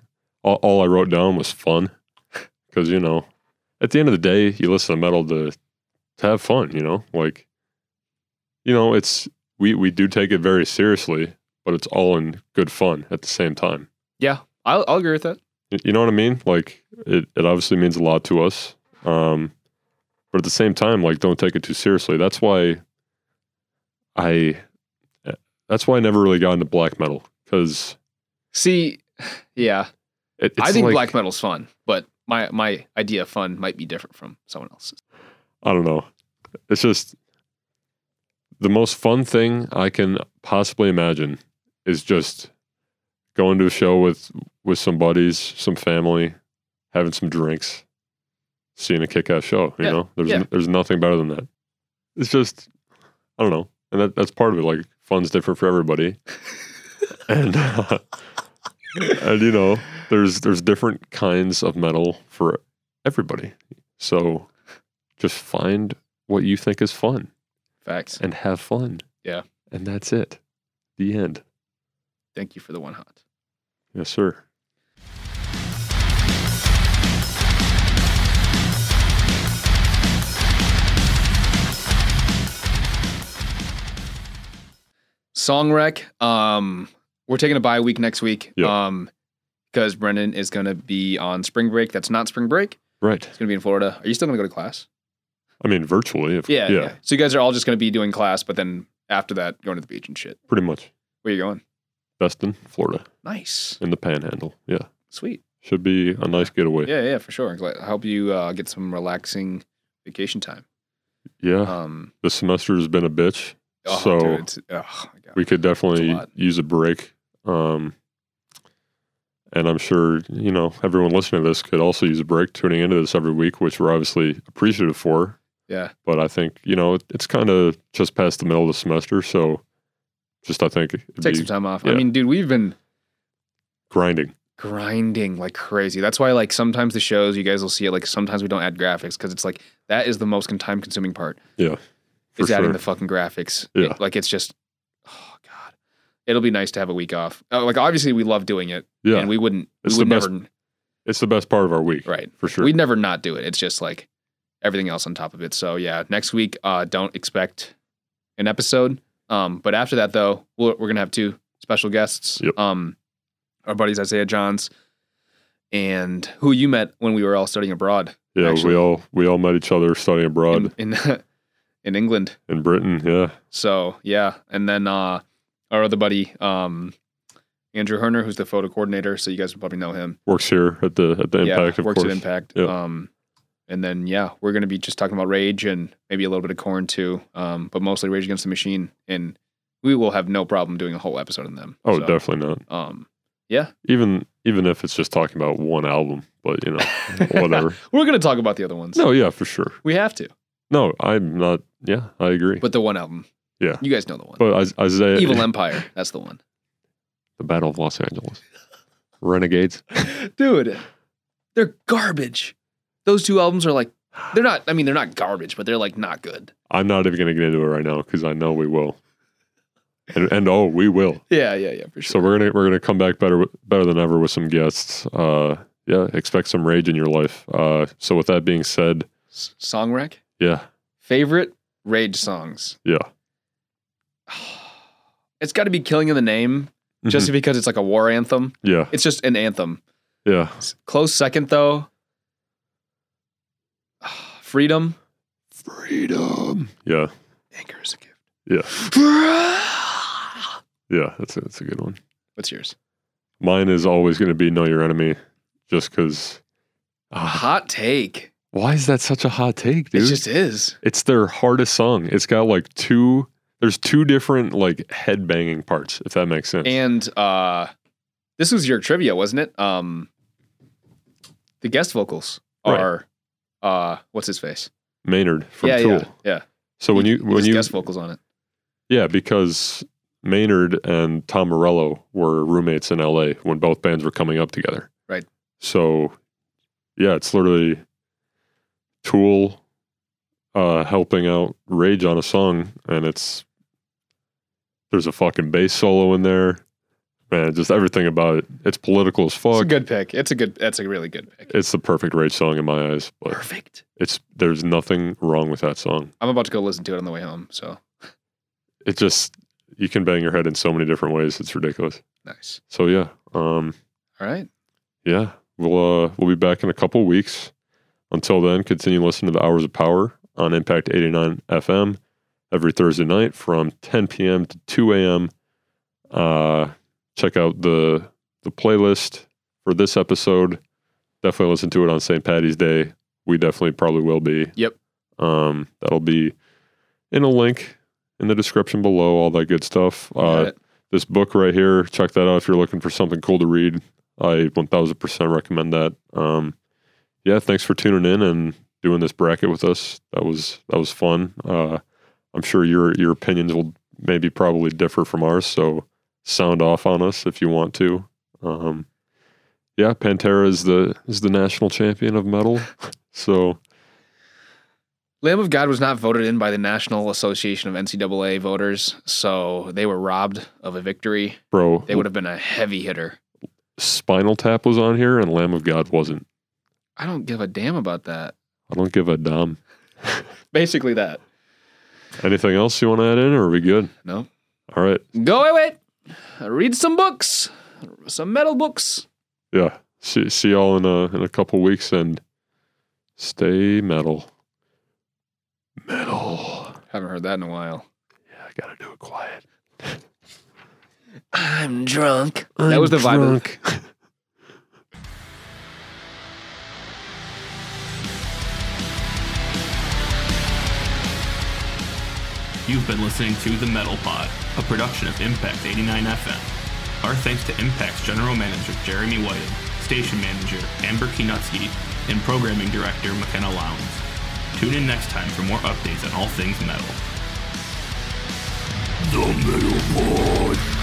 Speaker 3: All, all I wrote down was fun, <laughs> because you know, at the end of the day, you listen to metal to to have fun. You know, like, you know, it's we we do take it very seriously, but it's all in good fun at the same time.
Speaker 2: Yeah. I'll, I'll agree with that.
Speaker 3: Y- You know what I mean? Like, it it obviously means a lot to us, um, but at the same time, like, don't take it too seriously. That's why I eh, that's why I never really got into black metal because.
Speaker 2: See, <sighs> yeah,
Speaker 3: It,
Speaker 2: I
Speaker 3: it's
Speaker 2: think
Speaker 3: like-
Speaker 2: black metal's fun, but my, my idea of fun might be different from someone else's.
Speaker 3: I don't know. It's just the most fun thing I can possibly imagine is just going to a show with with some buddies, some family, having some drinks, seeing a kick ass show. You
Speaker 2: Yeah,
Speaker 3: know, there's
Speaker 2: yeah.
Speaker 3: there's nothing better than that. It's just I don't know, and that that's part of it. Like fun's different
Speaker 2: <laughs>
Speaker 3: for everybody, and uh, and you know, there's there's different kinds of metal for everybody. So just find what you think is fun
Speaker 2: Facts.
Speaker 3: and have fun.
Speaker 2: Yeah.
Speaker 3: And that's it. The end.
Speaker 2: Thank you for the one hot.
Speaker 3: Yes, sir.
Speaker 2: Song Rec. Um, we're taking a bye week next week.
Speaker 3: Yeah.
Speaker 2: Um, because Brendan is going to be on spring break. That's not spring break.
Speaker 3: Right.
Speaker 2: It's going to be in Florida. Are you still going to go to class?
Speaker 3: I mean, virtually. If,
Speaker 2: Yeah,
Speaker 3: yeah,
Speaker 2: yeah. So you guys are all just going to be doing class, but then after that, going to the beach and shit.
Speaker 3: Pretty much.
Speaker 2: Where you going?
Speaker 3: Destin, Florida,
Speaker 2: Nice,
Speaker 3: in the panhandle. Yeah.
Speaker 2: sweet.
Speaker 3: Should be a nice getaway.
Speaker 2: Yeah, yeah, for sure. Glad- I hope you uh, get some relaxing vacation time.
Speaker 3: Yeah.
Speaker 2: Um,
Speaker 3: the semester has been a bitch.
Speaker 2: oh,
Speaker 3: So,
Speaker 2: dude, it's- oh, my God.
Speaker 3: We could
Speaker 2: That's
Speaker 3: definitely
Speaker 2: a lot.
Speaker 3: use a break. Um, and I'm sure, you know, everyone listening to this could also use a break tuning into this every week, which we're obviously appreciative for.
Speaker 2: yeah,
Speaker 3: but I think you know it, it's kind of just past the middle of the semester, so just I think it'd
Speaker 2: take
Speaker 3: be
Speaker 2: some time off. I
Speaker 3: yeah.
Speaker 2: mean, dude, we've been
Speaker 3: grinding.
Speaker 2: grinding like crazy. That's why, like, sometimes the shows you guys will see it. Like, sometimes we don't add graphics because it's like that is the most time consuming part.
Speaker 3: Yeah, for
Speaker 2: is adding
Speaker 3: sure.
Speaker 2: the fucking graphics.
Speaker 3: Yeah.
Speaker 2: It- like, it's just, oh god, it'll be nice to have a week off. Uh, like, obviously, we love doing it.
Speaker 3: Yeah,
Speaker 2: and we wouldn't
Speaker 3: It's
Speaker 2: we would
Speaker 3: the best-
Speaker 2: never
Speaker 3: it's the best part of our week,
Speaker 2: right
Speaker 3: For sure.
Speaker 2: we'd never not do it it's just like everything else on top of it so yeah next week uh don't expect an episode um but after that though we're, we're gonna have two special guests
Speaker 3: Yep.
Speaker 2: um our buddies isaiah johns and who you met when we were all studying abroad
Speaker 3: yeah,
Speaker 2: actually-
Speaker 3: we all we all met each other studying abroad
Speaker 2: in in, <laughs> in england
Speaker 3: in Britain. Yeah,
Speaker 2: so yeah and then uh our other buddy um andrew herner who's the photo coordinator so you guys probably know him
Speaker 3: works here at the at the Impact,
Speaker 2: yeah,
Speaker 3: of
Speaker 2: works
Speaker 3: course.
Speaker 2: at Impact.
Speaker 3: Yeah.
Speaker 2: Um, and then yeah, we're gonna be just talking about Rage and maybe a little bit of Corn too, um, but mostly Rage Against the Machine, and we will have no problem doing a whole episode on them.
Speaker 3: Oh,
Speaker 2: So,
Speaker 3: definitely not.
Speaker 2: <laughs> Um,
Speaker 3: Even even if it's just talking about one album, but
Speaker 2: <laughs>
Speaker 3: you know, whatever.
Speaker 2: we're gonna talk about the other ones.
Speaker 3: No, yeah, for sure.
Speaker 2: we have to,
Speaker 3: No, I'm not. Yeah, I agree. But,
Speaker 2: but the one album.
Speaker 3: Yeah.
Speaker 2: you guys know the one.
Speaker 3: I, Isaiah,
Speaker 2: Evil Empire. That's the one,
Speaker 3: the Battle of Los Angeles, Renegades.
Speaker 2: <laughs> dude. They're garbage. Those two albums are like they're not. I mean, they're not garbage, but they're like not good.
Speaker 3: I'm not even going to get into it right now because I know we will, and and oh, we will.
Speaker 2: Yeah, yeah, yeah, for
Speaker 3: So we're gonna we're gonna come back better better than ever with some guests. Uh, yeah, expect some rage in your life. Uh, so with that being said,
Speaker 2: S- Song wreck.
Speaker 3: yeah,
Speaker 2: Favorite Rage songs.
Speaker 3: yeah,
Speaker 2: <sighs> it's got to be killing in the name
Speaker 3: Mm-hmm.
Speaker 2: just because it's like a war anthem
Speaker 3: yeah,
Speaker 2: it's just an anthem
Speaker 3: yeah.
Speaker 2: S- close second though <sighs> Freedom.
Speaker 3: Freedom. Yeah.
Speaker 2: Anchor is a gift.
Speaker 3: Yeah. Yeah. That's a, that's a good one.
Speaker 2: <sighs> What's yours?
Speaker 3: Mine is always going to be Know Your Enemy just because.
Speaker 2: A hot take.
Speaker 3: Why is that such a hot take, Ah. dude?
Speaker 2: It just is.
Speaker 3: It's their hardest song. It's got like two. There's two different like head banging parts, if that makes sense.
Speaker 2: And uh this was your trivia, wasn't it? Um the guest vocals
Speaker 3: Right.
Speaker 2: are uh what's his face?
Speaker 3: Maynard from
Speaker 2: yeah,
Speaker 3: Tool.
Speaker 2: yeah. Yeah.
Speaker 3: So when you when
Speaker 2: His
Speaker 3: you
Speaker 2: guest vocals on it.
Speaker 3: yeah, because Maynard and Tom Morello were roommates in L.A. when both bands were coming up together.
Speaker 2: Right.
Speaker 3: So, yeah, it's literally Tool uh, helping out Rage on a song, and it's there's a fucking bass solo in there. Man, just everything about it. It's political as
Speaker 2: It's a
Speaker 3: fuck.
Speaker 2: good pick. It's a good that's a really good pick.
Speaker 3: It's the perfect Rage song in my eyes. But
Speaker 2: Perfect.
Speaker 3: it's there's nothing wrong with that song.
Speaker 2: I'm about to go listen to it on the way home, so
Speaker 3: It just you can bang your head in so many different ways. It's ridiculous.
Speaker 2: nice.
Speaker 3: So yeah, um,
Speaker 2: All right.
Speaker 3: yeah, we'll uh, we'll be back in a couple weeks. Until then, continue listening to the Hours of Power on Impact 89 FM every Thursday night from 10 p.m. to 2 a.m. Uh, check out the the playlist for this episode. Definitely listen to it on St. Patty's Day. We definitely probably will be.
Speaker 2: Yep.
Speaker 3: Um, that'll be in a link in the description below. All that good stuff.
Speaker 2: Got
Speaker 3: Uh,
Speaker 2: it.
Speaker 3: this book right here. Check that out if you're looking for something cool to read. I 1000% recommend that. Um, yeah, thanks for tuning in and doing this bracket with us. That was that was fun. Uh, I'm sure your your opinions will maybe probably differ from ours, so sound off on us if you want to. Um, yeah, Pantera is the is the national champion of metal. <laughs> So
Speaker 2: Lamb of God was not voted in by the National Association of NCAA voters, so they were robbed of a victory.
Speaker 3: bro,
Speaker 2: They would have been a heavy hitter.
Speaker 3: Spinal Tap was on here and Lamb of God wasn't.
Speaker 2: I don't give a damn about that.
Speaker 3: I don't give a damn.
Speaker 2: Basically that.
Speaker 3: Anything else you want to add in, or are we good?
Speaker 2: No.
Speaker 3: All right.
Speaker 2: Go away. Read some books. Some metal books.
Speaker 3: Yeah. See, see y'all in a in a couple weeks, and stay metal. Metal.
Speaker 2: Haven't heard that in a while.
Speaker 3: Yeah, I gotta do it quiet.
Speaker 2: I'm drunk. that was the vibe. of-
Speaker 3: vibe.
Speaker 1: You've been listening to The Metal Pod, a production of Impact 89 FM. Our thanks to Impact's general manager, Jeremy Whiting, station manager, Amber Kinutsky, and programming director, McKenna Lowndes. Tune in next time for more updates on all things metal. The Metal Pod.